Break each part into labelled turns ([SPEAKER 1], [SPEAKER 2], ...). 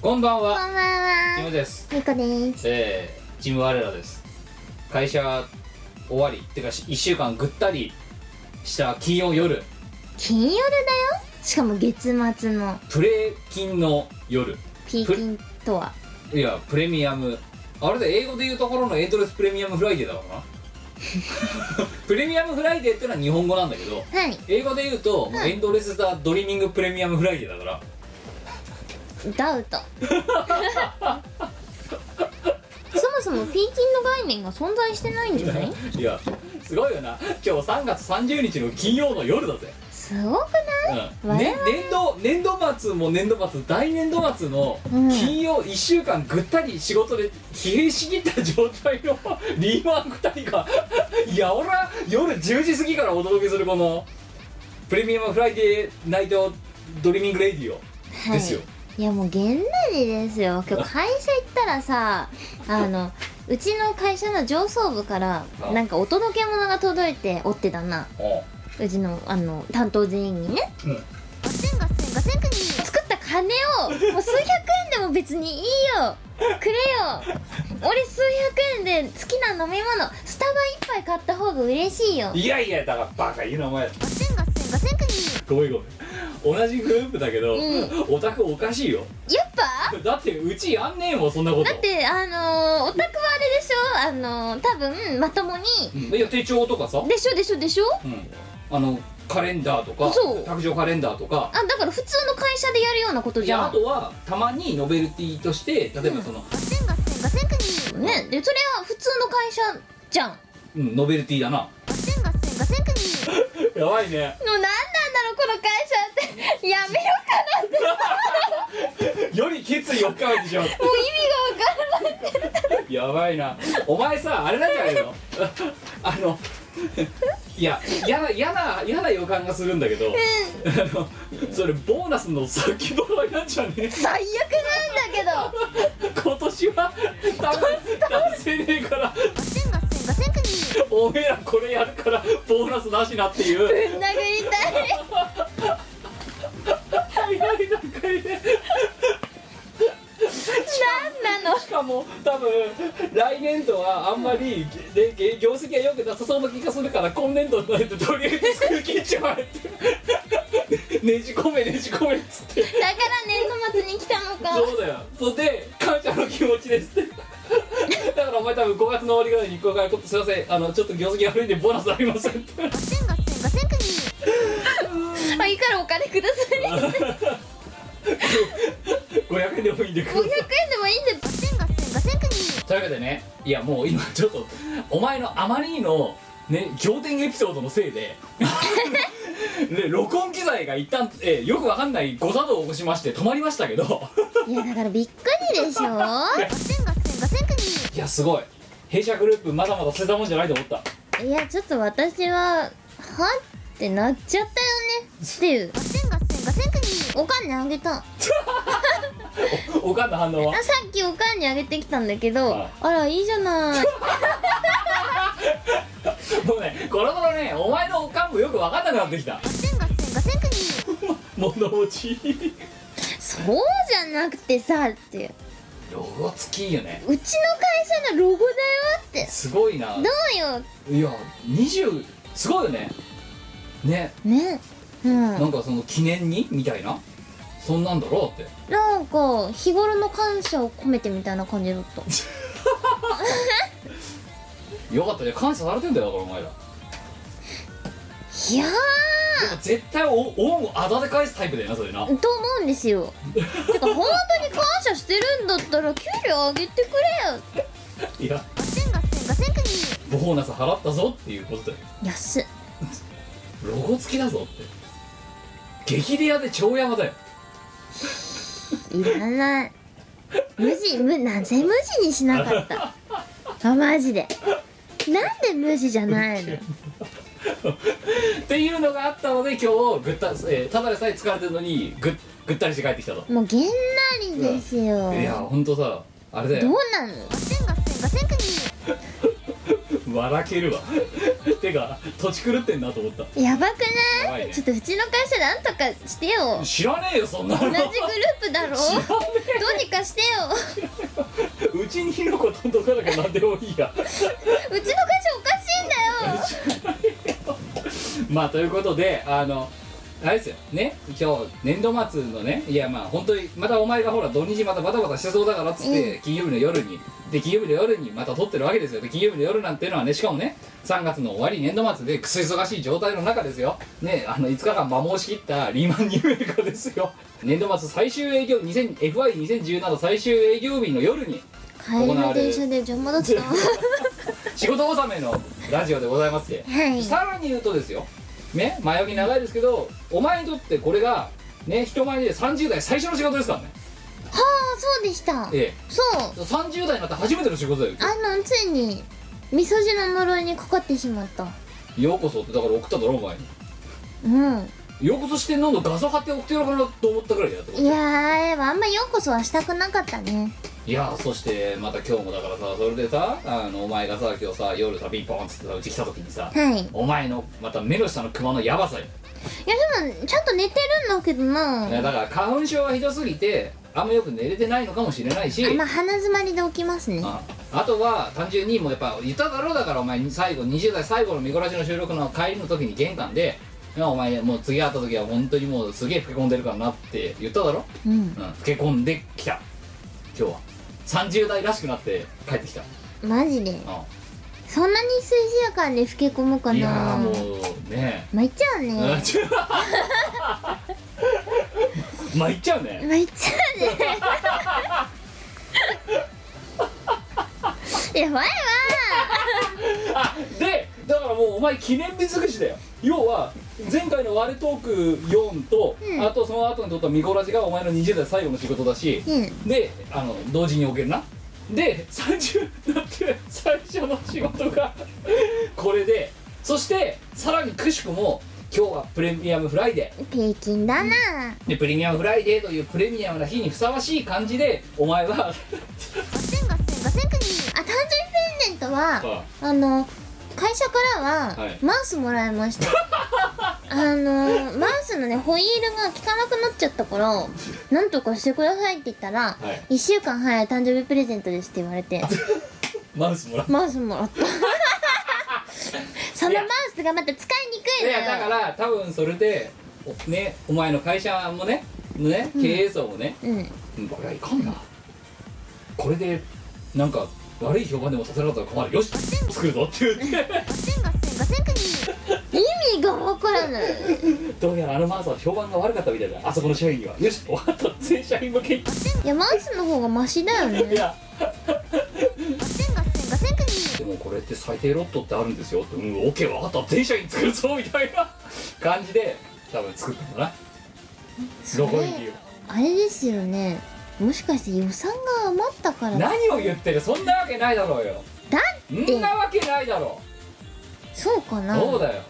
[SPEAKER 1] こんばん
[SPEAKER 2] こん
[SPEAKER 1] は
[SPEAKER 2] ばんは
[SPEAKER 1] キムです
[SPEAKER 2] みこです
[SPEAKER 1] えー、チーム我らです会社終わりっていうか1週間ぐったりした金曜夜
[SPEAKER 2] 金夜だよしかも月末の
[SPEAKER 1] プレ金の夜
[SPEAKER 2] P 金とはい
[SPEAKER 1] やプレミアムあれで英語で言うところのエントレスプレミアムフライデーだからな プレミアムフライデーってのは日本語なんだけど
[SPEAKER 2] はい
[SPEAKER 1] 英語で言うと、もうエンドレス・ザ・ドリーミング・プレミアム・フライデーだから
[SPEAKER 2] ダウトそもそも P 金の概念が存在してないんじゃない
[SPEAKER 1] いやすごいよな今日3月30日の金曜の夜だぜ
[SPEAKER 2] すごく
[SPEAKER 1] うん、
[SPEAKER 2] わ
[SPEAKER 1] ね、年度年度末も年度末大年度末の
[SPEAKER 2] うん
[SPEAKER 1] 金曜1週間ぐったり仕事で疲弊しきった状態の リーマン2人がいや俺は夜10時過ぎからお届けするこのプレミアムフライデーナイトドリーミングレディオ
[SPEAKER 2] はい
[SPEAKER 1] ですよ、
[SPEAKER 2] いやもう現代でですよ今日会社行ったらさあのうちの会社の上層部から
[SPEAKER 1] あ
[SPEAKER 2] なんかお届け物が届いておってだなうちのあの担当全員にね
[SPEAKER 1] うんうん
[SPEAKER 2] ガセンガセンガセンクに作った金をもう数百円でも別にいいよくれよ俺数百円で好きな飲み物スタバ一杯買った方が嬉しいよ
[SPEAKER 1] いやいやだからバカ言うなお前
[SPEAKER 2] ガセンガセンガセンクに
[SPEAKER 1] ごめんごめん同じグループだけど、
[SPEAKER 2] う
[SPEAKER 1] オタクおかしいよ
[SPEAKER 2] やっぱ
[SPEAKER 1] だってうちやんねえもんそんなこと
[SPEAKER 2] だってあのー、オタクはあれでしょあのー、多分まともに
[SPEAKER 1] うんいや手帳とかさ
[SPEAKER 2] でしょでしょでしょ
[SPEAKER 1] うん、あのカレンダーとか
[SPEAKER 2] そう
[SPEAKER 1] 卓上カレンダーとか
[SPEAKER 2] あだから普通の会社でやるようなこと
[SPEAKER 1] い
[SPEAKER 2] じ
[SPEAKER 1] や
[SPEAKER 2] ゃ
[SPEAKER 1] あ
[SPEAKER 2] ん
[SPEAKER 1] とはたまにノベルティとして例えばその、
[SPEAKER 2] ガセンガセンガセンクにねでそれは普通の会社じゃん
[SPEAKER 1] うんノベルティだな
[SPEAKER 2] ガセンガセンガセンクに
[SPEAKER 1] やばいね
[SPEAKER 2] もう何なんだろうこの会社ってやめようかなって
[SPEAKER 1] より決意を深めてしまう
[SPEAKER 2] もう意味が分からない
[SPEAKER 1] やばいなお前さあれなんじゃないの あのいや嫌な嫌な嫌な予感がするんだけど、あのそれボーナスの先払いなんじゃねえ
[SPEAKER 2] 最悪なんだけど
[SPEAKER 1] 今年は多分出せねえから
[SPEAKER 2] ガセンガセンガセンクに
[SPEAKER 1] おめえらこれやるからボーナスなしなっていう
[SPEAKER 2] ぶん殴りたい
[SPEAKER 1] 早い段階で
[SPEAKER 2] 何なの
[SPEAKER 1] しかも多分来年度はあんまりでで業績が良くなさそうな気がするから今年 度になるととりあえず作り切っちゃうってねじ込めねじ込めっつって
[SPEAKER 2] だから年度末に来たのか
[SPEAKER 1] そうだよそれで感謝の気持ちです ってだからお前多分5月の終わりぐらいに公開ことすいませんあのちょっと業績悪いんでボーナスありません って
[SPEAKER 2] ガセンガセンガセンクにあいいからお金ください500
[SPEAKER 1] 500円でもいいんでください
[SPEAKER 2] 円でもいいんでガセンガセンガセンクに
[SPEAKER 1] というわけでねいやもう今ちょっとお前のあまりのね仰天エピソードのせい でで録音機材が一旦、えーよくわかんない誤作動を起こしまして止まりましたけど
[SPEAKER 2] いやだからびっくりでしょガセンガセンガセンクに
[SPEAKER 1] いやすごい弊社グループまだまだ捨てたもんじゃないと思った
[SPEAKER 2] いやちょっと私ははってなっちゃったよねっていうガセンガセンガセンクにおかんにあげたあ
[SPEAKER 1] おおかんの反応は
[SPEAKER 2] さっきおかんにあげてきたんだけど
[SPEAKER 1] あ
[SPEAKER 2] あらいいじゃない
[SPEAKER 1] もうねこの頃ねお前のおかんもよくわかんなくなってきた
[SPEAKER 2] ガセンガセンガセンクに
[SPEAKER 1] 物持ち
[SPEAKER 2] そうじゃなくてさっていう
[SPEAKER 1] ロゴつきいいよね
[SPEAKER 2] うちの会社のロゴだよって
[SPEAKER 1] すごいな
[SPEAKER 2] どうよ
[SPEAKER 1] いや20すごいよねね
[SPEAKER 2] ねうん
[SPEAKER 1] なんかその記念にみたいなそんなんだろうって
[SPEAKER 2] なんか日頃の感謝を込めてみたいな感じだ った
[SPEAKER 1] よかったじゃあ感謝されてんだよだからお前らで
[SPEAKER 2] いや
[SPEAKER 1] も絶対お恩をあだで返すタイプだよなそれな
[SPEAKER 2] ーと思うんですよてか本当に感謝してるんだったら給料上げてくれよ
[SPEAKER 1] いや
[SPEAKER 2] ガセンガセンガセンクに
[SPEAKER 1] ボーナス払ったぞっていうことだよ
[SPEAKER 2] 安っ
[SPEAKER 1] ロゴ付きだぞって激レアで超山だよ
[SPEAKER 2] いらない無視無なぜ無視にしなかったあマジでなんで無視じゃないの
[SPEAKER 1] っていうのがあったので今日ぐった、えーただでさえ疲れてるのにぐぐったりして帰ってきたと、
[SPEAKER 2] もうげんなりですよ
[SPEAKER 1] いやほんとさあれだ
[SPEAKER 2] どう
[SPEAKER 1] よ
[SPEAKER 2] なのガセンガセンガセンクに
[SPEAKER 1] 笑けるわ てか土地狂ってんなと思った
[SPEAKER 2] やばく
[SPEAKER 1] や
[SPEAKER 2] な
[SPEAKER 1] ば
[SPEAKER 2] い
[SPEAKER 1] いね
[SPEAKER 2] ちょっとうちの会社なんとかしてよ
[SPEAKER 1] 知らねえよそんなの
[SPEAKER 2] 同じグループだろど
[SPEAKER 1] 知らね
[SPEAKER 2] うにかしてよ
[SPEAKER 1] えうちにいることんどかなきゃなんでもいいや
[SPEAKER 2] うちの会社おかしいんだよ
[SPEAKER 1] まあということであのあれですよね今日年度末のねいやまあ本当にまたお前がほら土日またバタバタしてそうだからっつって、金曜日の夜にで金曜日の夜にまた撮ってるわけですよで金曜日の夜なんていうのはねしかもね3月の終わり年度末でくそ忙しい状態の中ですよねあの5日間摩耗しきったリーマンニューメーカーですよ 年度末最終営業 FI2017 最終営業日の夜に
[SPEAKER 2] 帰りの電車で邪魔 だったわ
[SPEAKER 1] 仕事納めのラジオでございますけ
[SPEAKER 2] はい
[SPEAKER 1] さらに言うとですよね前置き長いですけどお前にとってこれがね人前で30代最初の仕事ですからね
[SPEAKER 2] はあそうでした
[SPEAKER 1] え
[SPEAKER 2] そう
[SPEAKER 1] え30代になって初めての仕事だよ
[SPEAKER 2] あのついに味噌汁の呪いにかかってしまった
[SPEAKER 1] ようこそってだから送っただろお前に
[SPEAKER 2] うん
[SPEAKER 1] ようこそしてんのの画像貼って送ってやろうかなと思ったぐらいやってこと
[SPEAKER 2] いやーやっぱあんまようこそはしたくなかったね
[SPEAKER 1] いやーそしてまた今日もだからさそれでさあのお前がさ今日さ夜さピンポンっつってさうち来た時にさ
[SPEAKER 2] はいいや
[SPEAKER 1] お前のまた目の下のクマのヤバさよ
[SPEAKER 2] でもちゃんと寝てるんだけどない
[SPEAKER 1] やだから花粉症がひどすぎてあんまよく寝れてないのかもしれないし
[SPEAKER 2] あまあ鼻詰まりで起きますね
[SPEAKER 1] ああとは単純にもうやっぱ言っただろうだからお前最後20代最後の見こらしの収録の帰りの時に玄関で「いやお前もう次会った時は本当にもうすげえ老け込んでるからな」って言っただろ、
[SPEAKER 2] うん
[SPEAKER 1] うん、老け込んできた今日は30代らしくなって帰ってきた、
[SPEAKER 2] マジで
[SPEAKER 1] う
[SPEAKER 2] そんなに水やかんで老け込むか
[SPEAKER 1] ん、
[SPEAKER 2] ない
[SPEAKER 1] やーもうね
[SPEAKER 2] まいっちゃうね
[SPEAKER 1] えまあ言っちゃうね
[SPEAKER 2] まいっちゃ うねやばいわ
[SPEAKER 1] あでだからもうお前記念日尽くしだよ要は前回の「割れトーク4と」
[SPEAKER 2] うん
[SPEAKER 1] あとその後に撮った「ミコラジ」がお前の20代最後の仕事だし、
[SPEAKER 2] うん
[SPEAKER 1] であの同時におけるなで30になって最初の仕事がこれでそしてさらにくしくも今日はプレミアムフライデ
[SPEAKER 2] 平均だな
[SPEAKER 1] ーでプレミアムフライデーというプレミアムな日にふさわしい感じでお前は
[SPEAKER 2] 5 0 0 0 5 0 0 0 5 0 0 0くじあ誕生日プレゼントはあの会社からは
[SPEAKER 1] はい
[SPEAKER 2] マウスもらい ました、あのマウスのねホイールが効かなくなっちゃった からなんとかしてくださいって言ったら、
[SPEAKER 1] はい
[SPEAKER 2] 1週間早い誕生日プレゼントですって言わ れて
[SPEAKER 1] マウスもらっ
[SPEAKER 2] マウスもらった その
[SPEAKER 1] い
[SPEAKER 2] マ
[SPEAKER 1] や
[SPEAKER 2] ウスがまた使いにくい
[SPEAKER 1] い
[SPEAKER 2] のよ
[SPEAKER 1] やだから多分それでお,、ね、お前の会社もねね経営層もね、
[SPEAKER 2] うん
[SPEAKER 1] うん、これはいかんなこれでなんか悪い評判でもさせられたら困るよし作るぞって言って
[SPEAKER 2] 意味がわからない
[SPEAKER 1] どうやらあのマーサは評判が悪かったみたいだあそこの社員にはよし終わった全社員向けに
[SPEAKER 2] いやマウスの方がマシだよ
[SPEAKER 1] い
[SPEAKER 2] ね
[SPEAKER 1] やでもこれって最低ロットってあるんですよってうんオッケーわかった全社員作るぞみたいな 感じで多分作ったんだな
[SPEAKER 2] そ
[SPEAKER 1] ど
[SPEAKER 2] れ
[SPEAKER 1] こに言う
[SPEAKER 2] あれですよねもしかして予算が余ったからだ
[SPEAKER 1] 何を言ってるそんなわけないだろうよそんなわけないだろ
[SPEAKER 2] そうか
[SPEAKER 1] う
[SPEAKER 2] な
[SPEAKER 1] そうだよ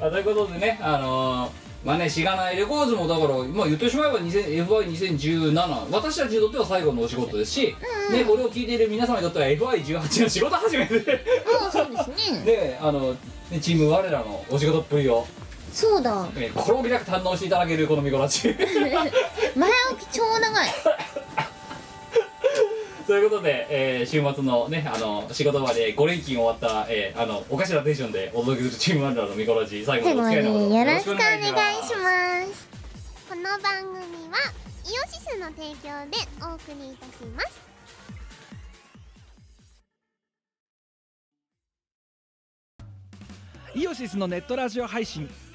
[SPEAKER 1] あということでねあのーまあねしがないレコーズもだから、まあ、言ってしまえば FI2017 私たちにとっては最後のお仕事ですし、ね、これを聞いている皆様にとっては FI18 の仕事始めて
[SPEAKER 2] あそうですね
[SPEAKER 1] であの ねチーム我らのお仕事っぷりを、
[SPEAKER 2] そうだ
[SPEAKER 1] ね、転びなく堪能していただけるこの見殺し
[SPEAKER 2] 前置き超長い
[SPEAKER 1] ということで、えー週末のねあの仕事場で5連勤終わった、えーあのおかしなテンションでお届けするチーム我らの見殺し最後
[SPEAKER 2] 最
[SPEAKER 1] のお
[SPEAKER 2] 後
[SPEAKER 1] 付き合いのほど
[SPEAKER 2] によろしくお
[SPEAKER 1] よ
[SPEAKER 2] 願いし
[SPEAKER 1] す
[SPEAKER 2] ますこの番組はイオシスの提供でお送りいたします
[SPEAKER 3] イオシスのネットラジオ配信「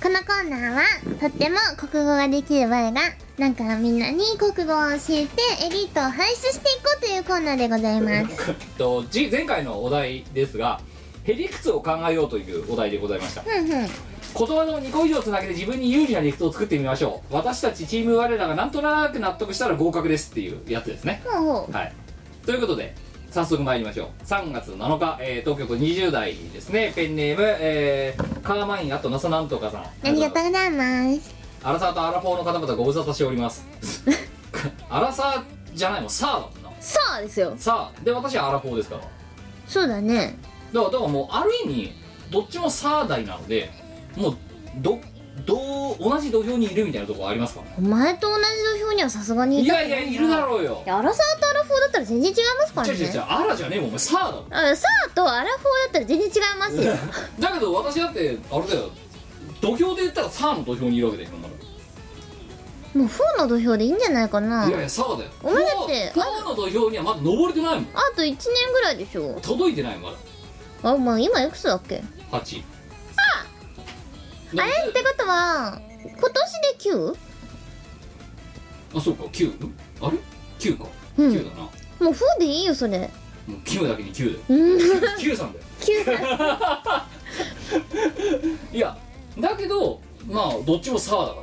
[SPEAKER 2] このコーナーはとっても国語ができる我がなんかみんなに国語を教えてエリートを輩出していこうというコーナーでございます
[SPEAKER 1] えっとじ前回のお題ですがへりくつを考えようというお題でございました
[SPEAKER 2] ふんふん
[SPEAKER 1] 言葉の2個以上つなげて自分に有利な理屈を作ってみましょう私たちチーム我らがなんとなく納得したら合格ですっていうやつですね
[SPEAKER 2] ほうほう
[SPEAKER 1] はいということで早速参りましょう3月7日、えー東京都20代ですねペンネーム、えーカーマインあとなさなんとかさんあ
[SPEAKER 2] ありがとうございます
[SPEAKER 1] アラサーとアラフォーの方々ご無沙汰しておりますアラサーじゃないもんサーだもんな
[SPEAKER 2] さあですよ
[SPEAKER 1] サーで私はアラフォーですから
[SPEAKER 2] そうだね
[SPEAKER 1] だからだからもうある意味どっちもサー代なのでもうどどう同じ土俵にいるみたいなところありますからね
[SPEAKER 2] お前と同じ土俵にはさすがに
[SPEAKER 1] い
[SPEAKER 2] たく
[SPEAKER 1] や
[SPEAKER 2] ない
[SPEAKER 1] やいるだろうよ
[SPEAKER 2] いやアラサーとアラフォーだったら全然違いますから
[SPEAKER 1] 違う
[SPEAKER 2] ね
[SPEAKER 1] 違う違うアラじゃねえもんお前サーだもん
[SPEAKER 2] あサーとアラフォーだったら全然違いますよ
[SPEAKER 1] だけど私だってあれだよ土俵で言ったらサーの土俵にいるわけだよ今な
[SPEAKER 2] もうフォーの土俵でいいんじゃないかな
[SPEAKER 1] らいやいやサーだよ
[SPEAKER 2] お前だって
[SPEAKER 1] フォーフォーの土俵にはまだ登れてないもん
[SPEAKER 2] あと1年ぐらいでしょ
[SPEAKER 1] 届いてないもんま
[SPEAKER 2] あまあ今いくつだっけ
[SPEAKER 1] だ8
[SPEAKER 2] あれってことは今年で 9?
[SPEAKER 1] あそうか9あれ9か
[SPEAKER 2] うん
[SPEAKER 1] 9だな、
[SPEAKER 2] もうフォーでいいよそれ
[SPEAKER 1] もう9だけに9だよ
[SPEAKER 2] うん9
[SPEAKER 1] 9さんだよ
[SPEAKER 2] 歳
[SPEAKER 1] いやだけどまあどっちもサーだから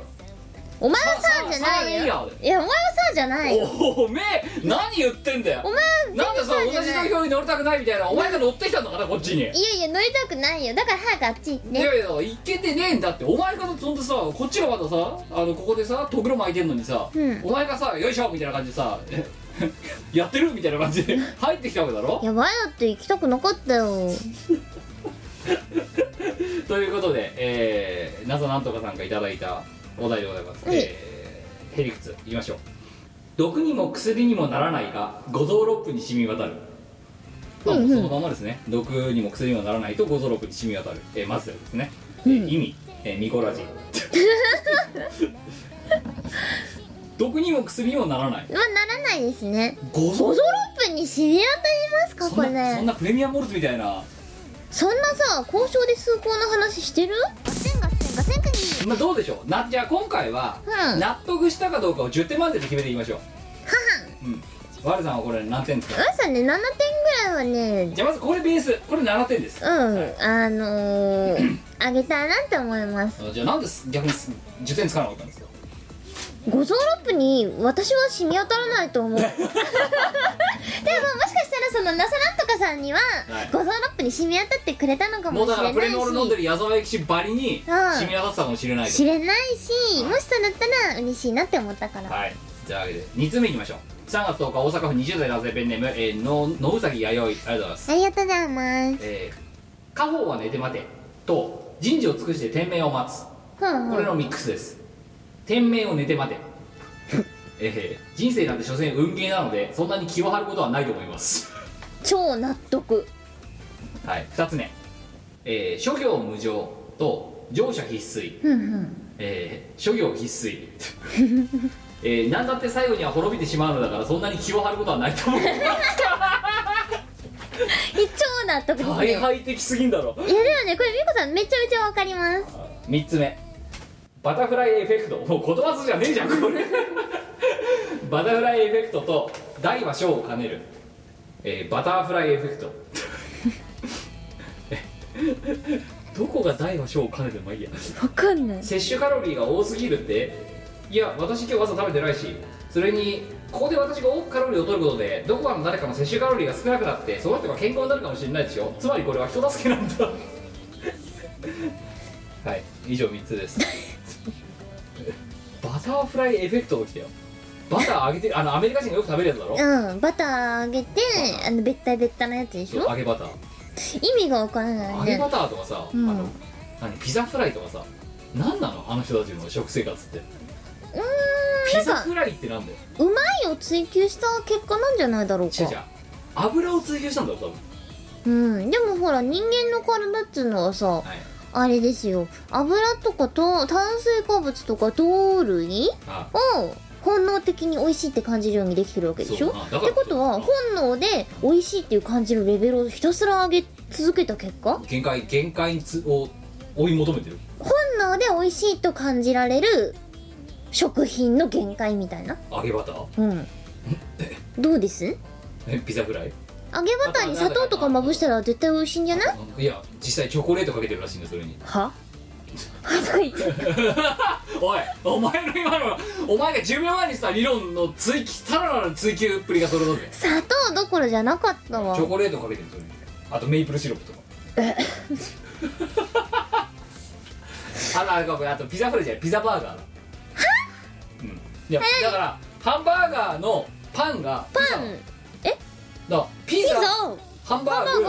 [SPEAKER 2] お前はサーじゃない
[SPEAKER 1] サーサ
[SPEAKER 2] よ
[SPEAKER 1] ーレ
[SPEAKER 2] いやお前はサーじゃないよ
[SPEAKER 1] おおめえ何言ってんだよ
[SPEAKER 2] お前
[SPEAKER 1] なんでさ
[SPEAKER 2] 全
[SPEAKER 1] 同
[SPEAKER 2] 然そ
[SPEAKER 1] じ
[SPEAKER 2] うじゃない
[SPEAKER 1] 土俵に乗りたくないみたいなお前が乗ってきたんだからこっちに
[SPEAKER 2] いやいや乗りたくないよだから早くあっち行
[SPEAKER 1] いや
[SPEAKER 2] って
[SPEAKER 1] いやいけてねえんだってお前がそんでさこっちがまださあのここでさとぐろ巻いてんのにさ、
[SPEAKER 2] うん
[SPEAKER 1] お前がさよいしょみたいな感じでさ えやってるみたいな感じで入ってきたわけだろ
[SPEAKER 2] いや前だって行きたくなかったよ
[SPEAKER 1] ということで、えー、謎なんとかさんがいただいたお題でございます、
[SPEAKER 2] はい
[SPEAKER 1] えー、へりくついきましょう毒にも薬にもならないが五臓六腑に染み渡るまあ
[SPEAKER 2] うんうん
[SPEAKER 1] そのままですね毒にも薬にもならないと五臓六腑に染み渡る、えー、まずですね、えー意味、えーミコラジ 毒にも薬にもならない
[SPEAKER 2] まあならないですね
[SPEAKER 1] 五
[SPEAKER 2] 五
[SPEAKER 1] 臓
[SPEAKER 2] 臓六腑に知り当たりますか
[SPEAKER 1] そ
[SPEAKER 2] これ
[SPEAKER 1] んなそんなプレミアムモルツみたいな
[SPEAKER 2] そんなさ交渉で崇高な話してるガセンガセンガセンクニ
[SPEAKER 1] まあどうでしょうなじゃあ今回は
[SPEAKER 2] うん
[SPEAKER 1] 納得したかどうかを10点満点で決めていきましょうははうん我さんはこれ何点ですか
[SPEAKER 2] 朝ね7点ぐらいはね
[SPEAKER 1] じゃあまずこれベースこれ7点です
[SPEAKER 2] うんあのー、あげたいなって思います
[SPEAKER 1] あじゃあなんです逆にす10点つかなかったんですか
[SPEAKER 2] 五臓六腑に私は染み当たらないと思 うでももしかしたらそのなさなんとかさんには、
[SPEAKER 1] はい
[SPEAKER 2] 五臓六腑に染み当たってくれたのか
[SPEAKER 1] もう
[SPEAKER 2] も
[SPEAKER 1] だ
[SPEAKER 2] しれ
[SPEAKER 1] からプ
[SPEAKER 2] な
[SPEAKER 1] レノール飲んで
[SPEAKER 2] いし
[SPEAKER 1] る矢沢駅士ばりに
[SPEAKER 2] うん
[SPEAKER 1] 染み渡ってたかもしれないと
[SPEAKER 2] 知れないしもしそうなったら嬉しいなって思ったから
[SPEAKER 1] はいじゃあ2つ目いきましょう3月10日大阪府20代男性ペンネーム、えー、の野うさぎ弥生ありがとうございます
[SPEAKER 2] ありがとうございます
[SPEAKER 1] えー、家宝は寝て待てと人事を尽くして天命を待つ
[SPEAKER 2] ふん
[SPEAKER 1] こ
[SPEAKER 2] ふ
[SPEAKER 1] れ
[SPEAKER 2] ん
[SPEAKER 1] のミックスです天命を寝て待てえー人生なんて所詮運ゲーなのでそんなに気を張ることはないと思います
[SPEAKER 2] 超納得
[SPEAKER 1] はい2つ目、えー諸行無常と乗車必須、
[SPEAKER 2] ふんふん
[SPEAKER 1] えー諸行必須、えー何だって最後には滅びてしまうのだからそんなに気を張ることはないと思い
[SPEAKER 2] え超納得です
[SPEAKER 1] ます
[SPEAKER 2] ね
[SPEAKER 1] 大敗的すぎんだろ
[SPEAKER 2] いやでもねこれ美子さんめちゃめちゃわかります
[SPEAKER 1] 3つ目バタフライエフェクトもう言葉数じゃねえじゃんこれバタフライエフェクトと大は小を兼ねる、えーバタフライエフェクト どこが大は小を兼ねてもいいや
[SPEAKER 2] わかんない
[SPEAKER 1] 摂取カロリーが多すぎるっていや私今日朝食べてないしそれにここで私が多くカロリーを取ることでどこかの誰かの摂取カロリーが少なくなってその人が健康になるかもしれないでしょつまりこれは人助けなんだ はい以上3つです バターフライエフェクトが来たよバター揚げてあのアメリカ人がよく食べるやつだろ
[SPEAKER 2] うんバターあげてあのべったりべったなやつでし
[SPEAKER 1] そう
[SPEAKER 2] ょ
[SPEAKER 1] 揚げバター
[SPEAKER 2] 意味がわからな
[SPEAKER 1] 揚
[SPEAKER 2] い
[SPEAKER 1] げバ
[SPEAKER 2] ね
[SPEAKER 1] ターとかさ、
[SPEAKER 2] うん
[SPEAKER 1] あの何ピザフライとかさ何なのあの人たちの食生活って
[SPEAKER 2] うー
[SPEAKER 1] ピ
[SPEAKER 2] ん
[SPEAKER 1] ザ
[SPEAKER 2] なんか
[SPEAKER 1] フライってなんだよ
[SPEAKER 2] うまいを追求した結果なんじゃないだろう
[SPEAKER 1] 違う違う
[SPEAKER 2] か
[SPEAKER 1] 油を追求したんだよ多分
[SPEAKER 2] うんでもほら人間の体っつうのはさ
[SPEAKER 1] はい
[SPEAKER 2] あれですよ油とかと炭水化物とか糖類
[SPEAKER 1] あ
[SPEAKER 2] を本能的に美味しいって感じるようにできてるわけでしょっ
[SPEAKER 1] そうあだから
[SPEAKER 2] てことは本能で美味しいっていう感じるレベルをひたすら上げ続けた結果
[SPEAKER 1] 限界限界につを追い求めてる
[SPEAKER 2] 本能で美味しいと感じられる食品の限界みたいな
[SPEAKER 1] 揚げバター
[SPEAKER 2] うんどうです
[SPEAKER 1] えピザフライ
[SPEAKER 2] 揚げバターに砂糖とかまぶしたら絶対美味しいんじゃない
[SPEAKER 1] いや実際チョコレートかけてるらしいんだそれに
[SPEAKER 2] ははとか言って
[SPEAKER 1] おいお前の今のお前が10秒前にした理論の追求さらなる追求っぷりがそれだぜ
[SPEAKER 2] 砂糖どころじゃなかったわ
[SPEAKER 1] チョコレートかけてるそれにあとメイプルシロップとか あとあごめんあとピザフライじゃないピザバーガーだうんいやだからハンバーガーのパンがパ
[SPEAKER 2] パンえ
[SPEAKER 1] だからピ
[SPEAKER 2] ピ
[SPEAKER 1] ザ
[SPEAKER 2] ザ
[SPEAKER 1] ハン
[SPEAKER 2] ハ
[SPEAKER 1] バ
[SPEAKER 2] ンバー
[SPEAKER 1] ーグ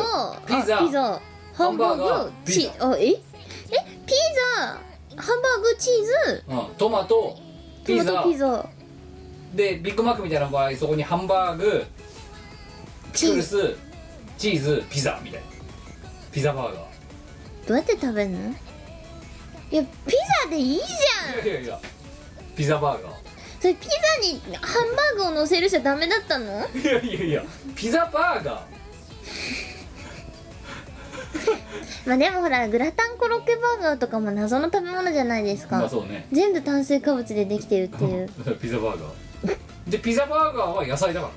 [SPEAKER 2] グ
[SPEAKER 1] ピザ
[SPEAKER 2] あピザハンバー
[SPEAKER 1] ハンバーガ
[SPEAKER 2] グ
[SPEAKER 1] ー
[SPEAKER 2] チあええピザハンバーグチーズ
[SPEAKER 1] うん、トマト
[SPEAKER 2] ト
[SPEAKER 1] ピ
[SPEAKER 2] マ
[SPEAKER 1] ザ
[SPEAKER 2] トピザ
[SPEAKER 1] でビッグマックみたいな場合そこにハンバーグ
[SPEAKER 2] チ
[SPEAKER 1] チ
[SPEAKER 2] ー
[SPEAKER 1] ー
[SPEAKER 2] ズ
[SPEAKER 1] ズチーズピザみたいなピザバーガー
[SPEAKER 2] どうやって食べるのいやピザでいいじゃん
[SPEAKER 1] いやいやいやピザバーガ
[SPEAKER 2] それピザにハンバーグを乗せるじゃダメだったの
[SPEAKER 1] ーいやいやいやピザバーガ
[SPEAKER 2] まあでもほらグラタンコロッケバーガーとかも謎の食べ物じゃないです
[SPEAKER 1] ー
[SPEAKER 2] か、
[SPEAKER 1] まあそうね
[SPEAKER 2] 全部炭水化物でできてるっていう
[SPEAKER 1] ピザバーガーでピザバーガーは野菜だか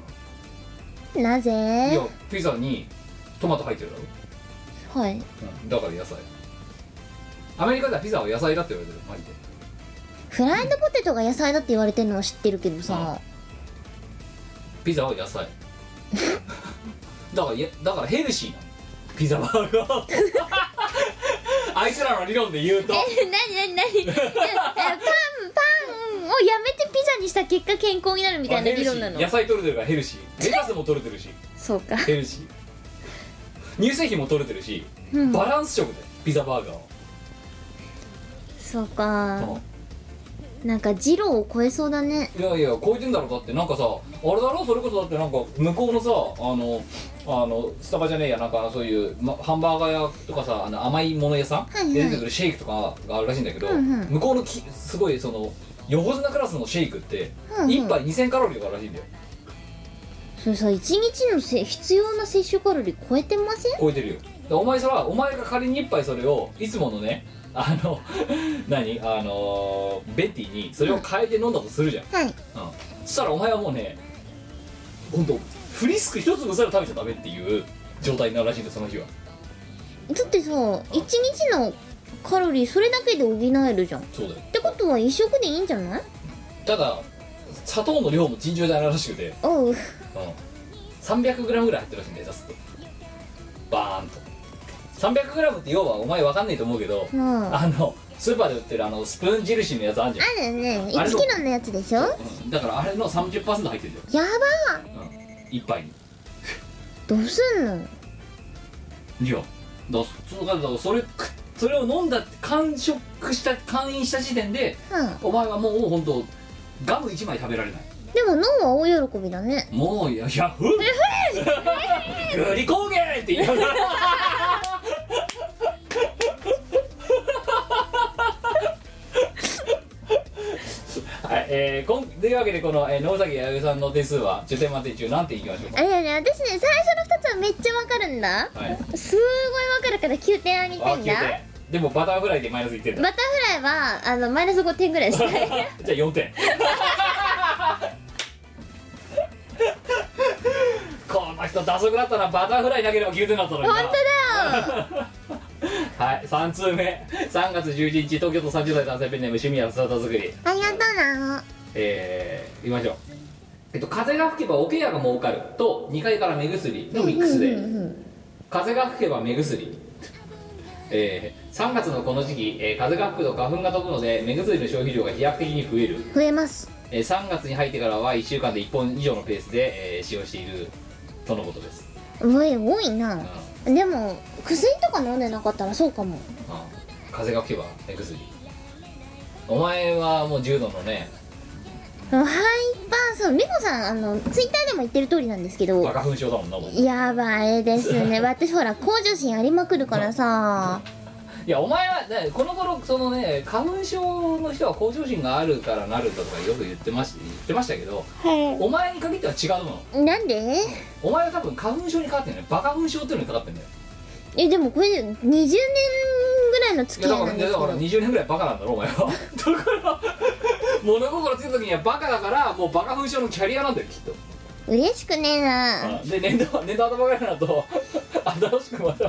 [SPEAKER 2] なぜ
[SPEAKER 1] らないやピザにトマト入ってるだろ、
[SPEAKER 2] はい
[SPEAKER 1] うん、だから野菜アメリカではピザは野菜だって言われてるマジで
[SPEAKER 2] フライドポテトが野菜だって言われてるのは知ってるけどさ
[SPEAKER 1] ピザは野 菜だからいやだからヘルシーなのピザバーガー あいつらの理論で言うと
[SPEAKER 2] えなになになに いやえパンパンをやめてピザにした結果健康になるみたいな理論なの
[SPEAKER 1] まあヘルシー野菜取れてるからヘルシ ーレタスも取れてるし
[SPEAKER 2] そうか
[SPEAKER 1] ヘルシ ー乳製品も取れてるし
[SPEAKER 2] うん
[SPEAKER 1] バランス食だよピザバーガーは
[SPEAKER 2] そうか
[SPEAKER 1] あ
[SPEAKER 2] なんかジローを超えそうだね
[SPEAKER 1] いやいや超えてんだろだってなんかさあれだろそれこそだってなんか向こうのさあのあのスタバじゃねえやなんかそういう、ま、ハンバーガー屋とかさあの甘いもの屋さ
[SPEAKER 2] いは
[SPEAKER 1] ん
[SPEAKER 2] い
[SPEAKER 1] で出てくるシェイクとかがあるらしいんだけど、
[SPEAKER 2] うんうん
[SPEAKER 1] 向こうのきすごいその横綱クラスのシェイクって
[SPEAKER 2] うんうん
[SPEAKER 1] 1杯2000カロリーがあるらしいんだよ
[SPEAKER 2] それさ一日のせ必要な摂取カロリー超えてません
[SPEAKER 1] 超えてるよでお前さお前が仮に1杯それをいつものねあの 何あのベッティにそれを変えて飲んだとするじゃん、
[SPEAKER 2] はい
[SPEAKER 1] うん、そしたらお前はもうね今度フリスク一粒すら食べちゃダメっていう状態になるらしいんだよその日は
[SPEAKER 2] だってさ一日のカロリーそれだけで補えるじゃんっ
[SPEAKER 1] そうだよ
[SPEAKER 2] てことは一食でいいんじゃない
[SPEAKER 1] ただ砂糖の量も尋常じゃないらしくて、うん、
[SPEAKER 2] おう
[SPEAKER 1] 300g ぐらい入ってるらしいんだよ出すとバーンと 300g って要はお前わかんないと思うけど、
[SPEAKER 2] まあ
[SPEAKER 1] あのスーパーで売ってるあのスプーン印のやつあんじゃん
[SPEAKER 2] あるね
[SPEAKER 1] あれ
[SPEAKER 2] 1キロのやつでしょ
[SPEAKER 1] うんだからあれの30%入ってるよ、
[SPEAKER 2] やば
[SPEAKER 1] うん、一杯に
[SPEAKER 2] どうすんの
[SPEAKER 1] いやだからそだからそれくそれを飲んだ完食した完飲した時点で
[SPEAKER 2] うん
[SPEAKER 1] お前はもう本当ガム1枚食べられない
[SPEAKER 2] でも脳は大喜びだね
[SPEAKER 1] もうやヤフーグリコーゲンって言いながらはい、えー、こんというわけでこの、えー、野崎弥生さんの点数は10点満点中何点いきましょうか
[SPEAKER 2] あれね私ね最初の2つはめっちゃわかるんだ
[SPEAKER 1] はい
[SPEAKER 2] すごいわかるから9点あげた
[SPEAKER 1] あ
[SPEAKER 2] いん
[SPEAKER 1] 9
[SPEAKER 2] だ
[SPEAKER 1] 点でもバターフライでマイナス1点だ
[SPEAKER 2] バタフライはあのマイナス5点ぐらいした い
[SPEAKER 1] じゃあ4点 この人打足だったなバターフライだけでも9点だったのにな
[SPEAKER 2] 本当だよ
[SPEAKER 1] はい3通目3月11日東京都30代男性ペンネーム趣味や姿作り
[SPEAKER 2] ありがとうな
[SPEAKER 1] えー、いきましょうえっと、風が吹けばおけやが儲かると2階から目薬のミックスで風が吹けば目薬えー、3月のこの時期、えー風が吹くと花粉が飛ぶので目薬の消費量が飛躍的に増える
[SPEAKER 2] 増えます
[SPEAKER 1] えー3月に入ってからは1週間で1本以上のペースで、えー使用しているとのことです、
[SPEAKER 2] うえ多いうなん
[SPEAKER 1] うん
[SPEAKER 2] でも薬とか飲んでなかったらそうかも
[SPEAKER 1] 風が吹けば目薬お前はもう重度のね
[SPEAKER 2] ハイパーそうリコさんあのツイッターでも言ってる通りなんですけ
[SPEAKER 1] バ
[SPEAKER 2] ど
[SPEAKER 1] カ粉症だもんなもんい
[SPEAKER 2] やばいですね私ほら向上心ありまくるからさ
[SPEAKER 1] いやお前はねこの頃そのね花粉症の人は向上心があるからなるんだとかよく言ってまし言ってましたけど
[SPEAKER 2] は
[SPEAKER 1] お前に限っては違うもの
[SPEAKER 2] いなんで
[SPEAKER 1] お前は多分花粉症にかかってんだよねバカ粉症っていうのにかかってんだよ
[SPEAKER 2] えでもこれ20年ぐらいの
[SPEAKER 1] いや
[SPEAKER 2] 付き
[SPEAKER 1] だ
[SPEAKER 2] 合い
[SPEAKER 1] か
[SPEAKER 2] な
[SPEAKER 1] ら
[SPEAKER 2] んで
[SPEAKER 1] だ
[SPEAKER 2] すけ
[SPEAKER 1] から
[SPEAKER 2] ど
[SPEAKER 1] 20年ぐらいバカなんだろお前 はだから物心ついた時にはバカだからもうバカ粉症のキャリアなんだよきっと
[SPEAKER 2] 嬉しくねえな
[SPEAKER 1] で年度年度頭ぐらいになると 新しくまた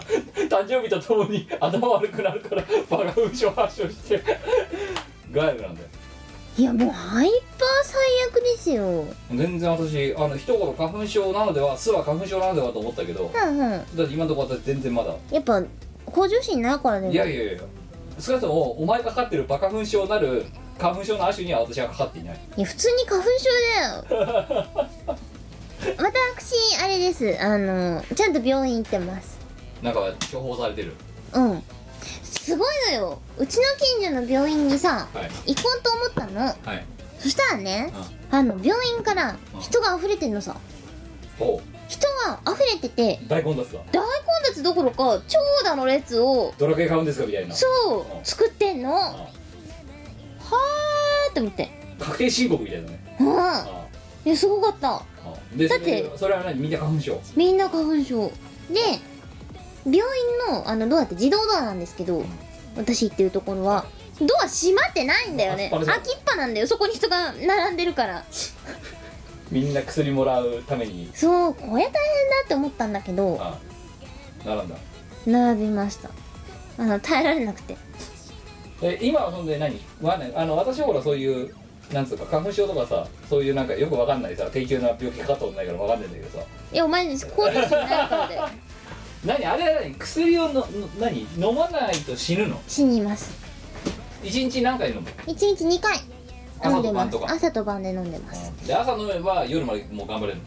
[SPEAKER 1] 誕生日とともに頭悪くなるからバカ粉症発症して外部なんだよ
[SPEAKER 2] いやもうハイパー最悪ですよう
[SPEAKER 1] 全然私あの一頃花粉症なのでは巣は花粉症なのではと思ったけど
[SPEAKER 2] んうん
[SPEAKER 1] だって今のところ私全然まだ、
[SPEAKER 2] やっぱ向上心ないから
[SPEAKER 1] いや
[SPEAKER 2] ね
[SPEAKER 1] いやいやいや少なくともお前がかかってるバカ粉症なる花粉症の亜種には私はかかっていない
[SPEAKER 2] いや普通に花粉症だ よ私あれですあのちゃんと病院行ってます
[SPEAKER 1] なんか処方されてる
[SPEAKER 2] うんすごいのようちの近所の病院にさ
[SPEAKER 1] はい
[SPEAKER 2] 行こうと思ったの
[SPEAKER 1] はい
[SPEAKER 2] そしたらねあの病院から人が溢れてんのさ
[SPEAKER 1] おう
[SPEAKER 2] 人が溢れてて
[SPEAKER 1] 大混雑だ
[SPEAKER 2] 大混雑どころか長蛇の列を
[SPEAKER 1] ドラクエ買うんですかみたいな
[SPEAKER 2] そう作ってんのはーって思って
[SPEAKER 1] 確定申告みたいなね
[SPEAKER 2] うん
[SPEAKER 1] あ
[SPEAKER 2] いやすごかった
[SPEAKER 1] あああで
[SPEAKER 2] だって
[SPEAKER 1] それそれは何みんな花粉症
[SPEAKER 2] みんな花粉症で病院のあのドアって自動ドアなんですけど私行ってるところはドア閉まってないんだよね
[SPEAKER 1] あ
[SPEAKER 2] 開
[SPEAKER 1] 閉
[SPEAKER 2] きっ
[SPEAKER 1] まって
[SPEAKER 2] ぱなんだよそこに人が並んでるから
[SPEAKER 1] みんな薬もらうために
[SPEAKER 2] そうこれ大変だって思ったんだけど
[SPEAKER 1] ああ並んだ
[SPEAKER 2] 並びましたあの耐えられなくて
[SPEAKER 1] え今はそんで何わかんないあの私はほらそういうなんつうか花粉症とかさそういうなんかよくわかんないさ低級な病気かかったことないからわかんないんだけどさ
[SPEAKER 2] いやお前向上心ないからで
[SPEAKER 1] 何あれは何薬をのの何飲まないと死ぬの
[SPEAKER 2] 死にます
[SPEAKER 1] 一日何回飲む
[SPEAKER 2] 1日2回飲んでま
[SPEAKER 1] 朝と晩
[SPEAKER 2] す
[SPEAKER 1] とか
[SPEAKER 2] 朝と晩で飲んでます
[SPEAKER 1] で朝飲めば夜までもう頑張れるの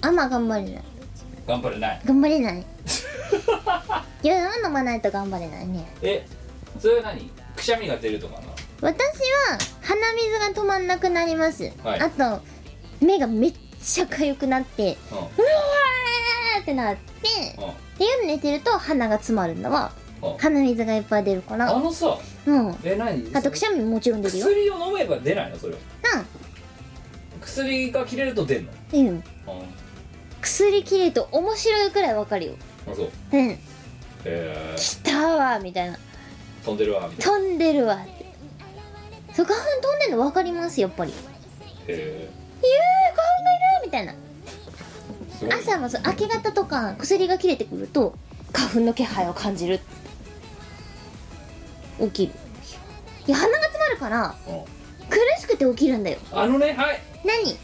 [SPEAKER 2] あんま頑張れない
[SPEAKER 1] 頑張れない
[SPEAKER 2] 頑張れない夜は飲まないと頑張れないね
[SPEAKER 1] えそれは何くしゃみが出るとかな
[SPEAKER 2] 私は鼻水が止まんなくなります、
[SPEAKER 1] はい
[SPEAKER 2] あと目がめっちゃ痒くなって
[SPEAKER 1] うん
[SPEAKER 2] うわーってなって
[SPEAKER 1] うん
[SPEAKER 2] で夜寝てると鼻が詰まるんだわ
[SPEAKER 1] うん
[SPEAKER 2] 鼻水がいっぱい出るか
[SPEAKER 1] あ
[SPEAKER 2] ら
[SPEAKER 1] のさ
[SPEAKER 2] うん
[SPEAKER 1] え何
[SPEAKER 2] あとくしゃみももちろん出るよ
[SPEAKER 1] 薬を飲めば出ないのそれは薬が切れると出んの
[SPEAKER 2] うんうん
[SPEAKER 1] うん
[SPEAKER 2] 薬切れると面白いくらいわかるよ
[SPEAKER 1] あそう
[SPEAKER 2] うん
[SPEAKER 1] えー、
[SPEAKER 2] 来たわみたいな
[SPEAKER 1] 飛んでるわみたいな
[SPEAKER 2] 飛んでるわってそう花粉飛んでるの分かりますやっぱり「ゆう
[SPEAKER 1] え
[SPEAKER 2] 花粉がいる!」みたいな
[SPEAKER 1] ー、すごい
[SPEAKER 2] 朝もそう明け方とか薬が切れてくると花粉の気配を感じる起きるいや鼻が詰まるから
[SPEAKER 1] うん
[SPEAKER 2] 苦しくて起きるんだよ
[SPEAKER 1] あのねはい
[SPEAKER 2] 何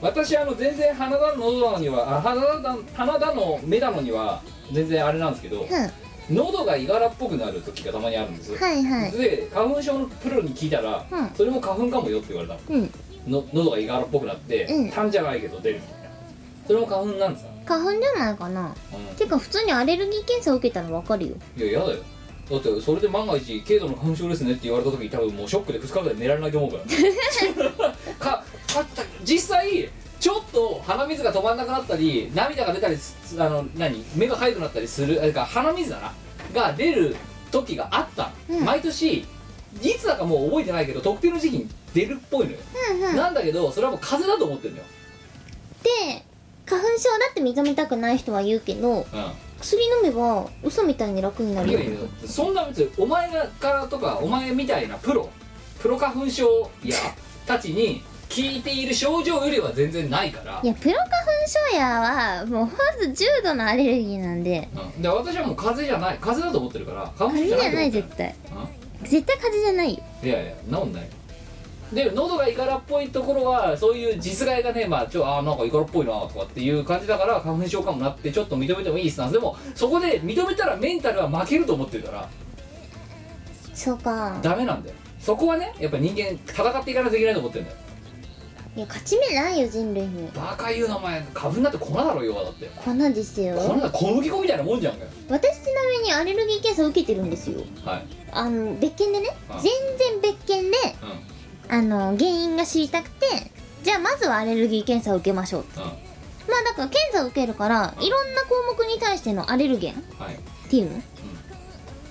[SPEAKER 1] 私あの全然鼻だの喉だのにはあ鼻だ鼻だの目だのには全然あれなんですけど
[SPEAKER 2] うん
[SPEAKER 1] 喉がいがらっぽくなる時がたまにあるんです、
[SPEAKER 2] はいはい
[SPEAKER 1] で花粉症のプロに聞いたら、
[SPEAKER 2] うん
[SPEAKER 1] それも花粉かもよって言われた
[SPEAKER 2] うん
[SPEAKER 1] のの喉がいがらっぽくなって、
[SPEAKER 2] うん
[SPEAKER 1] 痰じゃないけど出るみたいなそれも花粉なんですか、
[SPEAKER 2] 花粉じゃないかなてか普通にアレルギー検査受けたら分かるよ
[SPEAKER 1] うん、いややだよだってそれで万が一軽度の花粉症ですねって言われた時多分もうショックで2日ぐらい寝られないと思うから かか実際ちょっと鼻水が止まんなくなったり涙が出たりすあの何目が痒くなったりするあれか鼻水だなが出る時があった、
[SPEAKER 2] うん
[SPEAKER 1] 毎年いつだかもう覚えてないけど特定の時期に出るっぽいのよ、
[SPEAKER 2] うんうんで
[SPEAKER 1] なんだけどそれはもう風邪だと思ってるのよ、
[SPEAKER 2] 花粉症だって認めたくない人は言うけ
[SPEAKER 1] う
[SPEAKER 2] ど
[SPEAKER 1] ん
[SPEAKER 2] 薬飲めば嘘みたいに楽になる
[SPEAKER 1] い
[SPEAKER 2] よ
[SPEAKER 1] やいやそんな別にお前がからとかお前みたいなプロプロ花粉症やたちに聞いている症状よりは全然ないから
[SPEAKER 2] いやプロ花粉症やはもうほんと重度のアレルギーなんで
[SPEAKER 1] うん、で私はもう風邪じゃない風邪だと思ってるから花粉
[SPEAKER 2] 風
[SPEAKER 1] 症じ
[SPEAKER 2] 邪
[SPEAKER 1] ゃ
[SPEAKER 2] じ
[SPEAKER 1] な
[SPEAKER 2] ゃ
[SPEAKER 1] いと
[SPEAKER 2] な
[SPEAKER 1] 思
[SPEAKER 2] い
[SPEAKER 1] ってる
[SPEAKER 2] 絶対絶対風邪じゃないよ
[SPEAKER 1] いやいや治んないで喉がイカラっぽいところはそういう実害がねまあちょあーなんかイカラっぽいなとかっていう感じだから花粉症かもなってちょっと認めてもいいスタンスでもそこで認めたらメンタルは負けると思ってるから
[SPEAKER 2] そうか
[SPEAKER 1] ダメなんだよそこはねやっぱ人間戦っていかないといけないと思ってるんだよ
[SPEAKER 2] いや勝ち目ないよ人類に
[SPEAKER 1] バカ言うなお前花粉なんて粉だろ要はだって
[SPEAKER 2] こんなんですよ
[SPEAKER 1] こんな小麦粉みたいなもんじゃんかよ
[SPEAKER 2] 私ちなみにアレルギー検査受けてるんですよ
[SPEAKER 1] はい
[SPEAKER 2] あの別件でね
[SPEAKER 1] あ
[SPEAKER 2] 全然別件で
[SPEAKER 1] うん
[SPEAKER 2] あの原因が知りたくてじゃあまずはアレルギー検査を受けましょう
[SPEAKER 1] う
[SPEAKER 2] まあだから検査を受けるからいろんな項目に対してのアレルゲンっ
[SPEAKER 1] んはい
[SPEAKER 2] ていう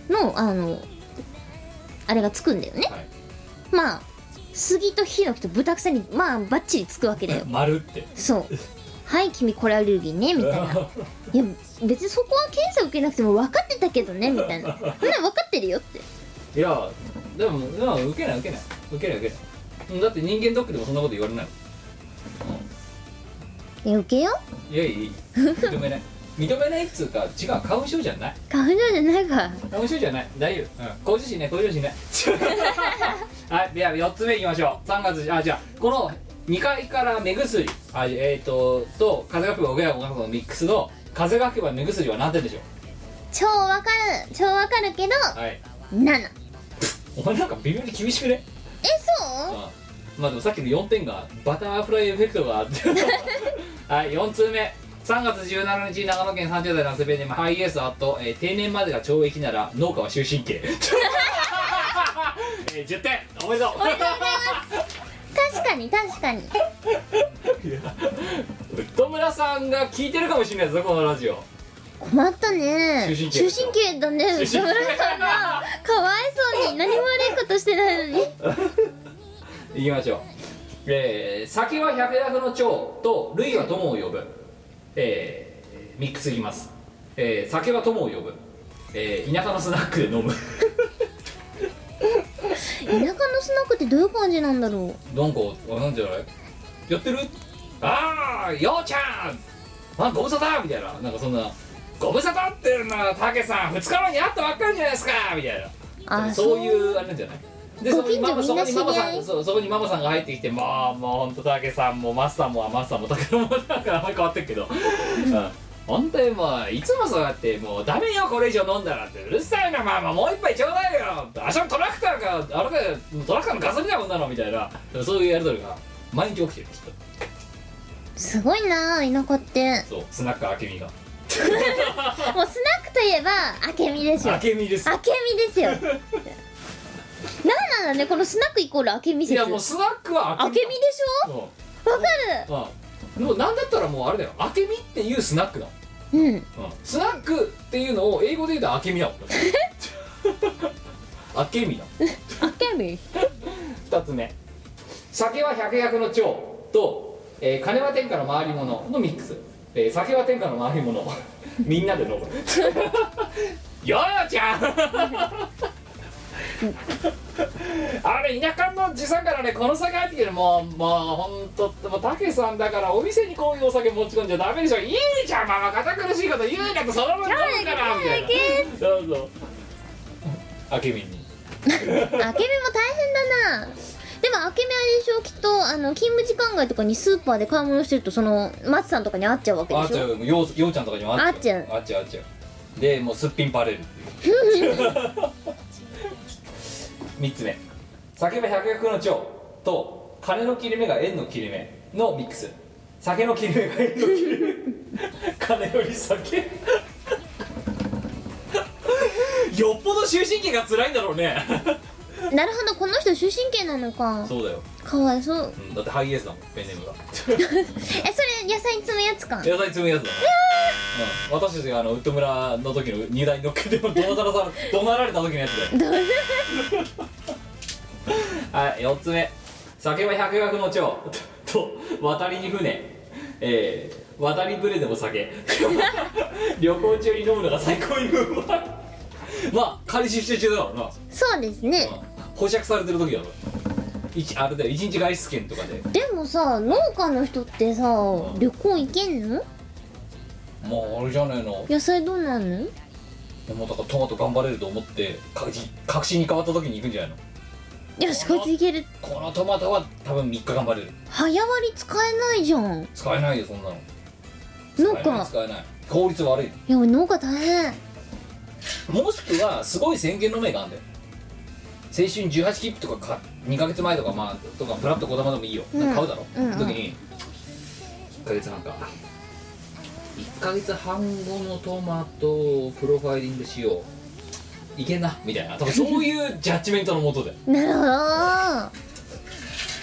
[SPEAKER 2] ののあのあれがつくんだよね
[SPEAKER 1] はい
[SPEAKER 2] まあ杉とヒノキとブタクサにまあバッチリつくわけだよ
[SPEAKER 1] 丸って
[SPEAKER 2] そうはい君これアレルギーねみたいないや別にそこは検査受けなくても分かってたけどねみたいなそんなの分かってるよって
[SPEAKER 1] いやでもでも受けない受けない受けない受けないうんだって人間ドックでもそんなこと言われない
[SPEAKER 2] え受けよ
[SPEAKER 1] いやいやいや認 めない認めないっつうか違う花粉症じゃない
[SPEAKER 2] 花粉症じゃないから
[SPEAKER 1] 花粉症じゃない大丈夫、うん、向上心ね向上 心ねはいでは4つ目いきましょう3月あじゃあこの2階から目薬あえっ、とと風が吹けばおげやおがのミックスの風が吹けば目薬は何点でしょ
[SPEAKER 2] 超わかる超わかるけど
[SPEAKER 1] うはい
[SPEAKER 2] 7え
[SPEAKER 1] お前なんか微妙に厳しくね
[SPEAKER 2] そう
[SPEAKER 1] うんまあでもさっきの4点がバターフライエフェクト があってはい4通目3月17日長野県30代男性ペンネームハイエースあと、えー定年までが懲役なら農家は終身 刑、えー10点おめでとう
[SPEAKER 2] 確かに確かに
[SPEAKER 1] 戸村さんが聞いてるかもしれないぞこのラジオ
[SPEAKER 2] 困ったね
[SPEAKER 1] 終身
[SPEAKER 2] 中
[SPEAKER 1] 刑
[SPEAKER 2] 心刑だね
[SPEAKER 1] 終身
[SPEAKER 2] 内
[SPEAKER 1] 刑
[SPEAKER 2] 村さんがかわいそうに何も悪いことしてないのに
[SPEAKER 1] いきましょう、えー酒は百薬の長と類は友を呼ぶ、えーミックスいきます、えー酒は友を呼ぶ、えー田舎のスナックで飲む
[SPEAKER 2] 田舎のスナックってどういう感じなんだろ
[SPEAKER 1] なんかあなんじゃないやってるああようちゃんあご無沙汰みたいななんかそんなご無沙汰っていうのはたけさん2日前に会ったばっかりじゃないですかみたいな
[SPEAKER 2] うあ
[SPEAKER 1] そういうあれなんじゃないで
[SPEAKER 2] ご
[SPEAKER 1] そこに
[SPEAKER 2] 近
[SPEAKER 1] マ
[SPEAKER 2] 所
[SPEAKER 1] マ
[SPEAKER 2] みん
[SPEAKER 1] そこにマ
[SPEAKER 2] な
[SPEAKER 1] マさ
[SPEAKER 2] 知り合
[SPEAKER 1] ん
[SPEAKER 2] い
[SPEAKER 1] そうそこにママさんが入ってきてまあもうほんとたけさんもマスさんもマスさんもたけもなんかあんまり変わってるけどうん本当にもういつもそうやってもうダメよこれ以上飲んだらってうるさいなママもう一杯ちょうだいよあしのトラクターがあれだよトラクターのガソリンだもんなのみたいなそういうやり取りが毎日起きてるきっと
[SPEAKER 2] すごいな田舎って
[SPEAKER 1] そうスナックあけみが
[SPEAKER 2] もうスナックといえばあけみでしょ
[SPEAKER 1] あけみです
[SPEAKER 2] あけみです よなんなんだねこのスナックイコールあけみ
[SPEAKER 1] い
[SPEAKER 2] 説
[SPEAKER 1] やもうスナックは
[SPEAKER 2] あけみでし
[SPEAKER 1] みそ
[SPEAKER 2] ょわか
[SPEAKER 1] ううんもうなんだったらもうあれだよあけみっていうスナックだもん
[SPEAKER 2] るうん
[SPEAKER 1] スナックっていうのを英語で言うとアケミだもんアケミだ
[SPEAKER 2] あけみ
[SPEAKER 1] 2つ目酒は百薬の長と、えー金は天下の回り物のミックス、えー酒は天下の回り物みんなで飲むよよちゃんあれ田舎のじさんからねこの酒入ってきてもうもうほんともうたけさんだからお店にこういうお酒持ち込んじゃダメでしょいいじゃんママ堅苦しいこと言うなとその分飲むからみたいなそうそうあけみに
[SPEAKER 2] あけみも大変だなでもあけみあれでしょきっとあの勤務時間外とかにスーパーで買い物してるとその松さんとかに会っちゃうわけ
[SPEAKER 1] あっ
[SPEAKER 2] で
[SPEAKER 1] ち
[SPEAKER 2] し
[SPEAKER 1] ゃ
[SPEAKER 2] ょ
[SPEAKER 1] うようようちゃんとかにもあっちゃうあっちゃうあっちゃうでもうすっぴんバレるっていう 三つ目酒は百薬の長と金の切れ目が円の切れ目のミックス酒の切れ目が円の切れ 目金より酒よっぽど終身期が辛いんだろうね
[SPEAKER 2] なるほどこの人終身刑なのか
[SPEAKER 1] そうだよ、
[SPEAKER 2] かわいそう
[SPEAKER 1] うん、だってハイエースだもんペンネ ームが
[SPEAKER 2] えそれ野菜摘むやつか
[SPEAKER 1] 野菜積むやつだ、うん、私たちがあのウッド村の時の荷台に乗っけてもどなら さ怒鳴られた時のやつだよ
[SPEAKER 2] どう
[SPEAKER 1] はい、4つ目酒は百薬の長と渡りに船えー、渡り船でも 酒旅行中に飲むのが最高にうまいまあ仮出所中だからな、
[SPEAKER 2] そうですね
[SPEAKER 1] うん保釈されてる時だろ一あれだよ一日外出券とかで
[SPEAKER 2] でもさ農家の人ってさ旅行行けんの
[SPEAKER 1] もうあれじゃないの
[SPEAKER 2] 野菜どうなんの
[SPEAKER 1] もうだからトマト頑張れると思って確信確信に変わった時に行くんじゃないの
[SPEAKER 2] よしこいついける
[SPEAKER 1] このトマトは多分3日頑張れる
[SPEAKER 2] 早割り使えないじゃん
[SPEAKER 1] 使えないよそんなの
[SPEAKER 2] 農
[SPEAKER 1] 使えない
[SPEAKER 2] 家
[SPEAKER 1] 使えない効率悪い
[SPEAKER 2] いや農家大変
[SPEAKER 1] もしくはすごい先見の明があんだよ青春18切符とかか2か月前とかまあとかブラッとこだまでもいいよ、
[SPEAKER 2] うん
[SPEAKER 1] 買うだろ、
[SPEAKER 2] うんうん
[SPEAKER 1] 時に1か月半か1か月半後のトマトをプロファイリングしよういけんなみたいな多分そういうジャッジメントのもとで
[SPEAKER 2] なるほ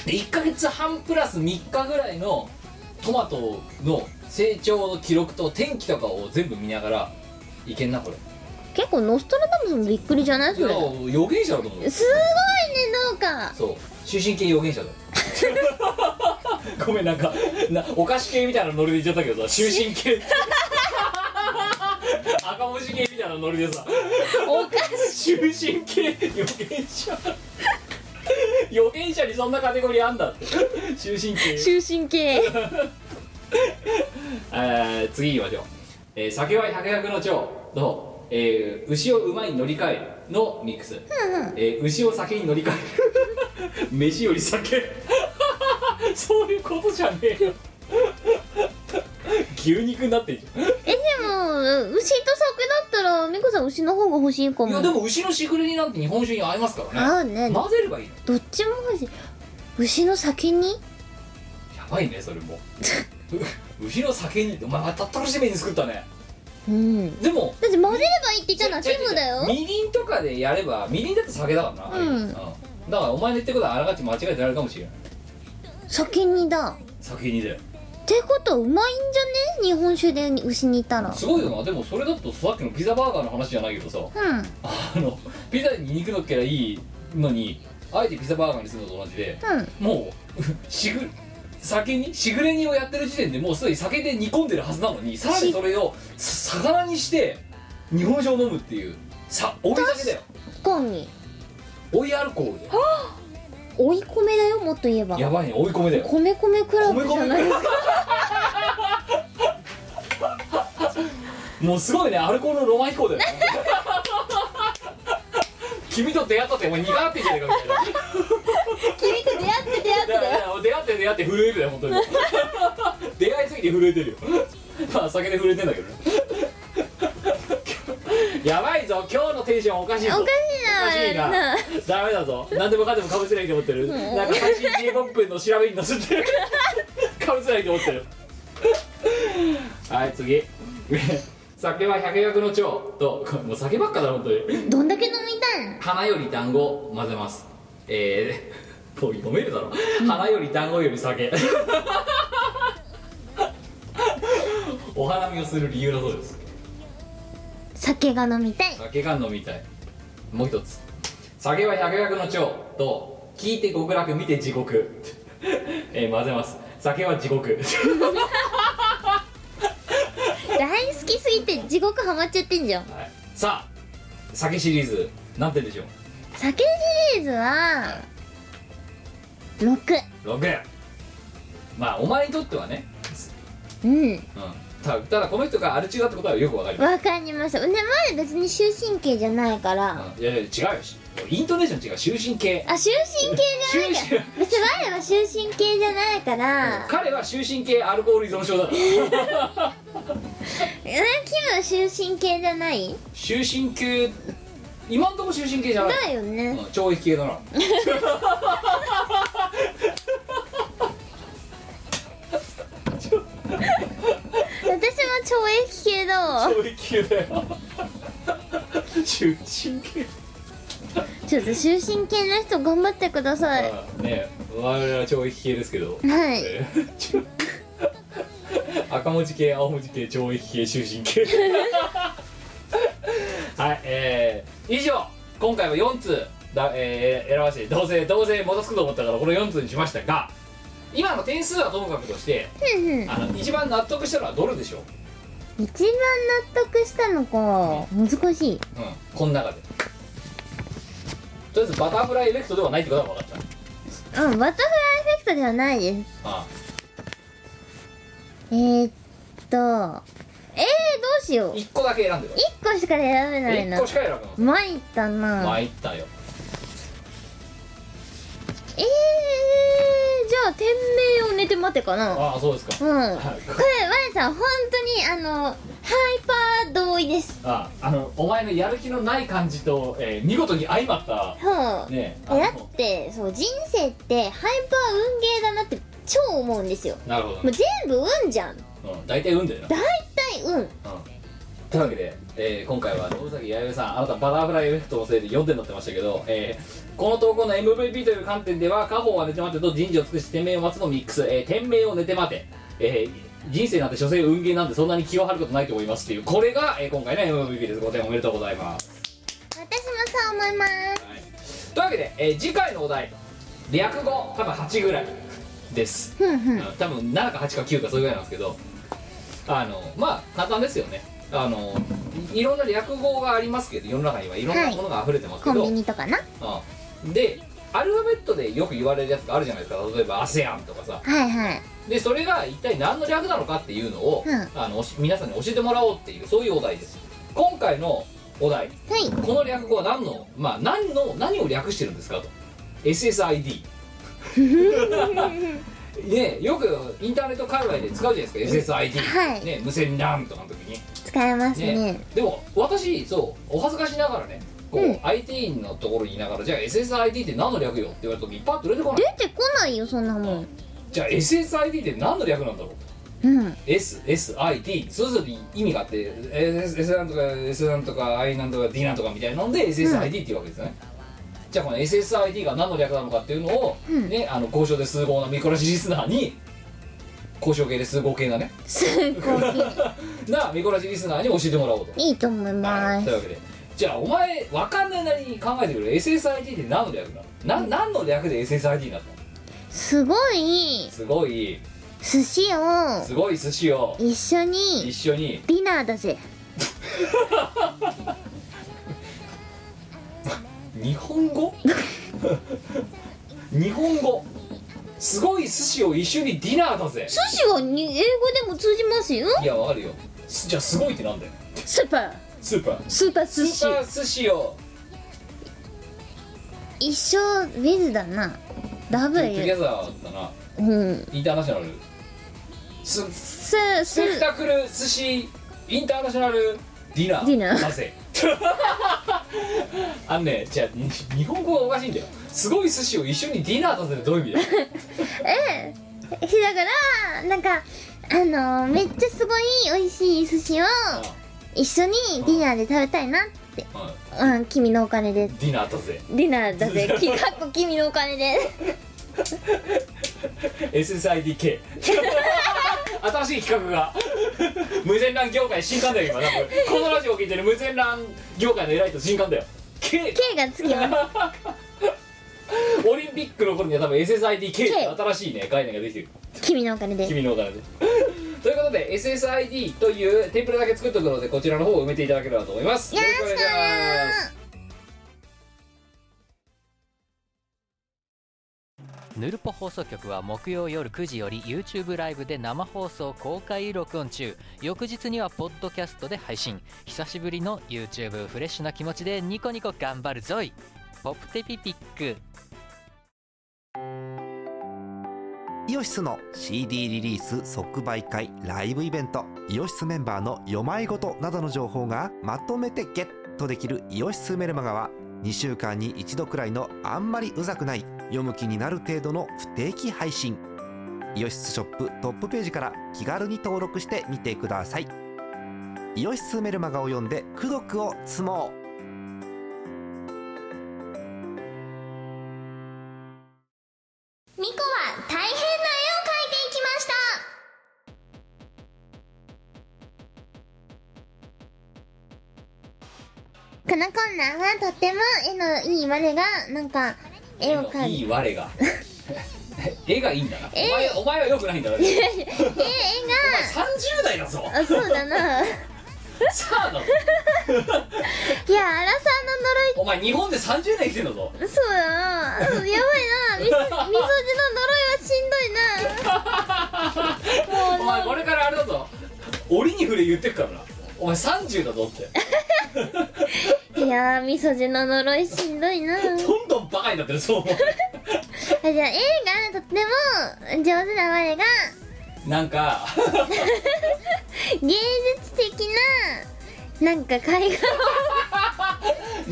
[SPEAKER 1] で1か月半プラス3日ぐらいのトマトの成長の記録と天気とかを全部見ながらいけんなこれ
[SPEAKER 2] 結構ノストラダムスもびっくりじゃない
[SPEAKER 1] い
[SPEAKER 2] そ
[SPEAKER 1] や
[SPEAKER 2] れ
[SPEAKER 1] 予言者だと思う
[SPEAKER 2] すごいね農家
[SPEAKER 1] そう終身系予言者 だよごめんなんかなお菓子系みたいなノリで言っちゃったけどさ終身 系赤文字系みたいなノリでさ
[SPEAKER 2] お菓
[SPEAKER 1] 終身系予言者予言者にそんなカテゴリーあんだって終身系
[SPEAKER 2] 子終身系
[SPEAKER 1] えー次行きましょう、えー酒は百薬の長の、えー牛を馬に乗り換えるのミックス、えー牛を酒に乗り換え る飯より酒そういうことじゃねえよ 牛肉になってんじゃ
[SPEAKER 2] えでも牛と酒だったら美子さん牛の方が欲しいか
[SPEAKER 1] んいや
[SPEAKER 2] も
[SPEAKER 1] でも牛のしぐれになんて日本酒に合いますからね
[SPEAKER 2] 合うね
[SPEAKER 1] 混ぜればいいの
[SPEAKER 2] どっちも欲しい牛の先に
[SPEAKER 1] やばいねそれもう牛の酒にお前またったらしいメニュー作ったね
[SPEAKER 2] うん
[SPEAKER 1] でも
[SPEAKER 2] だって混ぜればいいって言ったのはチームだよ
[SPEAKER 1] みりんとかでやればみりんだと酒だからな、
[SPEAKER 2] うん
[SPEAKER 1] だからお前の言ってることはあらがち間違えてやるかもしれない
[SPEAKER 2] 先にだ
[SPEAKER 1] 先にだよ
[SPEAKER 2] ってことはうまいんじゃね日本酒で牛にいたら
[SPEAKER 1] すごいよなでもそれだとさっきのピザバーガーの話じゃないけどさ
[SPEAKER 2] うん
[SPEAKER 1] あのピザに肉のっけりゃいいのにあえてピザバーガーにするのと同じで
[SPEAKER 2] うん
[SPEAKER 1] もう しぐ酒にしぐれ煮をやってる時点でもうすでに酒で煮込んでるはずなのにさらにそれをさ魚にして日本酒を飲むっていうさ追い酒だよ
[SPEAKER 2] こんに
[SPEAKER 1] 追いアルコールだよ
[SPEAKER 2] 追い米だよもっと言えば
[SPEAKER 1] やばいね追い込めだよ
[SPEAKER 2] 米米クラブじゃないですか
[SPEAKER 1] もうすごいねアルコールのロマン飛行だよ 君と出会ったってお前苦がってんじゃねえかみたいな
[SPEAKER 2] 君と出会って出会って
[SPEAKER 1] だか
[SPEAKER 2] だよ
[SPEAKER 1] ら出会って出会って震えるよ本 当に出会いすぎて震えてるよまあ酒で震えてんだけどねやばいぞ今日のテンションおかしいぞ
[SPEAKER 2] おかしいな
[SPEAKER 1] おかしいなダメだぞ何でもかんでもかぶせないと思ってる
[SPEAKER 2] ん
[SPEAKER 1] なんか最新15分の調べに載せ てるかぶせないと思ってるはい次酒は百薬の長とこれもう酒ばっかだ本当に
[SPEAKER 2] どんだけ飲みたいん
[SPEAKER 1] 花より団子混ぜますえー、 もう飲めるだろ花より団子より酒 お花見をする理由だそうです
[SPEAKER 2] 酒が飲みたい
[SPEAKER 1] 酒が飲みたいもう一つ酒は百薬の長と聞いて極楽見て地獄、 えー混ぜます酒は地獄
[SPEAKER 2] 大好きすぎて地獄ハマっちゃってんじゃん
[SPEAKER 1] はいさあ酒シリーズなんて言うんでしょ
[SPEAKER 2] 酒シリーズは6
[SPEAKER 1] う6まあお前にとってはね、
[SPEAKER 2] うん
[SPEAKER 1] うん、たただこの人がアル中だってことはよくわかります
[SPEAKER 2] わかりましたね前別に終身刑じゃないから
[SPEAKER 1] いやいや違うよしイントネーション違う終身系
[SPEAKER 2] あ終身刑じゃないから別に前は終身刑じゃないから
[SPEAKER 1] 彼は終身系アルコール依存症だから
[SPEAKER 2] えキムは終身刑じゃない
[SPEAKER 1] 終身系今んとこ終身系じゃない
[SPEAKER 2] だよ
[SPEAKER 1] うん
[SPEAKER 2] ね
[SPEAKER 1] 懲役系だな
[SPEAKER 2] 私は懲役刑だ わ
[SPEAKER 1] 懲役系だよ 終身系
[SPEAKER 2] ちょっと終身刑の人頑張ってください
[SPEAKER 1] ああねえ我々は懲役系ですけど
[SPEAKER 2] はい
[SPEAKER 1] えーちょ赤文字系青文字系懲役系終身系はいえー、以上今回は4通だ、えー選ばせてどうせどうせ戻すくと思ったからこの4通にしましたが今の点数はともかくとして
[SPEAKER 2] うんうん
[SPEAKER 1] あの一番納得したのはどれでしょう、
[SPEAKER 2] 一番納得したのか難しい
[SPEAKER 1] うん、この中でとりあえずバタフライエフェクトではないってことは分かった
[SPEAKER 2] うんバタフライエフェクトではないです
[SPEAKER 1] あ
[SPEAKER 2] えー、っとえー、どうしよう
[SPEAKER 1] 1個だけ選んでくだ
[SPEAKER 2] 1個しか選べな
[SPEAKER 1] さい
[SPEAKER 2] い
[SPEAKER 1] 1
[SPEAKER 2] な
[SPEAKER 1] 個しか選ぶの
[SPEAKER 2] 参ったな、
[SPEAKER 1] 参ったよ
[SPEAKER 2] えー、じゃあ店名を寝て待てかなうん
[SPEAKER 1] ああそうですか
[SPEAKER 2] これワイさん本当にあのハイパー同意です
[SPEAKER 1] ああのお前のやる気のない感じと、えー見事に相まっ
[SPEAKER 2] そ
[SPEAKER 1] た
[SPEAKER 2] う、
[SPEAKER 1] ねあの
[SPEAKER 2] だってそう人生ってハイパー運ゲーだなって超思うんですよ
[SPEAKER 1] なるほ
[SPEAKER 2] もう全部運じゃん
[SPEAKER 1] ど、うん、大体運だよな、
[SPEAKER 2] 大体運
[SPEAKER 1] うん、というわけで、えー今回は野崎弥生さんあなたバタフライエフェクトのせいで4点になってましたけど、えーこの投稿の MVP という観点では家宝は寝て待てと人事を尽くして天命を待つのミックス、えー天命を寝て待て、えー人生なんて所詮運ゲーなんでそんなに気を張ることないと思いますっていうこれが、えー今回の MVP ですご点おめでとうございます
[SPEAKER 2] 私もそう思います
[SPEAKER 1] というわけで、えー次回のお題略語多分8ぐらいです、
[SPEAKER 2] ふんふ
[SPEAKER 1] うん
[SPEAKER 2] ん
[SPEAKER 1] 多分7か8か9かそれぐらいなんですけどあのまあ簡単ですよねあのいいろんな略語がありますけど世の中にはいろんなものが溢れてます
[SPEAKER 2] コ
[SPEAKER 1] け
[SPEAKER 2] ン
[SPEAKER 1] ど、
[SPEAKER 2] ビニとかな
[SPEAKER 1] うんでアルファベットでよく言われるやつがあるじゃないですか例えば ASEAN とかさ
[SPEAKER 2] はいはい
[SPEAKER 1] でそれが一体何の略なのかっていうのを、
[SPEAKER 2] うん
[SPEAKER 1] あのおし皆さんに教えてもらおうっていうそういうお題です今回のお題
[SPEAKER 2] はい
[SPEAKER 1] この略語は何のまあ何の何を略してるんですかと SSID ねよくインターネット界隈で使うじゃないですか SSID、
[SPEAKER 2] はい
[SPEAKER 1] ね、無線 LAN とかの時に
[SPEAKER 2] 使えますね
[SPEAKER 1] ねでも私そうお恥ずかしながらねこう、
[SPEAKER 2] うん
[SPEAKER 1] IT 員のところにいながらじゃあ SSID って何の略よって言われた時パッと出てこない
[SPEAKER 2] 出てこないよそんなもん
[SPEAKER 1] じゃあ SSID って何の略なんだろう
[SPEAKER 2] うん、
[SPEAKER 1] SSID それぞれ意味があって S, S なんとか S なんとか I なんとか D なんとかみたいなので SSID っていうわけですね、じゃあこの SSID が何の略なのかっていうのを、
[SPEAKER 2] うん
[SPEAKER 1] ねあの交渉で数合な見殺しリスナーに交渉系で数合系なね
[SPEAKER 2] すご
[SPEAKER 1] な見殺しリスナーに教えてもらおうと、
[SPEAKER 2] いいいと思いま
[SPEAKER 1] と
[SPEAKER 2] す
[SPEAKER 1] いうわけでじゃあお前わかんないなりに考えてくれ SSID って何の略なの、な何の略で SSID になったの
[SPEAKER 2] すごい
[SPEAKER 1] すごい
[SPEAKER 2] 寿司を
[SPEAKER 1] すごい寿司を
[SPEAKER 2] 一緒
[SPEAKER 1] 一
[SPEAKER 2] に
[SPEAKER 1] 緒に
[SPEAKER 2] ディナーだぜ
[SPEAKER 1] 日本語 日本語すごい寿司を一緒にディナーだぜ
[SPEAKER 2] 寿司はに英語でも通じますよ
[SPEAKER 1] いやわかるよすじゃあすごいってなんだよ
[SPEAKER 2] スーパー
[SPEAKER 1] スーパー
[SPEAKER 2] スーパー
[SPEAKER 1] ス
[SPEAKER 2] 寿司
[SPEAKER 1] ーパー寿司を
[SPEAKER 2] 一生ウィズだなダブ
[SPEAKER 1] トゥギャ
[SPEAKER 2] ル
[SPEAKER 1] ザーだな
[SPEAKER 2] うん
[SPEAKER 1] インターナショナルスス
[SPEAKER 2] すす
[SPEAKER 1] ペクタクル寿司インターナショナルディナ
[SPEAKER 2] ディナ
[SPEAKER 1] ー
[SPEAKER 2] ー
[SPEAKER 1] だぜ あのねじゃあに日本語がおかしいんだよすごい寿司を一緒にディナーだぜってどういう意味 だよ
[SPEAKER 2] ええだからなんかあのめっちゃすごい美味しい寿司を一緒にディナーで食べたいなって、
[SPEAKER 1] うんうん
[SPEAKER 2] うん、君のお金で
[SPEAKER 1] ディナーだぜ
[SPEAKER 2] ディナーだぜきかっこ君のお金で
[SPEAKER 1] SSIDK 新しい企画が無線 LAN 業界新刊だよ今多分このラジオを聞いてる無線 LAN 業界の偉い人新刊だよ K
[SPEAKER 2] K がつきます
[SPEAKER 1] オリンピックの頃には多分 SSIDK って新しいね概念ができてる
[SPEAKER 2] 君のお金で
[SPEAKER 1] 君のお金でということで SSID というテンプレだけ作っておくのでこちらの方を埋めていただければと思います
[SPEAKER 2] よろしくお
[SPEAKER 1] よ
[SPEAKER 2] 願
[SPEAKER 1] ろくお願いし
[SPEAKER 2] い
[SPEAKER 1] ま
[SPEAKER 2] し
[SPEAKER 1] す
[SPEAKER 2] ます
[SPEAKER 4] ヌルポ放送局は木曜夜9時より YouTube ライブで生放送公開録音中翌日にはポッドキャストで配信久しぶりの YouTube フレッシュな気持ちでニコニコ頑張るぞいポップテピピック
[SPEAKER 5] イオシスの CD リリース即売会ライブイベントイオシスメンバーの読まいごとなどの情報がまとめてゲットできる「イオシスメルマガ」は2週間に1度くらいのあんまりうざくない読む気になる程度の不定期配信イオシスショップトップページから気軽に登録してみてくださいイオシスメルマガを読んで「功徳を積もう」
[SPEAKER 2] ミコは大変な絵を描いていきましたこのコーナーはとっても絵のいい我がなんか絵を描
[SPEAKER 1] い
[SPEAKER 2] い
[SPEAKER 1] い我が 絵がいいんだな、
[SPEAKER 2] え
[SPEAKER 1] お前お前はよくないんだなお前
[SPEAKER 2] 絵絵
[SPEAKER 1] 30代だぞ
[SPEAKER 2] があそうだな いや
[SPEAKER 1] さあだぞ
[SPEAKER 2] アラサ
[SPEAKER 1] お前日本で30年生きてんだぞ
[SPEAKER 2] ーの呪いそうだな やばいなみみそじの呪いはしんどいな
[SPEAKER 1] お前これからあれだぞ折に触れ言ってくからなお前30だぞって
[SPEAKER 2] いやーみそじの呪いしんどいな あじ
[SPEAKER 1] どんどんバカになってるそう思
[SPEAKER 2] ゃあ絵がとっても上手な我が
[SPEAKER 1] うなんか
[SPEAKER 2] 芸術的ななんか絵画を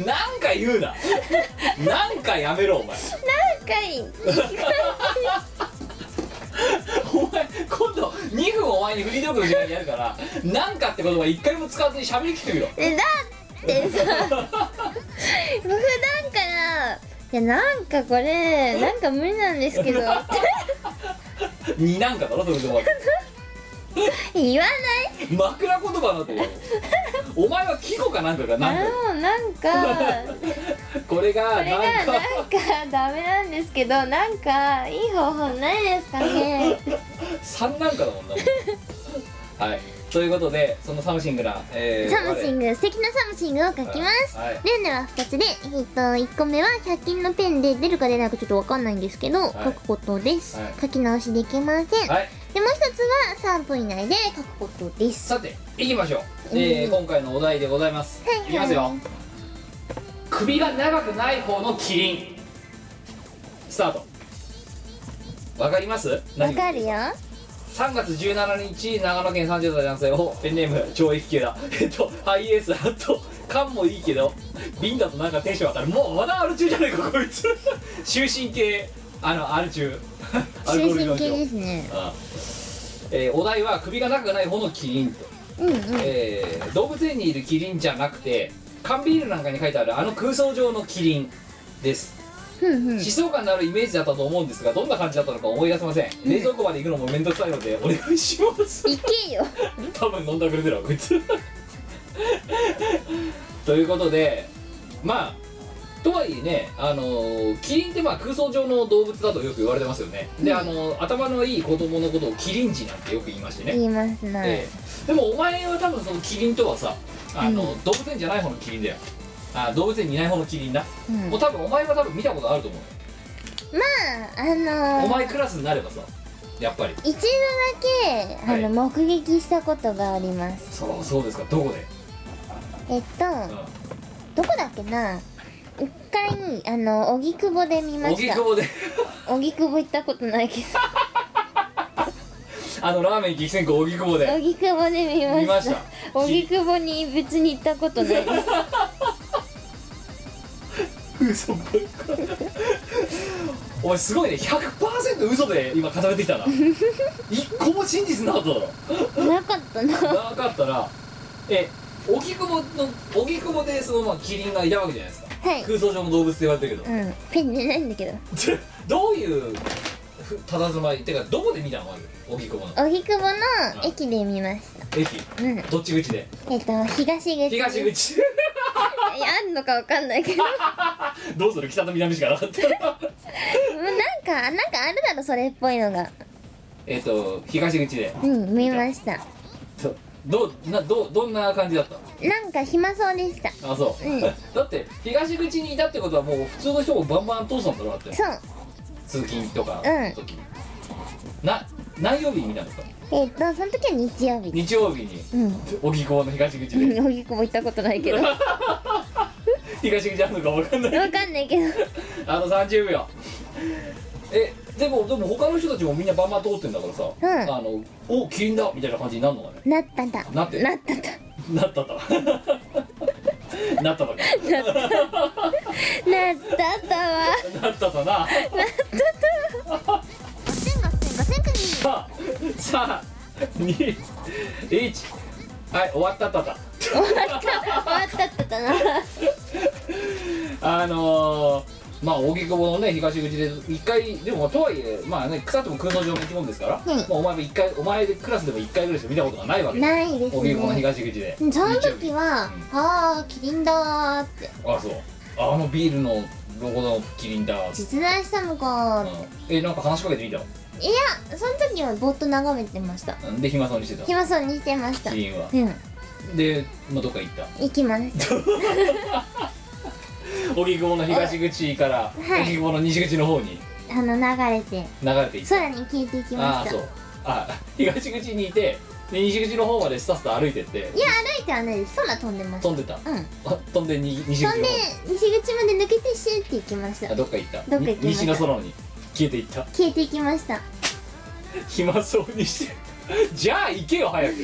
[SPEAKER 1] なんか言うななんかやめろお前
[SPEAKER 2] なんかい
[SPEAKER 1] お前今度2分お前にフリートークの時間にやるからなんかって言葉一回も使わずに喋りきってみろ
[SPEAKER 2] えだって さ普段から「いやなんかこれ なんか無理なんですけど」って
[SPEAKER 1] になんかだろそれでも
[SPEAKER 2] 言わ
[SPEAKER 1] 枕言葉だと思うお前は季語かなんかかなん
[SPEAKER 2] ない
[SPEAKER 1] か
[SPEAKER 2] もうなんか
[SPEAKER 1] これが
[SPEAKER 2] これが
[SPEAKER 1] なんか
[SPEAKER 2] なんかダメなんですけどなんかいい方法ないですか ね
[SPEAKER 1] 3なんかだもんなはいということでそのサムシングな、えー、
[SPEAKER 2] サムシン
[SPEAKER 1] グ
[SPEAKER 2] グ素敵なサムシングを書きます
[SPEAKER 1] はい
[SPEAKER 2] ルールは2つで、えっと1個目は100均のペンで出るか出ないかちょっとわかんないんですけど、
[SPEAKER 1] はい
[SPEAKER 2] 書くことです、
[SPEAKER 1] はい
[SPEAKER 2] 書き直しできません、
[SPEAKER 1] はい
[SPEAKER 2] でもう一つは3分以内で書くことです
[SPEAKER 1] さていきましょう、えー
[SPEAKER 2] うん
[SPEAKER 1] 今回のお題でございます、
[SPEAKER 2] はいはい
[SPEAKER 1] きますよ首が長くない方のキリンスタートわかります
[SPEAKER 2] わ
[SPEAKER 1] 何
[SPEAKER 2] かるよ
[SPEAKER 1] 3月17日長野県30代男性をペンネーム懲役刑だ えっとハイエースあと缶もいいけど瓶だとなんかテンション上がるもうまだアル中じゃないかこいつ 終身系あのアル 中アルコール依
[SPEAKER 2] 終
[SPEAKER 1] 存
[SPEAKER 2] 身系
[SPEAKER 1] 症
[SPEAKER 2] ですね
[SPEAKER 1] ああえーお題は首が長くない方のキリンと、
[SPEAKER 2] うんうん
[SPEAKER 1] えー動物園にいるキリンじゃなくて缶ビールなんかに書いてあるあの空想上のキリンです
[SPEAKER 2] ふんふん
[SPEAKER 1] 疾走感のあるイメージだったと思うんですがどんな感じだったのか思い出せません冷蔵庫まで行くのも面倒くさいのでお願いします
[SPEAKER 2] いけよ
[SPEAKER 1] 多分飲んだくれてるわこいつということでまあとはいえね、あのーキリンってまあ空想上の動物だとよく言われてますよね、で、あのー頭のいい子供のことをキリン児なんてよく言いましてね、
[SPEAKER 2] 言いますな、
[SPEAKER 1] ええでもお前は多分そのキリンとはさあの、動物園じゃない方のキリンだよあ動物園にいない方のキリンだ、
[SPEAKER 2] うん
[SPEAKER 1] もう多分お前は多分見たことあると思う、
[SPEAKER 2] まああのー
[SPEAKER 1] お前クラスになればさやっぱり
[SPEAKER 2] 一度だけあの、目撃したことがあります
[SPEAKER 1] そうそうですかどこで、
[SPEAKER 2] えっと
[SPEAKER 1] う
[SPEAKER 2] どこだっけな一回あの荻窪で見
[SPEAKER 1] ん、
[SPEAKER 2] ま
[SPEAKER 1] 荻
[SPEAKER 2] した
[SPEAKER 1] 窪で
[SPEAKER 2] 荻窪行ったことないけど
[SPEAKER 1] あのラーメン激戦区荻窪で
[SPEAKER 2] 荻窪で見ました
[SPEAKER 1] 見ました
[SPEAKER 2] 荻窪に別に行ったことない です
[SPEAKER 1] 嘘ばっかりお前すごいね100%嘘で今語れてき たな一個も真実なかっただろ
[SPEAKER 2] なかった
[SPEAKER 1] な
[SPEAKER 2] な
[SPEAKER 1] かったらえ荻窪の荻窪でそのまあキリンがいたわけじゃないですか、
[SPEAKER 2] はい
[SPEAKER 1] 空想上の動物って言われてるけど、
[SPEAKER 2] うんペン出ないんだけど
[SPEAKER 1] どういうふ佇まいってかどこで見たのまず荻窪の
[SPEAKER 2] 荻窪の駅で見ました
[SPEAKER 1] 駅
[SPEAKER 2] うんえっ
[SPEAKER 1] どっち口で
[SPEAKER 2] と東口
[SPEAKER 1] 東口
[SPEAKER 2] いやあんのかわかんないけども
[SPEAKER 1] どうする北と南しかなかった
[SPEAKER 2] うなんかなんかあるだろそれっぽいのが
[SPEAKER 1] えっと東口で
[SPEAKER 2] うん見ました
[SPEAKER 1] どどうなどうどんな感じだった
[SPEAKER 2] なんか暇そうでした
[SPEAKER 1] あそう、
[SPEAKER 2] うん
[SPEAKER 1] だって東口にいたってことはもう普通の人もバンバン通すんだろだって
[SPEAKER 2] そう
[SPEAKER 1] 通勤とか
[SPEAKER 2] うん
[SPEAKER 1] 時に、な何曜日に見たんですか
[SPEAKER 2] えっとその時は日曜日
[SPEAKER 1] 日曜日に
[SPEAKER 2] うん
[SPEAKER 1] 荻窪の東口で
[SPEAKER 2] うん荻窪行ったことな いけどわ
[SPEAKER 1] 東口あるのか分かんない
[SPEAKER 2] かんないけど
[SPEAKER 1] あと30秒えでもでも他の人たちもみんなバンバン通ってんだからさ、
[SPEAKER 2] ん
[SPEAKER 1] あのおキリンだみたいな感じになるのかね
[SPEAKER 2] なったんだ
[SPEAKER 1] なって
[SPEAKER 2] なったんだ
[SPEAKER 1] なったと なったとか
[SPEAKER 2] なったんだわ
[SPEAKER 1] なったとな
[SPEAKER 2] ガセンガセンガセンクギ
[SPEAKER 1] さあさあ21はい終わったったった
[SPEAKER 2] 終わった終わったったかな
[SPEAKER 1] あのーまあ荻窪のね東口で一回でもとはいえまあね草とも空想上の生き物ですから、
[SPEAKER 2] うん
[SPEAKER 1] まあお前も一回お前でクラスでも一回ぐらいしか見たことがないわけ
[SPEAKER 2] ないです
[SPEAKER 1] 荻窪の
[SPEAKER 2] ね
[SPEAKER 1] 東口で
[SPEAKER 2] その時は
[SPEAKER 1] 日曜日
[SPEAKER 2] 「ああキリンだ」って
[SPEAKER 1] あそうあのビールのロゴのキリンだ、うん
[SPEAKER 2] 「実在したのか」って
[SPEAKER 1] えなんか話しかけてみた
[SPEAKER 2] いやその時はぼーっと眺めてました
[SPEAKER 1] うんで暇そうにしてた
[SPEAKER 2] 暇そうにしてました
[SPEAKER 1] キリンは
[SPEAKER 2] うん
[SPEAKER 1] で、まあ、どっか行った
[SPEAKER 2] 行き ます
[SPEAKER 1] 荻窪の東口から
[SPEAKER 2] はい
[SPEAKER 1] 荻窪の西口の方に
[SPEAKER 2] あの流れて
[SPEAKER 1] 流れていった
[SPEAKER 2] 空に消えていき
[SPEAKER 1] あ
[SPEAKER 2] ま
[SPEAKER 1] あ
[SPEAKER 2] し
[SPEAKER 1] そ
[SPEAKER 2] た
[SPEAKER 1] うあ東口にいてで西口の方までスタスタ歩いてって
[SPEAKER 2] いや歩いてはないです空飛んでました
[SPEAKER 1] 飛んでた
[SPEAKER 2] うん
[SPEAKER 1] あ飛んでに西
[SPEAKER 2] 飛
[SPEAKER 1] 口
[SPEAKER 2] ん
[SPEAKER 1] の
[SPEAKER 2] で
[SPEAKER 1] 方
[SPEAKER 2] 西口まで抜けてシューって行きました
[SPEAKER 1] あどっか行った
[SPEAKER 2] どっか行きました
[SPEAKER 1] に西の空に消えていった
[SPEAKER 2] 消えていきました
[SPEAKER 1] 暇そうにしてじゃあ行けよ早く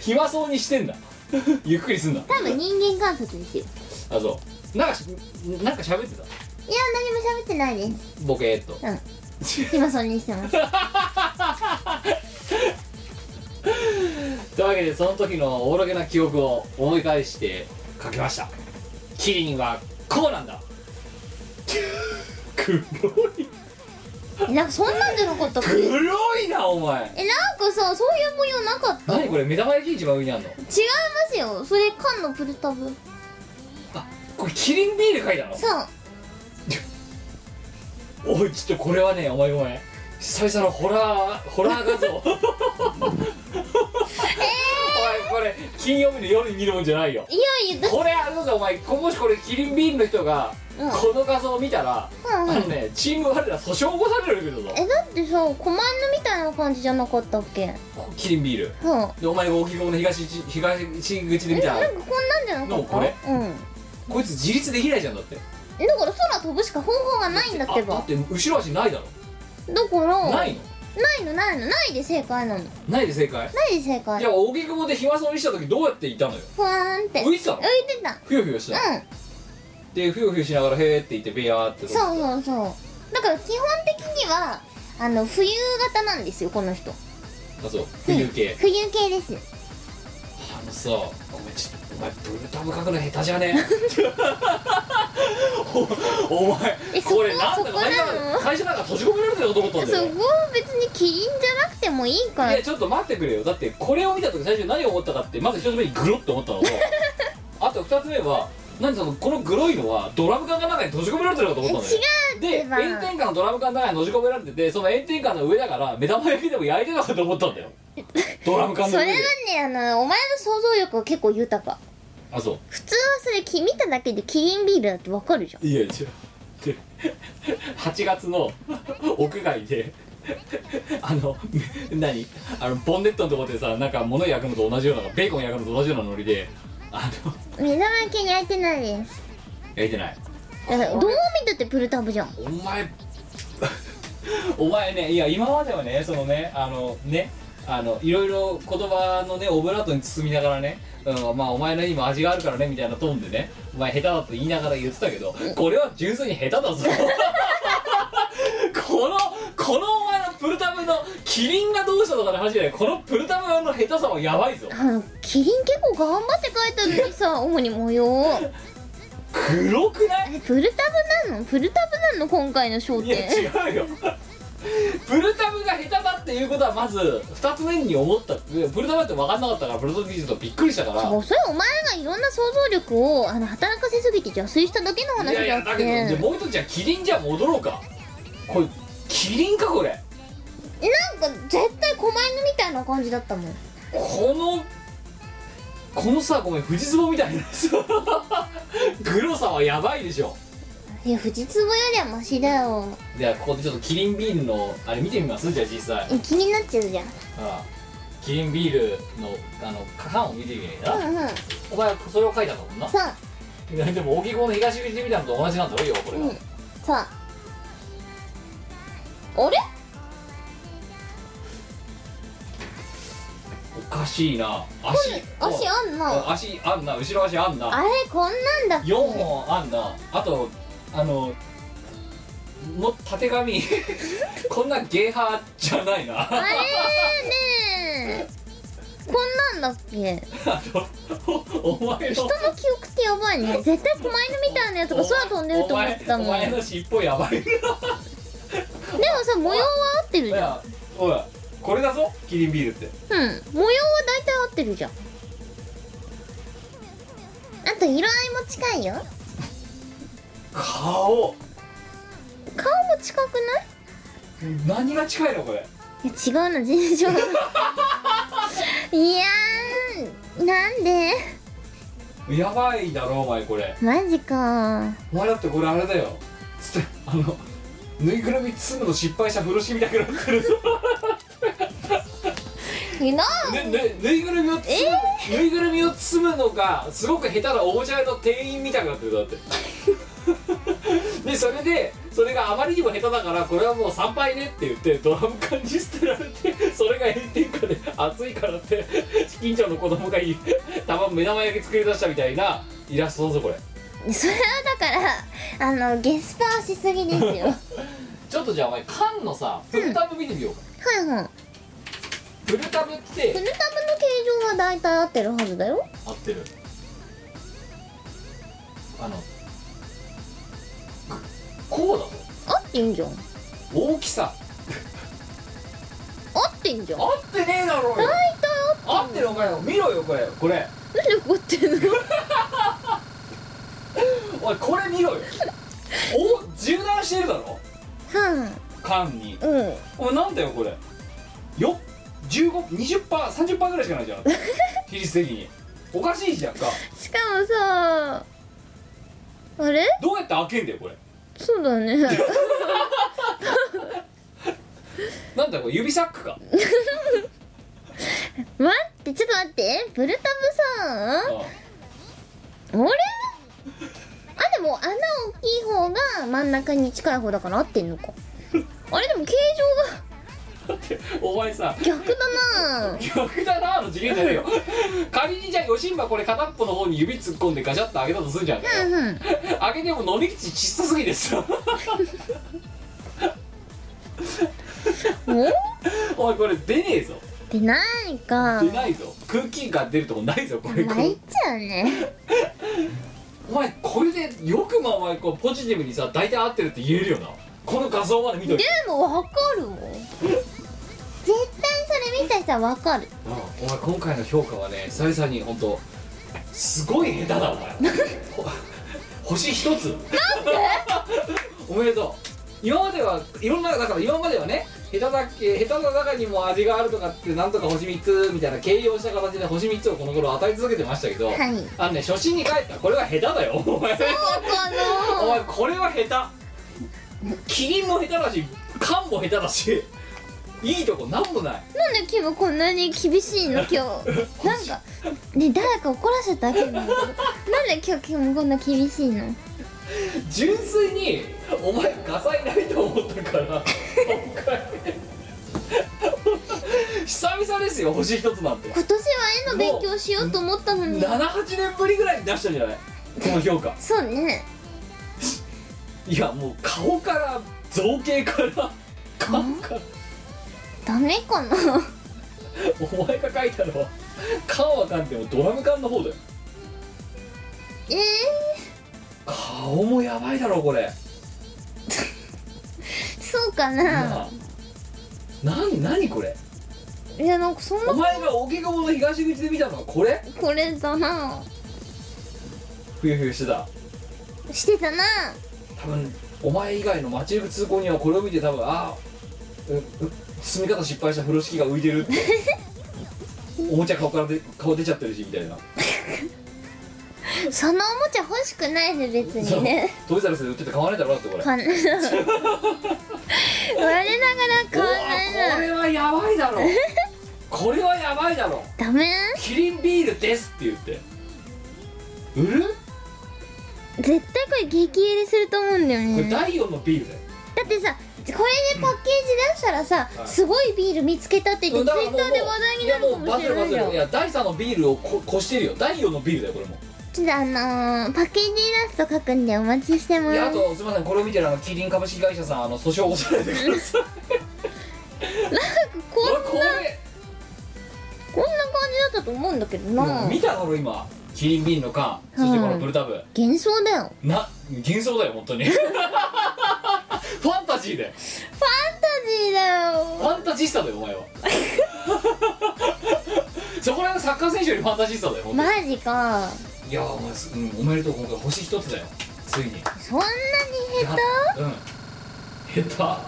[SPEAKER 1] 暇そうにしてんだゆっくりすんな
[SPEAKER 2] 多分人間観察ですよ
[SPEAKER 1] あそうなんかしなんか喋ってた
[SPEAKER 2] いや何も喋ってないです
[SPEAKER 1] ボケーっと
[SPEAKER 2] 暇そうにし てます
[SPEAKER 1] というわけでその時のおおろげな記憶を思い返して書きました キリンはこうなんだ黒い
[SPEAKER 2] なんかそんなんじゃなかったっけなんか
[SPEAKER 1] 黒いなお前
[SPEAKER 2] さそういう模様なかった違い
[SPEAKER 1] 何これ目玉焼き一番上にあんの
[SPEAKER 2] ますよそれ缶のプルタブ
[SPEAKER 1] あこれキリンビール書いたの
[SPEAKER 2] さあ
[SPEAKER 1] おいちょっとこれはねお前お前久々のホラーホラー画 像お前これ金曜日の夜に見るもんじゃないよ
[SPEAKER 2] いやいやだ
[SPEAKER 1] これあのぞお前こもしこれキリンビールの人が
[SPEAKER 2] うん
[SPEAKER 1] この画像を見たら、
[SPEAKER 2] うんうん
[SPEAKER 1] あのねチーム我ら訴訟起こされるけどぞ
[SPEAKER 2] えだってさ狛犬みたいな感じじゃなかったっけ
[SPEAKER 1] キリンビール
[SPEAKER 2] うん
[SPEAKER 1] でお前が荻窪の東一東口で
[SPEAKER 2] え
[SPEAKER 1] 見た
[SPEAKER 2] な
[SPEAKER 1] ら
[SPEAKER 2] んかこんなんじゃなか
[SPEAKER 1] の
[SPEAKER 2] った
[SPEAKER 1] これ
[SPEAKER 2] うん
[SPEAKER 1] こいつ自立できないじゃんだって
[SPEAKER 2] だから空飛ぶしか方法がないんだって
[SPEAKER 1] あだ
[SPEAKER 2] ば
[SPEAKER 1] って後ろ足ないだろ、
[SPEAKER 2] だから
[SPEAKER 1] ないの
[SPEAKER 2] ないのないのないで正解なの
[SPEAKER 1] ないで正解
[SPEAKER 2] ないで正解
[SPEAKER 1] じゃあ荻窪で暇そうにした時どうやっていたのよ
[SPEAKER 2] ふわーんって浮
[SPEAKER 1] 浮
[SPEAKER 2] い
[SPEAKER 1] いてたの
[SPEAKER 2] てた
[SPEAKER 1] ふよふよしてたの
[SPEAKER 2] う
[SPEAKER 1] でふよふよしながら「へーって言ってベアーって
[SPEAKER 2] んそうそうそうだから基本的にはあの浮遊型なんですよこの人
[SPEAKER 1] あそう冬系、
[SPEAKER 2] 浮遊系です
[SPEAKER 1] あのさお前ちょっとお前ブルタブ書くの下手じゃねおお前
[SPEAKER 2] えそこ
[SPEAKER 1] これなんだ
[SPEAKER 2] そ
[SPEAKER 1] か
[SPEAKER 2] こ
[SPEAKER 1] 最初
[SPEAKER 2] な
[SPEAKER 1] な
[SPEAKER 2] の
[SPEAKER 1] んか会社なんか閉じ込められてるのかと思ったんだ
[SPEAKER 2] そ
[SPEAKER 1] よ
[SPEAKER 2] こは別にキリンじゃなくてもいいから
[SPEAKER 1] いやちょっと待ってくれよだってこれを見た時最初に何を思ったかってまず一つ目にグロッと思 ったのとあと二つ目は何そのこのグロいのはドラム缶の中に閉じ込められてるのかと思ったのよ
[SPEAKER 2] え違
[SPEAKER 1] で
[SPEAKER 2] うってば
[SPEAKER 1] 炎天下のドラム缶の中に閉じ込められててその炎天下の上だから目玉焼きでも焼いてるのかと思ったんだよドラム缶
[SPEAKER 2] そ
[SPEAKER 1] の
[SPEAKER 2] れ
[SPEAKER 1] 上で
[SPEAKER 2] はねあのお前の想像力は結構豊か
[SPEAKER 1] あそう
[SPEAKER 2] 普通はそれき見ただけでキリンビールだってわかるじゃん
[SPEAKER 1] いや違うで8月の屋外であの何あのボンネットのところでさなんか物焼くのと同じようなベーコン焼くのと同じようなノリであの
[SPEAKER 2] 目玉焼きに焼いてないです
[SPEAKER 1] 焼いてない
[SPEAKER 2] だからどう見たってプルタブじゃん
[SPEAKER 1] お前 お前ねいや今まではねそのねあのねあのいろいろ言葉のねオブラートに包みながらね、うん、まあお前の今味があるからねみたいなトーンでねお前下手だと言いながら言ってたけどこれは純粋に下手だぞ このこのお前のプルタブのキリンがどうしたとかの話じゃないこのプルタブの下手さはやばいぞ
[SPEAKER 2] あのキリン結構頑張って描いたのに さ主に模様を
[SPEAKER 1] 黒くない
[SPEAKER 2] えプルタブなのプルタブなの今回の焦
[SPEAKER 1] いや
[SPEAKER 2] 点
[SPEAKER 1] 違うよプルタブが下手だっていうことはまず2つ目に思ったプルタブだって分かんなかったからプルタブ技術とびっくりしたから
[SPEAKER 2] もうそれお前がいろんな想像力をあの働かせすぎて邪推しただけの
[SPEAKER 1] いや
[SPEAKER 2] 話
[SPEAKER 1] い
[SPEAKER 2] だ
[SPEAKER 1] や
[SPEAKER 2] っ
[SPEAKER 1] だ
[SPEAKER 2] て
[SPEAKER 1] けどじゃあもう一つじゃあキリンじゃ戻ろうかこれキリンかこれ
[SPEAKER 2] なんか絶対狛犬みたいな感じだったもん
[SPEAKER 1] このこのさごめん藤壺みたいな さグロさはやばいでしょ
[SPEAKER 2] いや藤壺よりはマシだよ
[SPEAKER 1] じゃあここでちょっとキリンビールのあれ見てみますじゃあ実際
[SPEAKER 2] え気になっちゃうじゃん
[SPEAKER 1] ああキリンビールのあの缶を見てみればいいな
[SPEAKER 2] うんうん
[SPEAKER 1] お前それを書いたんだもんな
[SPEAKER 2] さ
[SPEAKER 1] いやでも大木公の東口みたいなのと同じなんだろうよこ
[SPEAKER 2] あ
[SPEAKER 1] れ
[SPEAKER 2] う
[SPEAKER 1] が、
[SPEAKER 2] んさああれ
[SPEAKER 1] おかしいな足
[SPEAKER 2] 足あんな
[SPEAKER 1] あ足あんな後ろ足あんな
[SPEAKER 2] あれこんなんだっけ
[SPEAKER 1] 4本あんなあとあのもたてがみ こんなゲーハーじゃないな
[SPEAKER 2] あ
[SPEAKER 1] あ
[SPEAKER 2] れねこんなんだっけ
[SPEAKER 1] のおお前の
[SPEAKER 2] 人の記憶ってやばいね絶対狛犬みたいなやつが空飛んでると思ってたもん
[SPEAKER 1] お
[SPEAKER 2] で
[SPEAKER 1] 前お前
[SPEAKER 2] も
[SPEAKER 1] の尻尾やばい
[SPEAKER 2] さ模様は合ってる
[SPEAKER 1] ない
[SPEAKER 2] じゃん
[SPEAKER 1] やおいこれだぞキリンビールって
[SPEAKER 2] うん模様は大体合ってるじゃんあと色合いも近いよ
[SPEAKER 1] 顔
[SPEAKER 2] 顔も近くない
[SPEAKER 1] 何が近いのこれ
[SPEAKER 2] いや違うの 全然いやーなんで
[SPEAKER 1] やばいだろお前これ
[SPEAKER 2] マジか
[SPEAKER 1] お前だってこれあれだよつってあのぬいぐるみ包むの失敗した風呂敷みたくなって るぞ
[SPEAKER 2] えな
[SPEAKER 1] ぬぬぬいぐるみを包む、ぬいぐるみを包むのがすごく下手なおもちゃ屋の店員みたくなってる だってでそれでそれがあまりにも下手だからこれはもう参拝ねって言ってドラム缶に捨てられてそれが炎天下で暑いからって近所の子供がいたま目玉焼き作り出したみたいなイラストだぞこれ
[SPEAKER 2] それはだからあのゲスパーしすぎですよ は
[SPEAKER 1] ちょっとじゃあお前缶のさプルタブ見てみようか、
[SPEAKER 2] いはい
[SPEAKER 1] プルタブって
[SPEAKER 2] プルタブの形状は大体合ってるはずだよ
[SPEAKER 1] 合ってるあのここうだぞ
[SPEAKER 2] 合ってんじゃん
[SPEAKER 1] 大きさ
[SPEAKER 2] 合ってんじゃん
[SPEAKER 1] 合ってねえだろうよ
[SPEAKER 2] 大体
[SPEAKER 1] 合ってるのかよ見ろよこれこれ
[SPEAKER 2] 合ってんのなんで合ってんの
[SPEAKER 1] おいこれ見ろよお縦断してるだろ
[SPEAKER 2] は
[SPEAKER 1] 缶に
[SPEAKER 2] あうん
[SPEAKER 1] お前なんだよこれよっ1520%30% ぐらいしかないじゃん比率的におかしいじゃんか
[SPEAKER 2] しかもさあれ
[SPEAKER 1] どうやって開けんだよこれ
[SPEAKER 2] そうだ ね
[SPEAKER 1] なんだよこれ指サックか
[SPEAKER 2] 待ってちょっと待ってブルタブさん
[SPEAKER 1] あ
[SPEAKER 2] あれあでも穴大きい方が真ん中に近い方だから合ってんのかあれでも形
[SPEAKER 1] だってお前さ
[SPEAKER 2] 状が逆だな
[SPEAKER 1] 逆だなあの次元じゃねえよ仮にじゃあヨシンバこれ片っぽの方に指突っ込んでガチャッと開けたとするじゃん
[SPEAKER 2] うんうん
[SPEAKER 1] 開けても飲み口ちっさすぎですよ
[SPEAKER 2] お
[SPEAKER 1] おいこれ出ねえぞ
[SPEAKER 2] 出ないか
[SPEAKER 1] 出ないぞ空気が出るとこないぞこれ
[SPEAKER 2] 泣いちゃうね
[SPEAKER 1] お前これでよくもお前こうポジティブにさ大体合ってるって言えるよなこの画像まで見とい
[SPEAKER 2] で
[SPEAKER 1] て
[SPEAKER 2] もわかるもん絶対それ見た人はわかる
[SPEAKER 1] うんお前今回の評価はね久々に本当すごい下手だお 前ほ星一つなんでおめでとう今まではいろんなだから今まではね下手だけ下手な中にも味があるとかってなんとか星3つみたいな形容した形で星3つをこの頃与え続けてましたけど、
[SPEAKER 2] はい
[SPEAKER 1] あのね初心に帰ったこれは下手だよお前
[SPEAKER 2] そうか
[SPEAKER 1] お
[SPEAKER 2] な
[SPEAKER 1] 前これは下手キリンも下手だし缶も下手だしいいとこなんもない
[SPEAKER 2] なんでキムこんなに厳しいの今日なんかね誰か怒らせたキムなんで今日キムこんな厳しいの
[SPEAKER 1] 純粋にお前ガサいないと思ったから今回久々ですよ星一つなんて
[SPEAKER 2] 今年は絵の勉強しようと思ったのに
[SPEAKER 1] 78年ぶりぐらいに出したんじゃないこの評価
[SPEAKER 2] そうね
[SPEAKER 1] いやもう顔から造形から顔から
[SPEAKER 2] ダメかなそう
[SPEAKER 1] お前が書いたのは缶は缶でもドラム缶の方だよ
[SPEAKER 2] え
[SPEAKER 1] 顔もやばいだろこれ
[SPEAKER 2] そうかな
[SPEAKER 1] な何何これ
[SPEAKER 2] いやなんかそん
[SPEAKER 1] お
[SPEAKER 2] な
[SPEAKER 1] 前が桶窪の東口で見たのはこれ
[SPEAKER 2] これだな
[SPEAKER 1] ふゆふゆしてた
[SPEAKER 2] してたな
[SPEAKER 1] 多分お前以外の街行く通行人はこれを見て多分ああ住み方失敗した風呂敷が浮いてるって おもちゃ顔からで顔出ちゃってるしみたいな
[SPEAKER 2] そのおもちゃ欲しくないで別にね
[SPEAKER 1] トイザらスで売ってて買わねえだろうなってこれ
[SPEAKER 2] かん 我ながら買
[SPEAKER 1] う
[SPEAKER 2] わ
[SPEAKER 1] わこ
[SPEAKER 2] ない
[SPEAKER 1] れ
[SPEAKER 2] な
[SPEAKER 1] はやばいだろこれはやばいだろ
[SPEAKER 2] ダメ
[SPEAKER 1] キリンビールですって言って売る
[SPEAKER 2] 絶対これ激入れすると思うんだよ
[SPEAKER 1] これ
[SPEAKER 2] ねだ
[SPEAKER 1] 第4のビールだよ
[SPEAKER 2] ってさこれでパッケージ出したらさ、
[SPEAKER 1] はい
[SPEAKER 2] すごいビール見つけたって言って
[SPEAKER 1] だ
[SPEAKER 2] ツ
[SPEAKER 1] から
[SPEAKER 2] イッ
[SPEAKER 1] もう
[SPEAKER 2] ターで話題になるかもしれない
[SPEAKER 1] い
[SPEAKER 2] じ
[SPEAKER 1] や
[SPEAKER 2] ゃ
[SPEAKER 1] もうバズるバズ
[SPEAKER 2] ん
[SPEAKER 1] るいや第3のビールをこ越してるよ第4のビールだよこれも
[SPEAKER 2] ちょっとあのー、パッケージイラスト書くんでお待ちしてま
[SPEAKER 1] いやあ
[SPEAKER 2] す
[SPEAKER 1] とすみませんこれを見てるあのキリン株式会社さんあの訴訟を恐れてください
[SPEAKER 2] こん
[SPEAKER 1] う
[SPEAKER 2] な
[SPEAKER 1] わこれ
[SPEAKER 2] こんな感じだったと思うんだけどな
[SPEAKER 1] もう見ただろ今キリンビールの缶そしてこのブルタブ、
[SPEAKER 2] 幻想だよ
[SPEAKER 1] な幻想だよ本当に ファンタジーだよ
[SPEAKER 2] ファンタジー
[SPEAKER 1] フ
[SPEAKER 2] だよ
[SPEAKER 1] ァンタジスタだよお 前はそこら辺のサッカー選手よりファンタジスタだよ本当に、
[SPEAKER 2] マジか
[SPEAKER 1] いやお前す、うん、おめでとう今回星一つだよついに
[SPEAKER 2] そんなに下
[SPEAKER 1] うん 下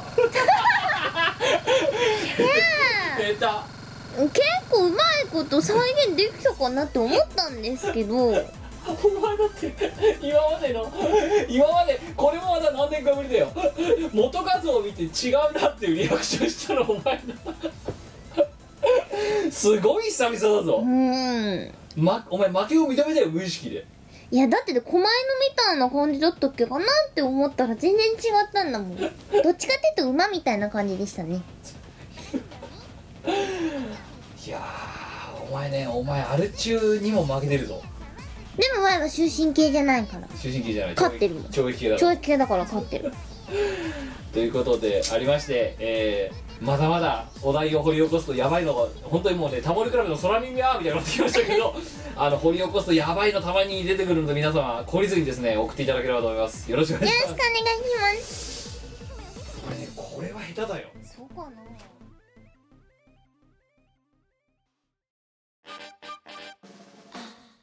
[SPEAKER 1] 手下
[SPEAKER 2] 手結構うまいこと再現できたかなって思ったんですけど
[SPEAKER 1] 手お前だって今までの今までこれもまだ何年かぶりだよ元画像を見て違うなっていうリアクションしたのお前だすごい久々だ
[SPEAKER 2] う
[SPEAKER 1] ぞ、
[SPEAKER 2] ーん
[SPEAKER 1] ま、お前負けを認めたよ無意識で
[SPEAKER 2] いやだってね狛犬みたいな感じだったっけかなって思ったら全然違ったんだもんどっちかっていうと馬みたいな感じでしたね
[SPEAKER 1] いやーお前ねお前アル中にも負けてるぞ
[SPEAKER 2] でも前は終身系じゃないから
[SPEAKER 1] 主人公じゃない
[SPEAKER 2] 勝ってるもん
[SPEAKER 1] 懲役系だろ
[SPEAKER 2] 懲役系だから勝ってる
[SPEAKER 1] ということでありまして、えーまだまだお題を掘り起こすとやばいのが本当にもうねタモリクラブの空耳はみたいになってきましたけど あの掘り起こすとやばいのたまに出てくるので皆様懲りずにですね送っていただければと思いますよろしくお願いし
[SPEAKER 2] よろ
[SPEAKER 1] ます
[SPEAKER 2] しくお願いします
[SPEAKER 1] これねねこれは下手だよ
[SPEAKER 2] そうかな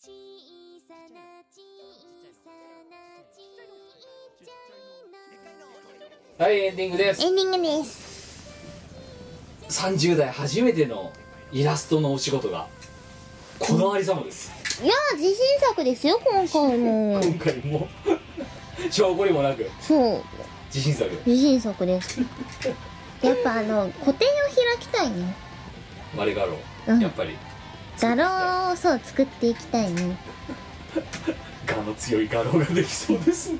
[SPEAKER 2] 小さな小さなちっちゃ
[SPEAKER 1] はいエンディングです
[SPEAKER 2] いのエンディングです
[SPEAKER 1] 30代初めてのイラストのお仕事がこのありさまです
[SPEAKER 2] いやー自信作ですよ今回も
[SPEAKER 1] 今回も 証拠にもなく
[SPEAKER 2] そう
[SPEAKER 1] 自信作
[SPEAKER 2] 自信作です やっぱあの個展を開きたいね
[SPEAKER 1] マレガロ
[SPEAKER 2] うん
[SPEAKER 1] やっぱり
[SPEAKER 2] 画廊をそう作っていきたいね
[SPEAKER 1] ガの強い画廊ができそうですね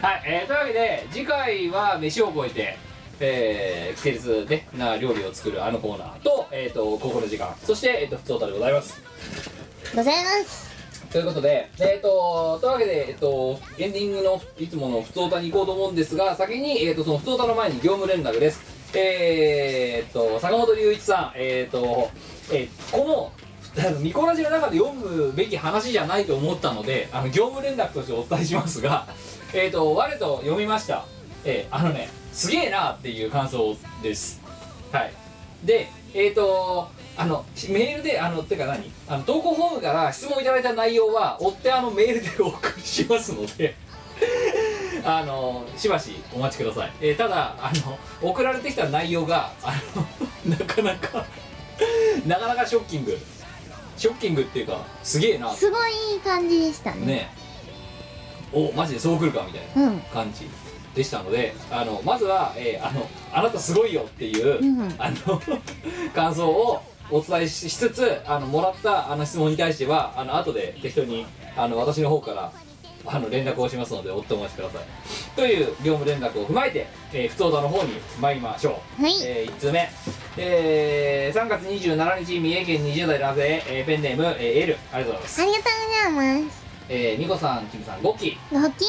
[SPEAKER 1] はい、えーというわけで次回は飯を覚えてえー、季節でな料理を作るあのコーナーと,、えー、とここの時間そして、えー、と普通歌でございます
[SPEAKER 2] ございます
[SPEAKER 1] ということで、えー、とというわけで、えー、とエンディングのいつもの普通歌に行こうと思うんですが先に、えー、とその普通歌の前に業務連絡ですえー、と坂本龍一さんえー、と、えーこのあのミコラジの中で読むべき話じゃないと思ったのであの業務連絡としてお伝えしますがえー、と我と読みましたえーあのねすげえなっていう感想ですはいでえっ、とあのメールであのてか何あの投稿フォームから質問いただいた内容は追ってあのメールでお送りしますので あのしばしお待ちください、えーただあの送られてきた内容があの なかなかなかなかショッキングショッキングっていうかすげえな
[SPEAKER 2] すごいいい感じでしたね
[SPEAKER 1] ねおマジでそう来るかみたいな
[SPEAKER 2] うん
[SPEAKER 1] 感じでしたのであのまずは、えーあの「あなたすごいよ」っていう、
[SPEAKER 2] うん
[SPEAKER 1] あの 感想をお伝えしつつあのもらったあの質問に対してはあの後で適当にあの私の方からあの連絡をしますのでおってお待ちくださいという業務連絡を踏まえて、えー、不登壇の方に参りましょう
[SPEAKER 2] はい
[SPEAKER 1] えー、1通目、えー、3月27日三重県20代男性、えーペンネーム、えー、エルありがとうございます
[SPEAKER 2] ありがとうございます
[SPEAKER 1] えー、みこさんきみさん5期
[SPEAKER 2] ごき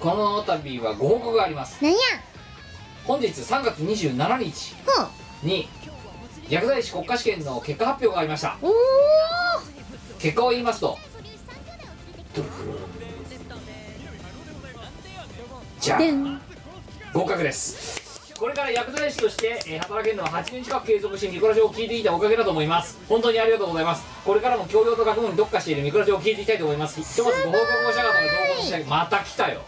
[SPEAKER 1] この度はご報告があります
[SPEAKER 2] なんや
[SPEAKER 1] 本日3月27日
[SPEAKER 2] ほう
[SPEAKER 1] に薬剤師国家試験の結果発表がありました
[SPEAKER 2] おお
[SPEAKER 1] 結果を言いますとじゃあ
[SPEAKER 2] でん
[SPEAKER 1] 合格ですこれから薬剤師としてえー働けるのは8年近く継続しミコラジオを聞いていたおかげだと思います本当にありがとうございますこれからも教養と学問に特化しているミコラジオを聞いていきたいと思いますひとまずご報告をしたかったのでご報告したいまた来たよ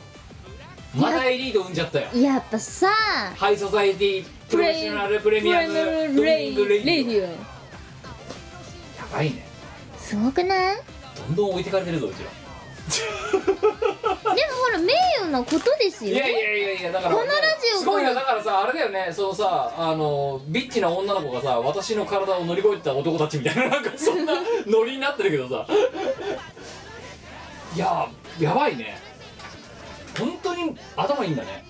[SPEAKER 1] またエリート産んじゃったよ
[SPEAKER 2] やっぱさ
[SPEAKER 1] ハイソサイティプロフェッショナルプレミアムド
[SPEAKER 2] プ
[SPEAKER 1] リ
[SPEAKER 2] レ
[SPEAKER 1] ングレイディオや
[SPEAKER 2] ディ
[SPEAKER 1] ばいね
[SPEAKER 2] オすごくないで
[SPEAKER 1] どんどん置いてかれてるぞうちら
[SPEAKER 2] もほら名誉なことです
[SPEAKER 1] い
[SPEAKER 2] よ
[SPEAKER 1] やいやいやいやだから
[SPEAKER 2] このラジオ
[SPEAKER 1] すごいなだからさあれだよねそのさあのビッチな女の子がさ私の体を乗り越えてた男たちみたいななんかそんなノリになってるけどさいややばいね本当に頭いいんだね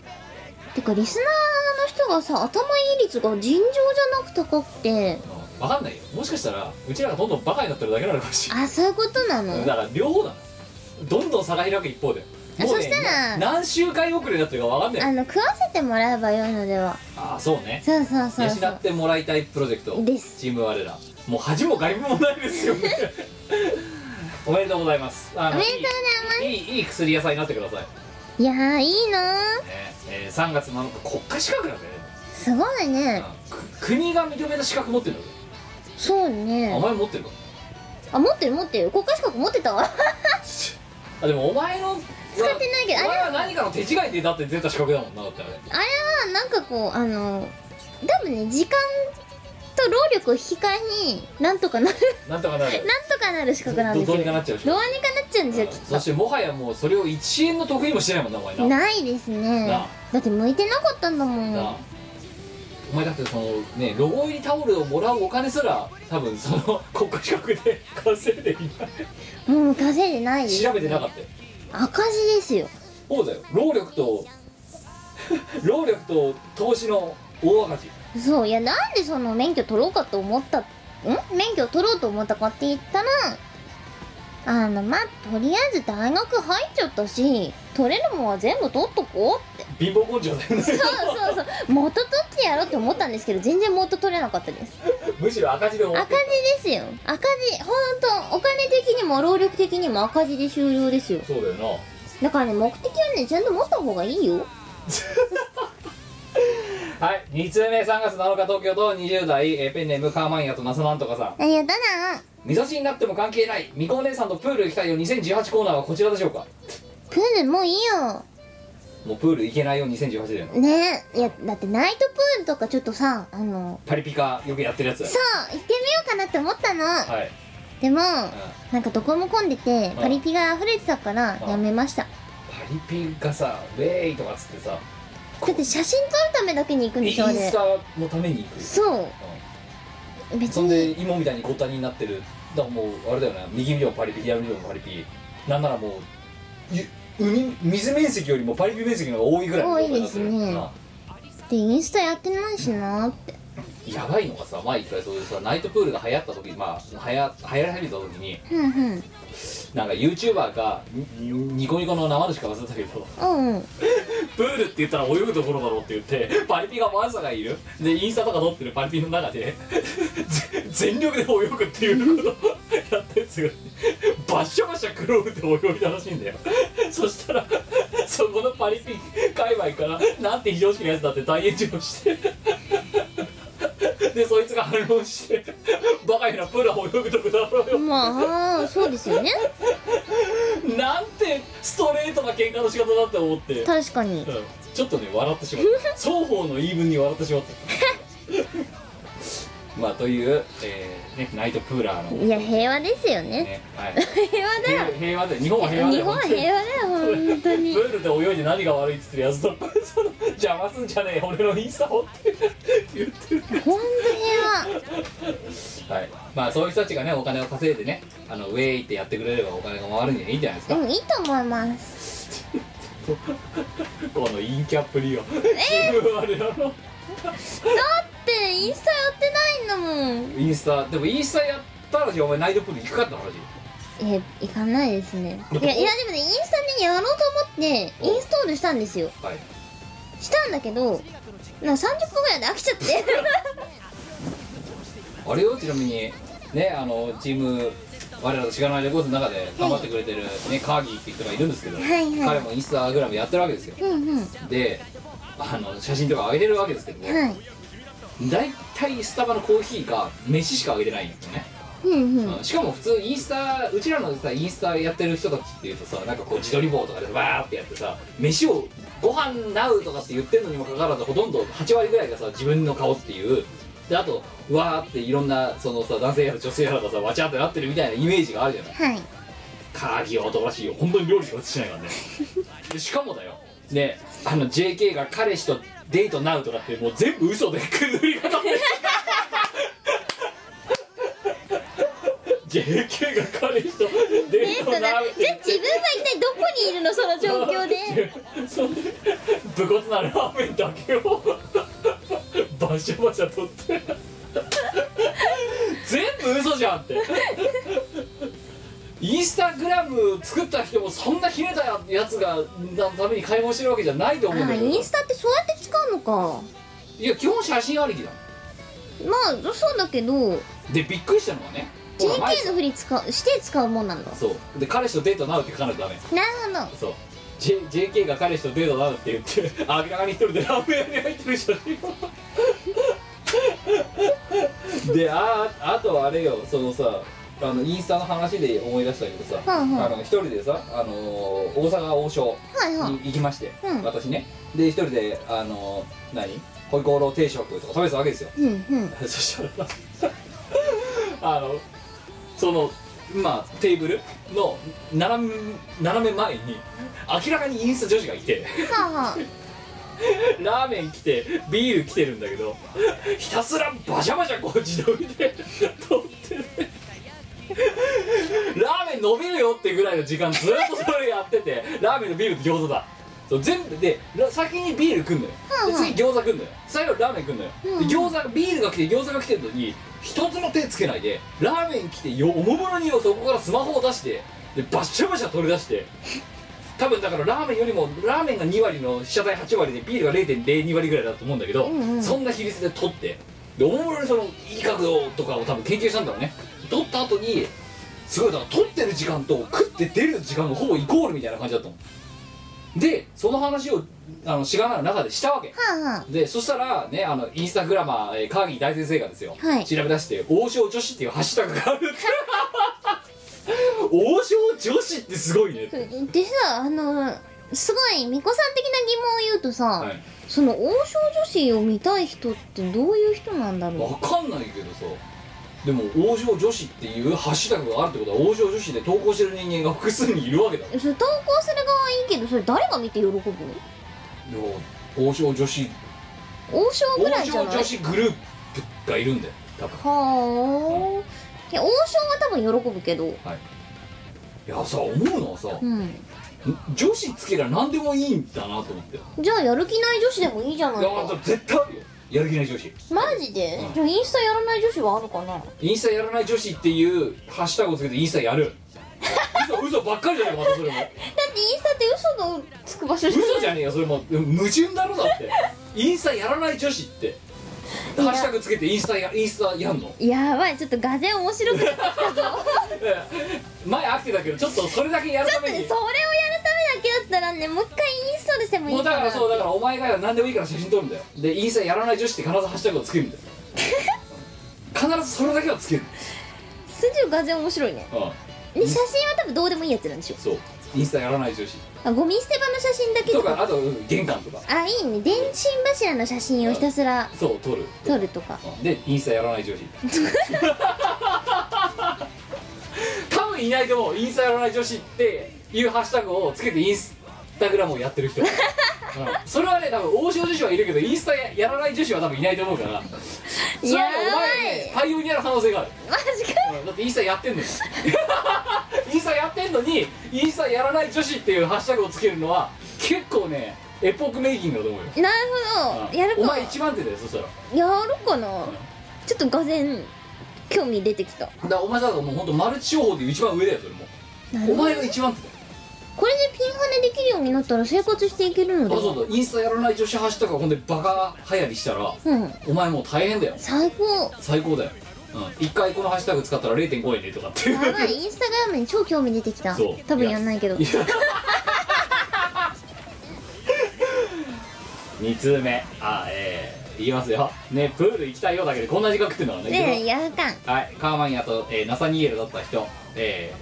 [SPEAKER 2] てかリスナーの人がさ頭いい率が尋常じゃなく高くて
[SPEAKER 1] うんわかんないよもしかしたらうちらがどんどんバカになってるだけなのかもしれ
[SPEAKER 2] あそういうことな
[SPEAKER 1] ない
[SPEAKER 2] の
[SPEAKER 1] だから両方だなどんどん差が開く一方で
[SPEAKER 2] あ
[SPEAKER 1] もう
[SPEAKER 2] そしたら
[SPEAKER 1] な何週間遅れだっていうかわかん ない
[SPEAKER 2] あ
[SPEAKER 1] よ
[SPEAKER 2] の食わせてもらえばよいのでは
[SPEAKER 1] ああそうね
[SPEAKER 2] そうそうそうそ
[SPEAKER 1] 養っ
[SPEAKER 2] う
[SPEAKER 1] てもらいたいプロジェクト
[SPEAKER 2] です
[SPEAKER 1] チーム我らもう恥も外部もないです よねおめでとうございますあ
[SPEAKER 2] おめでとうございます
[SPEAKER 1] いいいいいい薬屋さんになってください、ね
[SPEAKER 2] いやーいいなー
[SPEAKER 1] えー3月7日国家資格だぜ、
[SPEAKER 2] すごいね
[SPEAKER 1] く国が認めた資格持ってるんだぜ、
[SPEAKER 2] そう
[SPEAKER 1] お
[SPEAKER 2] ね
[SPEAKER 1] 前持ってるか
[SPEAKER 2] あ持ってる持ってる国家資格持ってた わ
[SPEAKER 1] あでもお前の
[SPEAKER 2] 使ってないけどあ
[SPEAKER 1] お
[SPEAKER 2] れ
[SPEAKER 1] 前
[SPEAKER 2] は
[SPEAKER 1] は何かの手違いでだって出た資格だもんなだってあれ
[SPEAKER 2] あれはなんかこうあの多分ね時間と労力を引き換えになんとかなる
[SPEAKER 1] なんとかなる
[SPEAKER 2] なんとかなる資格なん
[SPEAKER 1] ど
[SPEAKER 2] です
[SPEAKER 1] ど
[SPEAKER 2] よ
[SPEAKER 1] うにかなっちゃうし
[SPEAKER 2] どうにかなっちゃうんですよき
[SPEAKER 1] そ
[SPEAKER 2] っ
[SPEAKER 1] してもはやもうそれを1円の得意もしてないもんなお前な
[SPEAKER 2] とないですね
[SPEAKER 1] な
[SPEAKER 2] だって向いてなかったんだもん
[SPEAKER 1] なお前だってそのねロゴ入りタオルをもらうお金すら多分その国家資格で稼いでいない
[SPEAKER 2] もう稼いでないです
[SPEAKER 1] 調べてなかったよ
[SPEAKER 2] 赤字ですよ
[SPEAKER 1] そうだよ労力と労力と投資の大赤字
[SPEAKER 2] そういやなんでその免許取ろうかと思ったん免許取ろうと思ったかって言ったらあのまあとりあえず大学入っちゃったし取れるもんは全部取っとこうって
[SPEAKER 1] 貧乏根性だよね
[SPEAKER 2] そうそうそう元取ってやろうって思ったんですけど全然元取れなかったです
[SPEAKER 1] むしろ赤字で終わっ
[SPEAKER 2] 赤
[SPEAKER 1] て
[SPEAKER 2] 字ですよ赤字ほんとお金的にも労力的にも赤字で終了ですよ
[SPEAKER 1] そうだよな
[SPEAKER 2] だからね目的はねちゃんと持った方がいいよ
[SPEAKER 1] はい2通目3月7日東京都20代えーペンネームカーマンヤとナサなんとかさん
[SPEAKER 2] いやだな
[SPEAKER 1] 味噌汁になっても関係ないみこお姉さんとプール行きたいよ2018コーナーはこちらでしょうか
[SPEAKER 2] プールもういいよ
[SPEAKER 1] もうプール行けないよ2018だよな
[SPEAKER 2] ねえいやだってナイトプールとかちょっとさあの
[SPEAKER 1] パリピカよくやってるやつ
[SPEAKER 2] そう行ってみようかなって思ったの、
[SPEAKER 1] はい、
[SPEAKER 2] で
[SPEAKER 1] うん、
[SPEAKER 2] も
[SPEAKER 1] パ
[SPEAKER 2] なんかどこも混んでてパリピが溢れてたから
[SPEAKER 1] うん
[SPEAKER 2] やめました
[SPEAKER 1] リピがさウェーイとかっつってさ
[SPEAKER 2] だって写真撮るためだけに行くん
[SPEAKER 1] イ
[SPEAKER 2] で
[SPEAKER 1] ン
[SPEAKER 2] しょあれ
[SPEAKER 1] スタのために行く
[SPEAKER 2] そう別
[SPEAKER 1] そんで
[SPEAKER 2] に
[SPEAKER 1] 芋みたいにごったになってるだからもうあれだよな右見てもパリピ左見てもパリピなんならもうゆ海水面積よりもパリピ面積の方が多いぐらいの
[SPEAKER 2] 多いですね
[SPEAKER 1] 状態になってる
[SPEAKER 2] でインスタやってないしなって
[SPEAKER 1] なやばいのがさ前一回そういうさナイトプールが流行った時まあ流行流行り始めた時に
[SPEAKER 2] ふんふん
[SPEAKER 1] なんか YouTuber がにニコニコの生主か忘れたけど
[SPEAKER 2] うんうん
[SPEAKER 1] プールって言ったら泳ぐところだろうって言ってパリピがまさかいるでインスタとか撮ってるパリピの中でぜ全力で泳ぐっていうことをやったやつがバッシャバシャ黒くて泳いだらしいんだよそしたらそこのパリピ界隈からなんて非常識なやつだって大炎上してでそいつが反論してバカやなプールは泳ぐとこだろうよ
[SPEAKER 2] まあそうですよね
[SPEAKER 1] なんてストレートな喧嘩の仕方だって思って
[SPEAKER 2] 確か
[SPEAKER 1] う
[SPEAKER 2] に
[SPEAKER 1] んちょっとね笑ってしまった 双方の言い分に笑ってしまった まあという、えーね、ナイトプーラーの、
[SPEAKER 2] いや平和ですよね
[SPEAKER 1] ねはい、
[SPEAKER 2] 平和だよ
[SPEAKER 1] 平平和で日本は平和だ
[SPEAKER 2] 日
[SPEAKER 1] よ
[SPEAKER 2] 本は平和だよ本当に
[SPEAKER 1] プールで泳いで何が悪いっつってるやつと その邪魔すんじゃねえ俺のインスタをって言ってる、
[SPEAKER 2] 本当平
[SPEAKER 1] はい、まあそういう人たちがねお金を稼いでねあのウェイってやってくれればお金が回るにはいいんじゃないですか、
[SPEAKER 2] 和うんいいと思います
[SPEAKER 1] このインキャップリオ自 分はあれだろ
[SPEAKER 2] だってインスタやってないんだもん
[SPEAKER 1] インスタでもインスタやったらじゃあお前ナイトプール行くかって話
[SPEAKER 2] え行かないですねいやいやでもねインスタねやろうと思ってインストールしたんですよ
[SPEAKER 1] はい
[SPEAKER 2] したんだけどなんか30分ぐらいで飽きちゃって
[SPEAKER 1] あれよちなみにねあのチーム我らとしがないレコーズの中で頑張ってくれてる、ね、カーギーって人がいるんですけど、
[SPEAKER 2] はいはい
[SPEAKER 1] 彼もインスタグラムやってるわけですよ
[SPEAKER 2] うんうんは
[SPEAKER 1] であの写真とか上げてるわけですけども、
[SPEAKER 2] い
[SPEAKER 1] 大体スタバのコーヒーが飯しか上げてないんですよね、
[SPEAKER 2] うんうん
[SPEAKER 1] うんしかも普通インスタうちらのさインスタやってる人たちっていうとさなんかこう自撮り棒とかでわーってやってさ飯をご飯なうとかって言ってるのにもかかわらずほとんど8割ぐらいがさ自分の顔っていうであとわーっていろんなそのさ男性やら女性やらがさわちゃってなってるみたいなイメージがあるじゃない
[SPEAKER 2] はい
[SPEAKER 1] 鍵は男らしいよ本当に料理しかしないから ねでしかもだよねあの JK が彼氏とデートなうとかってもう全部嘘でく塗り 固め JK が彼氏とデ
[SPEAKER 2] え
[SPEAKER 1] ー
[SPEAKER 2] っと
[SPEAKER 1] ト
[SPEAKER 2] だじゃ
[SPEAKER 1] な
[SPEAKER 2] あ
[SPEAKER 1] う
[SPEAKER 2] 自分は一体どこにいるのその状況で
[SPEAKER 1] そんで武骨なラーメンだけをバシャバシャ取って全部嘘じゃんってインスタグラム作った人もそんなひねたやつがのために買い物してるわけじゃないと思うん
[SPEAKER 2] あ
[SPEAKER 1] だけ
[SPEAKER 2] イン
[SPEAKER 1] ど
[SPEAKER 2] スタってそうやって使うのか
[SPEAKER 1] いや基本写真ありきだ
[SPEAKER 2] まあそうだけど
[SPEAKER 1] でびっくりしたのはねほら前
[SPEAKER 2] JK のふり使うして使うもんなんだ
[SPEAKER 1] そうで彼氏とデートなうって書かないとダメ
[SPEAKER 2] なるほ
[SPEAKER 1] そう、J、JK が彼氏とデートなるって言って明らかに一人でラーメン屋に入ってる写真を でああとはあれよそのさあのインスタの話で思い出したけどさ、
[SPEAKER 2] はいはい
[SPEAKER 1] あの一人でさ、あのー大阪王将
[SPEAKER 2] どはいはい
[SPEAKER 1] に行きまして、
[SPEAKER 2] うん
[SPEAKER 1] 私ねで一人であのー何回鍋楼定食とか食べてたわけですよ
[SPEAKER 2] うんうん
[SPEAKER 1] そしたら あのそのまあテーブルの斜め斜め前に明らかにインスタ女子がいて
[SPEAKER 2] はあはあ
[SPEAKER 1] ラーメン来てビール来てるんだけどひたすらバシャバシャこう自撮りで撮ってるラーメン伸びるよってぐらいの時間ずっとそれやっててラーメンのビールと餃子だそう全部でら先にビール来んのよ、
[SPEAKER 2] うんうん
[SPEAKER 1] で次餃子来んのよ最後ラーメン来んのよ、
[SPEAKER 2] うんうん
[SPEAKER 1] で餃子ビールが来て餃子が来てるのに一つも手つけないでラーメン来てよおもむろによそこからスマホを出してでバッシャバシャ取り出して多分だからラーメンよりもラーメンが2割の被写体8割でビールが0.02割ぐらいだと思うんだけど、
[SPEAKER 2] うんうん
[SPEAKER 1] そんな比率で取ってでおもむろにそのいい角度とかを多分研究したんだろうね取った後にすごいだから取ってる時間と食って出る時間のほぼイコールみたいな感じだったのでその話をあのしがないの中でしたわけ
[SPEAKER 2] はあはあ
[SPEAKER 1] でそしたらねあのインスタグラマーえー川木大先生がですよ、
[SPEAKER 2] はい
[SPEAKER 1] 調べ出して「王将女子」っていうハッシュタグがあるって 王将女子ってすごいねって
[SPEAKER 2] でさあのすごい巫女さん的な疑問を言うとさ、
[SPEAKER 1] はい
[SPEAKER 2] その王将女子を見たい人ってどういう人なんだ
[SPEAKER 1] わ
[SPEAKER 2] ろ
[SPEAKER 1] かんないけどさでも王将女子っていうハッシュタグがあるってことは王将女子で投稿してる人間が複数にいるわけだいう
[SPEAKER 2] それ投稿する側はいいけどそれ誰が見て喜ぶの
[SPEAKER 1] や王将女子
[SPEAKER 2] 王将ぐら
[SPEAKER 1] 王
[SPEAKER 2] いじゃ
[SPEAKER 1] 将
[SPEAKER 2] ない
[SPEAKER 1] 女子グループがいるんだよ多分
[SPEAKER 2] はあいや王将は多分喜ぶけど
[SPEAKER 1] いやさ思うのはさ
[SPEAKER 2] うん
[SPEAKER 1] 女子つけりゃ何でもいいんだなと思ってい
[SPEAKER 2] じゃあやる気ない女子でもいいじゃない
[SPEAKER 1] やだ
[SPEAKER 2] か
[SPEAKER 1] 絶対あるよやる気ない女子
[SPEAKER 2] マジで
[SPEAKER 1] うん
[SPEAKER 2] じゃあインスタやらない女子はあるかな
[SPEAKER 1] インスタやらない女子っていうハッシュタグをつけてインスタやる嘘嘘ばっかりじゃねえかまたそれも
[SPEAKER 2] だってインスタって嘘がつく場所じゃない
[SPEAKER 1] 嘘じゃねえよそれも矛盾だろだってインスタやらない女子ってハッシュタグつけてインスタやインスタやんの
[SPEAKER 2] やばいちょっとがぜ面白くなってきたぞちょっ
[SPEAKER 1] 前飽きてたけどちょっとそれだけやるた
[SPEAKER 2] と
[SPEAKER 1] め
[SPEAKER 2] ねそれをやる
[SPEAKER 1] に
[SPEAKER 2] ためだけだったらねもう一回インストールしてもい
[SPEAKER 1] も
[SPEAKER 2] いう
[SPEAKER 1] だ
[SPEAKER 2] か
[SPEAKER 1] かららそうだからお前が何でもいいから写真撮るんだよでインスタやらない女子って必ずハッシュタグをつけるんだよ必ずそれだけは つける、
[SPEAKER 2] それちょっとがぜ面白いね
[SPEAKER 1] う
[SPEAKER 2] で写真は多分どうでもいいやつなんでしょ
[SPEAKER 1] ん、そうインスタやらない女子
[SPEAKER 2] あゴミ捨て場の写真だけ
[SPEAKER 1] と
[SPEAKER 2] と
[SPEAKER 1] か
[SPEAKER 2] か
[SPEAKER 1] あとうん玄関とか
[SPEAKER 2] あいいね電信柱の写真をひたすら
[SPEAKER 1] そう撮る
[SPEAKER 2] 撮るとか
[SPEAKER 1] うんでインスタやらない女子多分いないと思うインスタやらない女子っていうハッシュタグをつけてインスタグラムをやってる人、うんそれはね多分王将女子はいるけどインスタややらない女子は多分いないと思うからそれはね
[SPEAKER 2] やばい
[SPEAKER 1] お前ねパイオニアの可能性がある、
[SPEAKER 2] マジか
[SPEAKER 1] うんだってインスタやってんのに インスタやってんのにインスタやらない女子っていうハッシュタグをつけるのは結構ねエポックメイキングだと思うよ
[SPEAKER 2] なるほ
[SPEAKER 1] うん
[SPEAKER 2] どやる
[SPEAKER 1] お
[SPEAKER 2] か
[SPEAKER 1] 前一番手だよそしたら
[SPEAKER 2] やるかなちょっとがぜん興味出てき
[SPEAKER 1] だ
[SPEAKER 2] た
[SPEAKER 1] からお前だからもう本当マルチ商法でいう一番上だよそれも
[SPEAKER 2] な
[SPEAKER 1] お
[SPEAKER 2] るほど
[SPEAKER 1] 前が一番手だよ
[SPEAKER 2] これでピンハネできるようになったら生活していけるので
[SPEAKER 1] あ
[SPEAKER 2] は
[SPEAKER 1] そうだインスタやらない女子ハッシュタグがほんでバカ流行りしたら
[SPEAKER 2] うん
[SPEAKER 1] お前もう大変だよ
[SPEAKER 2] 最高
[SPEAKER 1] 最高だようん一回このハッシュタグ使ったら0.5円でとかってい
[SPEAKER 2] やば
[SPEAKER 1] う
[SPEAKER 2] いインスタグラムに超興味出てきた
[SPEAKER 1] そう
[SPEAKER 2] 多分やんないけど
[SPEAKER 1] い や二通目あえー、言いますよねプール行きたいよだけでこんな時間食ってんのはね
[SPEAKER 2] ねえやるかん
[SPEAKER 1] はい、カーマンヤと、えーナサニエルだった人、え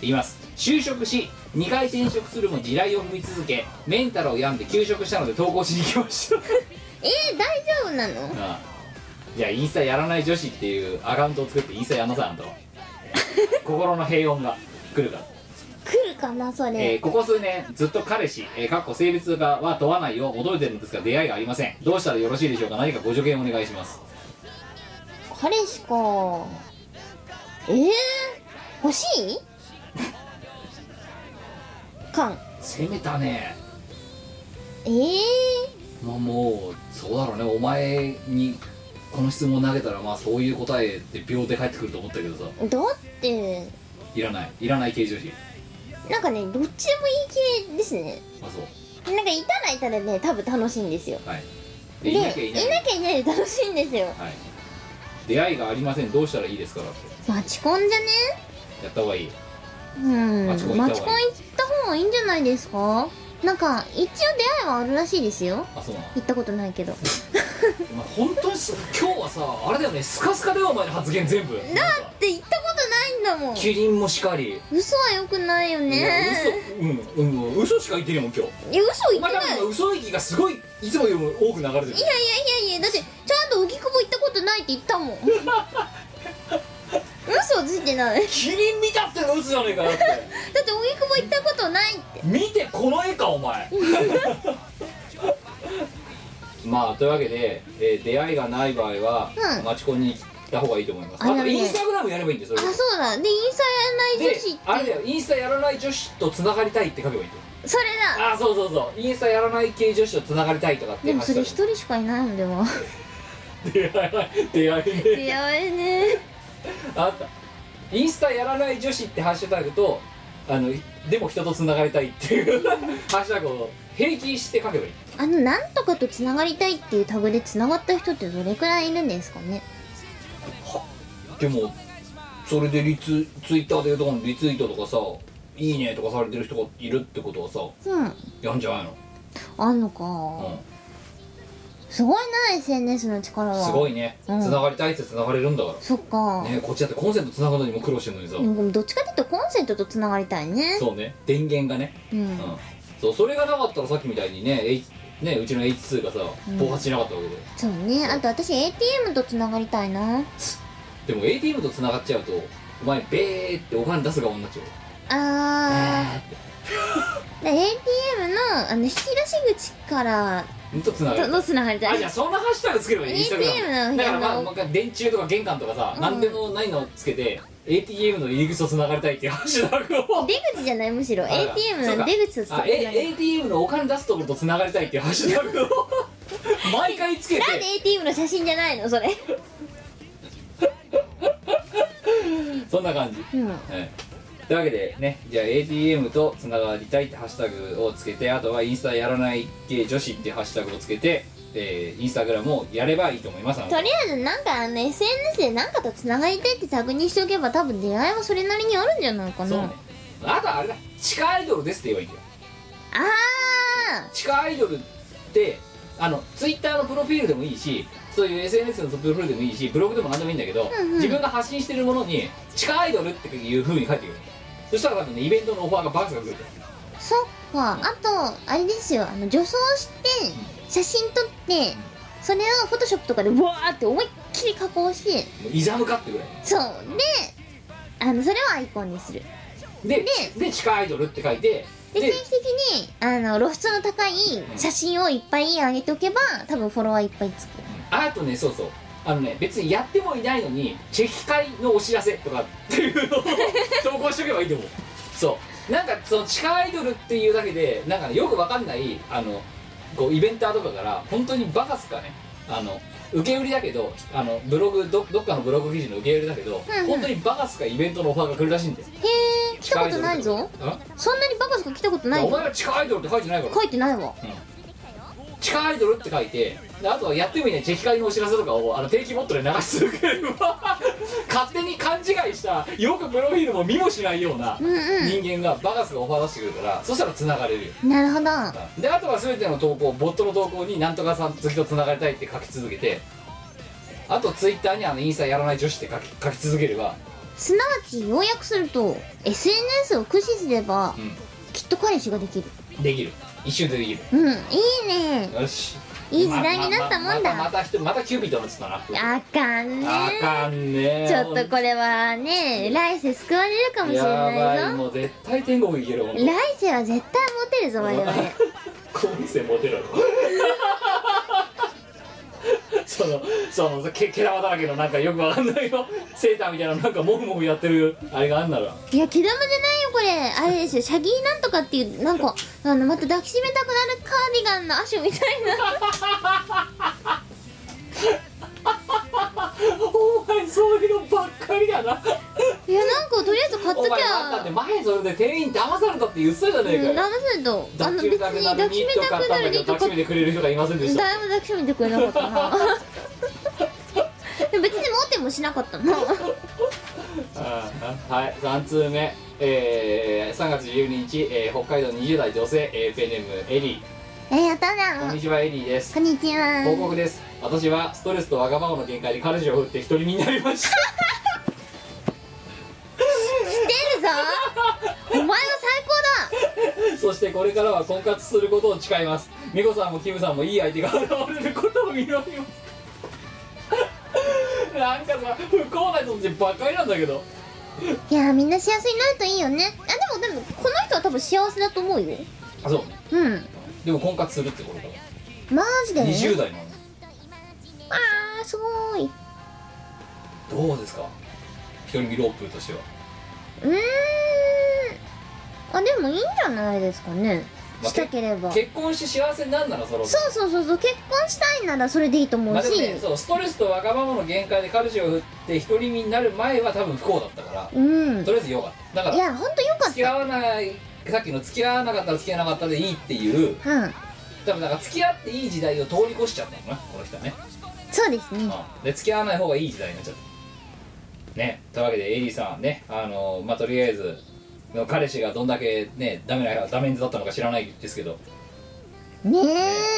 [SPEAKER 1] ーいます就職し2回転職するも地雷を踏み続けメンタルを病んで休職したので投稿しに行きました
[SPEAKER 2] えー、大丈夫なの
[SPEAKER 1] ああじゃあインスタやらない女子っていうアカウントを作ってインスタやんなさいあんたは心の平穏が来るから
[SPEAKER 2] 来るかなそ
[SPEAKER 1] えー
[SPEAKER 2] れ
[SPEAKER 1] ここ数年ずっと彼氏、えー、かっこ性別がは問わないよう求めてるのですが出会いがありませんどうしたらよろしいでしょうか何かご助言お願いします
[SPEAKER 2] 彼氏かえー、欲しい かん
[SPEAKER 1] 攻めたね
[SPEAKER 2] えー、
[SPEAKER 1] まあもうそうだろうねお前にこの質問投げたらまあそういう答えって秒で返ってくると思ったけどさ
[SPEAKER 2] だって
[SPEAKER 1] いらないいらない系女子
[SPEAKER 2] なんかねどっちでもいい系ですね
[SPEAKER 1] あそう
[SPEAKER 2] なんかいたらいたらね多分楽しいんですよ
[SPEAKER 1] はい
[SPEAKER 2] で
[SPEAKER 1] でいなきゃいない
[SPEAKER 2] きゃいないで楽しいんですよ
[SPEAKER 1] はい出会いがありませんどうしたらいいですからって
[SPEAKER 2] 待ち込んじゃね
[SPEAKER 1] やった方がいい
[SPEAKER 2] うん
[SPEAKER 1] 待
[SPEAKER 2] 待
[SPEAKER 1] ち
[SPEAKER 2] ち
[SPEAKER 1] 込んだ
[SPEAKER 2] 込ん行
[SPEAKER 1] 方がいい
[SPEAKER 2] った方がいいんじゃないですかなんか一応出会いはあるらしいですよ
[SPEAKER 1] あそうなの
[SPEAKER 2] 行ったことない けどだ
[SPEAKER 1] お前本当にす今日はさあれだよねスカスカだよお前の発言全部なんか
[SPEAKER 2] って行ったことないんだもん
[SPEAKER 1] キリンもしかり
[SPEAKER 2] 嘘はよくないよ
[SPEAKER 1] いや
[SPEAKER 2] ね
[SPEAKER 1] 嘘うんうん嘘しか言ってるもん今日
[SPEAKER 2] いや嘘
[SPEAKER 1] お
[SPEAKER 2] 言っ
[SPEAKER 1] 前
[SPEAKER 2] て
[SPEAKER 1] 多
[SPEAKER 2] ないいや
[SPEAKER 1] 分嘘息がすごいいつもよりも多く流れてる
[SPEAKER 2] いやいやいやだってちゃんと荻窪行ったことないって言ったも ん嘘ついてないだって
[SPEAKER 1] キリン見たっての嘘じゃねえかよって
[SPEAKER 2] 荻窪行ったことないって
[SPEAKER 1] 見てこの絵かお 前まあというわけで、えー出会いがない場合は、
[SPEAKER 2] うん
[SPEAKER 1] マチコンに行った方がいいと思います
[SPEAKER 2] あ
[SPEAKER 1] あ
[SPEAKER 2] な
[SPEAKER 1] と
[SPEAKER 2] るほ
[SPEAKER 1] イ
[SPEAKER 2] ど
[SPEAKER 1] ンスタグラムやればいいんですよ
[SPEAKER 2] あ
[SPEAKER 1] それ
[SPEAKER 2] そうだでインスタやらない女子って
[SPEAKER 1] であれだよインスタやらない女子とつながりたいって書けばいいんだよ
[SPEAKER 2] それだ
[SPEAKER 1] あそうそうそうインスタやらない系女子とつながりたいとかって
[SPEAKER 2] でもそれ一
[SPEAKER 1] 人
[SPEAKER 2] 人しかいないもんでも
[SPEAKER 1] 出会い出会いね
[SPEAKER 2] 出会えねえ
[SPEAKER 1] あったインスタやらない女子ってハッシュタグとあのでも人とつながりたいっていう ハッシュタグを平均して書けばいい
[SPEAKER 2] あのなんとかとつながりたいっていうタグでつながった人ってどれくらいいるんですかね
[SPEAKER 1] でもそれでリツツイッターでいうとこのリツイートとかさ「いいね」とかされてる人がいるってことはさ
[SPEAKER 2] うん
[SPEAKER 1] やんじゃないの、
[SPEAKER 2] あんの
[SPEAKER 1] う
[SPEAKER 2] か
[SPEAKER 1] ん、
[SPEAKER 2] すごいな SNS の力は
[SPEAKER 1] すごいねつ
[SPEAKER 2] うん
[SPEAKER 1] ながりたいってつながれるんだか、
[SPEAKER 2] そっから
[SPEAKER 1] ねこっちだってコンセントつなぐのにも苦労してるのにさ、
[SPEAKER 2] でもどっちかっていうとコンセントとつながりたいね
[SPEAKER 1] そうね電源がね、
[SPEAKER 2] う
[SPEAKER 1] うんんそうそれがなかったらさっきみたいにね H ねうちの H2 がさ
[SPEAKER 2] うん
[SPEAKER 1] 暴発しなかったわけで、
[SPEAKER 2] そうねあと私 ATM とつながりたいな
[SPEAKER 1] でも ATM とつながっちゃうとお前ベーってお金出す側になっちゃう
[SPEAKER 2] あーで ATM のあの引き出し口から
[SPEAKER 1] ほんとつなが
[SPEAKER 2] と
[SPEAKER 1] る
[SPEAKER 2] のつながりた
[SPEAKER 1] あじゃあ
[SPEAKER 2] い
[SPEAKER 1] そんなハッシュタグつければいい
[SPEAKER 2] ATM の
[SPEAKER 1] だからま
[SPEAKER 2] あ
[SPEAKER 1] あ
[SPEAKER 2] の
[SPEAKER 1] もう一回電柱とか玄関とかさ、
[SPEAKER 2] うん
[SPEAKER 1] 何でもないのをつけて ATM の入り口とつながりたいっていうハッシュタグ を
[SPEAKER 2] 出口じゃないむしろ
[SPEAKER 1] あ
[SPEAKER 2] ATM
[SPEAKER 1] そう
[SPEAKER 2] の
[SPEAKER 1] か
[SPEAKER 2] 出口とつな
[SPEAKER 1] あ
[SPEAKER 2] がりたい
[SPEAKER 1] え ATM のお金出すところとつながりたいっていうハッシュタ グを毎回つけて
[SPEAKER 2] なんで ATM の写真じゃないのそれ
[SPEAKER 1] そんな感じ
[SPEAKER 2] うん
[SPEAKER 1] はいというわけでねじゃあ ATM とつながりたいってハッシュタグをつけてあとはインスタやらない系女子っていうハッシュタグをつけて、えーインスタグラムをやればいいと思いますあの
[SPEAKER 2] とりあえずなんかあの SNS でなんかとつながりたいってタグにしておけば多分出会いはそれなりにあるんじゃないか
[SPEAKER 1] そう
[SPEAKER 2] な、
[SPEAKER 1] ねあとはあれだ地下アイドルですって言えばいいんだよ
[SPEAKER 2] ああ
[SPEAKER 1] 地下アイドルってあのツイッターのプロフィールでもいいしそういう SNS のプロフィールでもいいしブログでも何でもいいんだけど、
[SPEAKER 2] うんうん
[SPEAKER 1] 自分が発信してるものに地下アイドルっていうふうに書いてくるそしたら多分ねイベントのオファーがバクバク来る
[SPEAKER 2] そっかあとあれですよあの女装して写真撮ってそれをフォトショップとかでわーって思いっきり加工して
[SPEAKER 1] もうイザムかってぐらい
[SPEAKER 2] そうであのそれをアイコンにする
[SPEAKER 1] でで地下アイドルって書いて
[SPEAKER 2] で定期的にあの露出の高い写真をいっぱい上げておけば多分フォロワーいっぱいつく
[SPEAKER 1] あとねそうそうあのね別にやってもいないのにチェキ会のお知らせとかっていうのを 投稿しとけばいいと思うそうなんかその地下アイドルっていうだけでなんか、ね、よくわかんないあのこうイベンターとかから本当にバカすかねあの受け売りだけどあのブログどどっかのブログ記事の受け売りだけど、
[SPEAKER 2] うんうん
[SPEAKER 1] 本当にバカすかイベントのオファーが来るらしいんだよ
[SPEAKER 2] へえ来たことないぞ
[SPEAKER 1] 地下アイドルとか
[SPEAKER 2] そんなにバカしか来たこと
[SPEAKER 1] うん
[SPEAKER 2] ない
[SPEAKER 1] お前
[SPEAKER 2] よ
[SPEAKER 1] は地下アイドルって書いてないから
[SPEAKER 2] 書いてないわ
[SPEAKER 1] 地下アイドルって書いてであとはやってもいないチェキ会のお知らせとかをあの定期ボットで流し続ける 勝手に勘違いしたよくプロフィールも見もしないような
[SPEAKER 2] うんう
[SPEAKER 1] 人間がバカスがオファー出してくるからそしたら繋がれるよ
[SPEAKER 2] んなるほど
[SPEAKER 1] であとは全ての投稿ボットの投稿になんとかさん次と繋がりたいって書き続けてあとツイッターにあのインスタやらない女子って書き書き続ければ、
[SPEAKER 2] すなわち要約すると SNS を駆使すれば
[SPEAKER 1] う
[SPEAKER 2] きっと彼氏ができる
[SPEAKER 1] ん、できる一瞬でできる
[SPEAKER 2] うんいいね
[SPEAKER 1] よし
[SPEAKER 2] いい時代になったもんだ
[SPEAKER 1] まままたまた人またキューピッドになっちゃったな
[SPEAKER 2] あかんね
[SPEAKER 1] あかんね
[SPEAKER 2] ちょっとこれはね来世救われるかもしれ
[SPEAKER 1] やば
[SPEAKER 2] ないいぞ
[SPEAKER 1] もう絶対天国行けるもん
[SPEAKER 2] 来世は絶対モテるぞ我々
[SPEAKER 1] 今世モテ ろよそのそのけ毛玉だらけのなんかよくわかんないよセーターみたいななんかモフモフやってるあれがあんなら
[SPEAKER 2] いや毛玉じゃないよこれあれですよシャギーなんとかっていうなんかあのまた抱きしめたくなるカーディガンの亜種みたい な
[SPEAKER 1] お前そういうのばっかりだない
[SPEAKER 2] やなんかとりあえず買っと
[SPEAKER 1] お前
[SPEAKER 2] き
[SPEAKER 1] だって
[SPEAKER 2] ゃ
[SPEAKER 1] 前それで店員騙されたって言ってたじゃねえか
[SPEAKER 2] うん
[SPEAKER 1] よ、
[SPEAKER 2] 騙されとあ
[SPEAKER 1] 抱
[SPEAKER 2] の
[SPEAKER 1] きしめ
[SPEAKER 2] 別
[SPEAKER 1] たく
[SPEAKER 2] に
[SPEAKER 1] な
[SPEAKER 2] 抱
[SPEAKER 1] る
[SPEAKER 2] き
[SPEAKER 1] ニッ
[SPEAKER 2] しめ
[SPEAKER 1] ト
[SPEAKER 2] た
[SPEAKER 1] 買っ
[SPEAKER 2] く
[SPEAKER 1] た
[SPEAKER 2] なんる
[SPEAKER 1] だけ
[SPEAKER 2] リ
[SPEAKER 1] ど
[SPEAKER 2] ーと
[SPEAKER 1] 抱きし
[SPEAKER 2] か
[SPEAKER 1] めてくれる人がいませんでした
[SPEAKER 2] 誰も抱きしめてくれなかったな 別にモテもしな かったな
[SPEAKER 1] はい3通目、えー、3月12日、えー、北海道20代女性、えー、ペンネームエリ
[SPEAKER 2] えやった
[SPEAKER 1] ーこん
[SPEAKER 2] な
[SPEAKER 1] にちはエリーです
[SPEAKER 2] こんにち
[SPEAKER 1] 報
[SPEAKER 2] は
[SPEAKER 1] 告です私はストレスとわがままの限界で彼女を振って独り身になりました
[SPEAKER 2] 来てるぞお前は最
[SPEAKER 1] そしてこれからは婚活することを誓います美子さんもキムさんもいい相手が現れることを祈ります なんかさ不幸な人たちばっかりなんだけど
[SPEAKER 2] 高だいやみんな幸せになるといいよねあでもでもこの人は多分幸せだと思うよ
[SPEAKER 1] あそう
[SPEAKER 2] うん
[SPEAKER 1] でも婚活するってことだから
[SPEAKER 2] マジで
[SPEAKER 1] 20代なのに
[SPEAKER 2] あーすごい
[SPEAKER 1] どうですか一人身ロープとしては
[SPEAKER 2] うーんあでもいいんじゃないですかね
[SPEAKER 1] まあ
[SPEAKER 2] したければ
[SPEAKER 1] 結婚して幸せになんならそろそ
[SPEAKER 2] そうそうそうそう結婚したいならそれでいいと思
[SPEAKER 1] ろ
[SPEAKER 2] う
[SPEAKER 1] まあでも
[SPEAKER 2] し、
[SPEAKER 1] ねそうストレスとわがままの限界で彼女を振って独り身になる前は多分不幸だったから
[SPEAKER 2] うん
[SPEAKER 1] とりあえずよかっただか
[SPEAKER 2] い
[SPEAKER 1] ら
[SPEAKER 2] やほんとよかっ
[SPEAKER 1] 付き合わないさっきの付き合わなかったら付き合わなかったでいいっていう
[SPEAKER 2] たうん
[SPEAKER 1] 多分なんか付き合っていい時代を通り越しちゃったよなこの人はね、
[SPEAKER 2] そうですね
[SPEAKER 1] うん、で付き合わない方がいい時代になっちゃったねというわけでエリーさんねあのまあとりあえず彼氏がどんだけねダメなダメンズだったのか知らないですけど
[SPEAKER 2] ね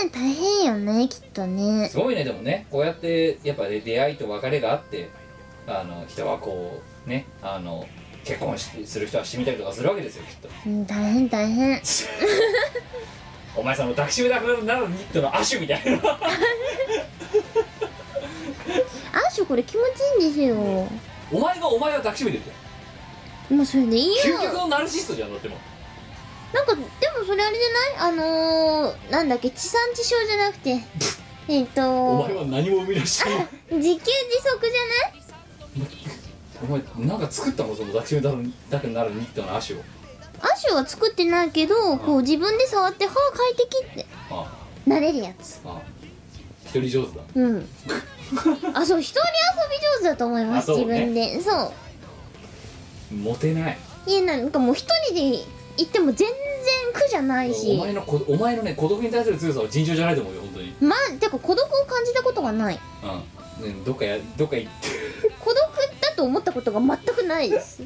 [SPEAKER 2] え大変よねきっとね
[SPEAKER 1] すごいねでもねこうやってやっぱね出会いと別れがあってあの人はこうねあの結婚しする人はしてみたりとかするわけですよきっと
[SPEAKER 2] うん大変大変
[SPEAKER 1] お前さんの抱きしめたくなるニットの亜種みたいな
[SPEAKER 2] アッシュこれ気持ちいいんですよも
[SPEAKER 1] お前がお前を抱きしめてるじ
[SPEAKER 2] うそれでいい
[SPEAKER 1] ゃん究極
[SPEAKER 2] よ
[SPEAKER 1] のナルシストじゃんだってもう
[SPEAKER 2] なんかでもそれあれじゃないあのー、なんだっけ地産地消じゃなくてえっと
[SPEAKER 1] お前は何も生み出してない
[SPEAKER 2] 自給自足じゃない
[SPEAKER 1] お前なんか作ったのその抱きしめただけになるニットの亜種を
[SPEAKER 2] アッシュは作ってないけどこう自分で触って歯快適って
[SPEAKER 1] あ
[SPEAKER 2] なれるやつ
[SPEAKER 1] あああ一人上手だ
[SPEAKER 2] うん あそう一人遊び上手だと思います、
[SPEAKER 1] あそ
[SPEAKER 2] 自
[SPEAKER 1] うね
[SPEAKER 2] 分でそう
[SPEAKER 1] モテない
[SPEAKER 2] いやなんかもう一人で行っても全然苦じゃない
[SPEAKER 1] お前
[SPEAKER 2] し
[SPEAKER 1] のこお前のね孤独に対する強さは尋常じゃないと思うよ本当に
[SPEAKER 2] まあてか孤独を感じたことがない
[SPEAKER 1] うん、ね、どっかやどっか行って
[SPEAKER 2] 孤独だと思ったことが全くないです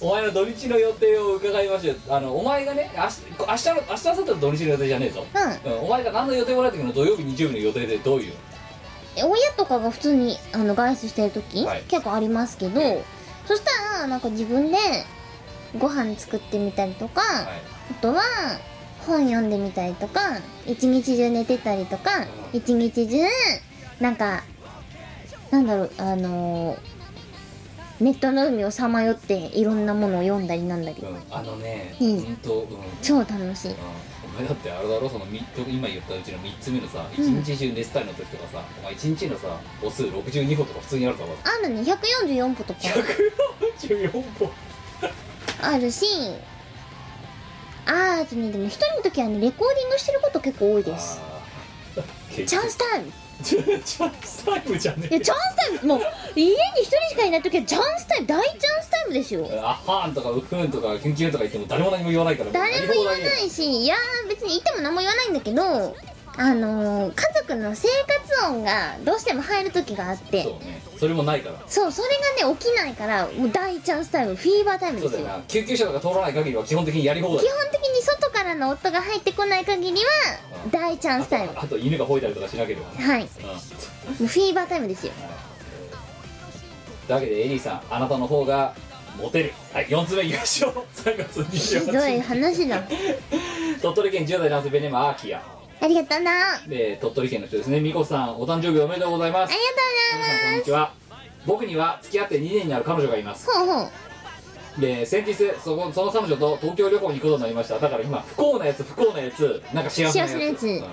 [SPEAKER 1] お前の土日の予定を伺いましょうあのお前がね明日明日の明日明後日の土日の予定じゃねえぞ、
[SPEAKER 2] うん
[SPEAKER 1] うん、お前が何の予定もない時の土曜日日曜日の予定でどういう
[SPEAKER 2] え親とかが普通にあの外出してる時、
[SPEAKER 1] はい
[SPEAKER 2] 結構ありますけど、そしたらなんか自分でご飯作ってみたりとか、
[SPEAKER 1] はい
[SPEAKER 2] あとは本読んでみたりとか一日中寝てたりとか一日中なんかなんだろうあのーネットの海をさまよっていろんなものを読んだりなんだり
[SPEAKER 1] うん、あのね
[SPEAKER 2] うん
[SPEAKER 1] 本当うん、うん、
[SPEAKER 2] 超楽しい
[SPEAKER 1] お前だってあれだろそのみ今言ったうちの3つ目のさ一日中寝てたりの時とかさ、お前一日のさ歩数62歩とか普通にあるから
[SPEAKER 2] あるね144歩とか
[SPEAKER 1] 14歩
[SPEAKER 2] あるしあーあとねでも一人の時はねレコーディングしてること結構多いです
[SPEAKER 1] あ
[SPEAKER 2] チャンスタイム
[SPEAKER 1] チャンチャンスタイムじゃね
[SPEAKER 2] いやチャンスタイムもう家に一人しかいない時はチャンスタイム大チャンスタイムですよ
[SPEAKER 1] えアッハーンとかウフーンとかキュンキュンとか言っても誰も何も言わないから
[SPEAKER 2] 誰も言わ
[SPEAKER 1] 何も
[SPEAKER 2] ないしいやー別にいても何も言わないんだけどあのー、家族の生活音がどうしても入る時があって
[SPEAKER 1] そうねそれもないから
[SPEAKER 2] そうそれがね起きないからもう大チャンスタイムフィーバータイム
[SPEAKER 1] そ
[SPEAKER 2] で
[SPEAKER 1] うだ
[SPEAKER 2] す
[SPEAKER 1] よ
[SPEAKER 2] よ
[SPEAKER 1] な救急車とか通らない限りは基本的にやり放題
[SPEAKER 2] 基本的に外からの音が入ってこない限りは
[SPEAKER 1] うん
[SPEAKER 2] 大チャンスタイム
[SPEAKER 1] あと犬が吠えたりとかしなければ、
[SPEAKER 2] はいも
[SPEAKER 1] うん
[SPEAKER 2] うフィーバータイムですよ
[SPEAKER 1] だわけでエリーさんあなたの方がモテるはい4つ目いきましょう3月
[SPEAKER 2] ひど
[SPEAKER 1] 28
[SPEAKER 2] い話だ
[SPEAKER 1] 日鳥取県10代男性ベネームアーキア
[SPEAKER 2] ありがとうなあ
[SPEAKER 1] で鳥取県の人ですねみこさんお誕生日おめでとうございます
[SPEAKER 2] り
[SPEAKER 1] 皆さんこんにちは僕には付き合って2年になる彼女がいます
[SPEAKER 2] がとうなほうほう
[SPEAKER 1] で先日そこその彼女と東京旅行に行くことになりましただから今不幸なやつ不幸なやつなんか幸せなやつ
[SPEAKER 2] 幸せなやつ
[SPEAKER 1] うん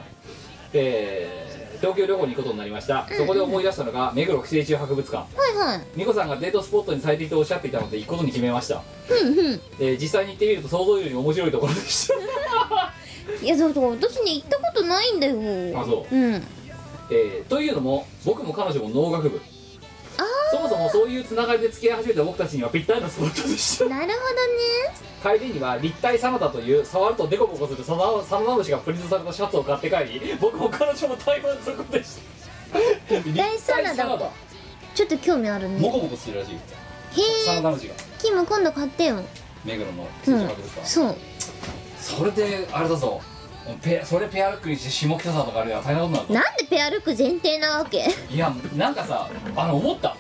[SPEAKER 1] えー東京旅行に行くことになりました、そこで思い出したのが目黒寄生虫博物館
[SPEAKER 2] はいはい
[SPEAKER 1] 美子さんがデートスポットに最適とおっしゃっていたので行くことに決めました
[SPEAKER 2] ふんふん
[SPEAKER 1] で実際に行ってみると想像以上に面白いところでした
[SPEAKER 2] いやそうそう私ね行ったことないんだよ
[SPEAKER 1] あそう
[SPEAKER 2] うん
[SPEAKER 1] えーというのも僕も彼女も農学部そもそもそういうつながりで付き合い始めた僕たちにはぴったりなスポットでし
[SPEAKER 2] なるほ
[SPEAKER 1] た帰りには立体サナダという触るとデコボコするサナサナダムシがプリントされたシャツを買って帰り僕も彼女も大満足でした立
[SPEAKER 2] 体サナダどねちょっと興味あるね
[SPEAKER 1] モコモコするらしいサ
[SPEAKER 2] へ
[SPEAKER 1] ナ
[SPEAKER 2] え
[SPEAKER 1] ダムシが
[SPEAKER 2] キム今度買ってよ
[SPEAKER 1] 目黒の寄
[SPEAKER 2] う
[SPEAKER 1] 生
[SPEAKER 2] ん
[SPEAKER 1] 虫博物館
[SPEAKER 2] そう
[SPEAKER 1] それであれだぞペそれペアルックにして下北沢とかあれは大変なことになるぞ
[SPEAKER 2] なんでペアルック前提なわけ
[SPEAKER 1] いやなんかさあの思った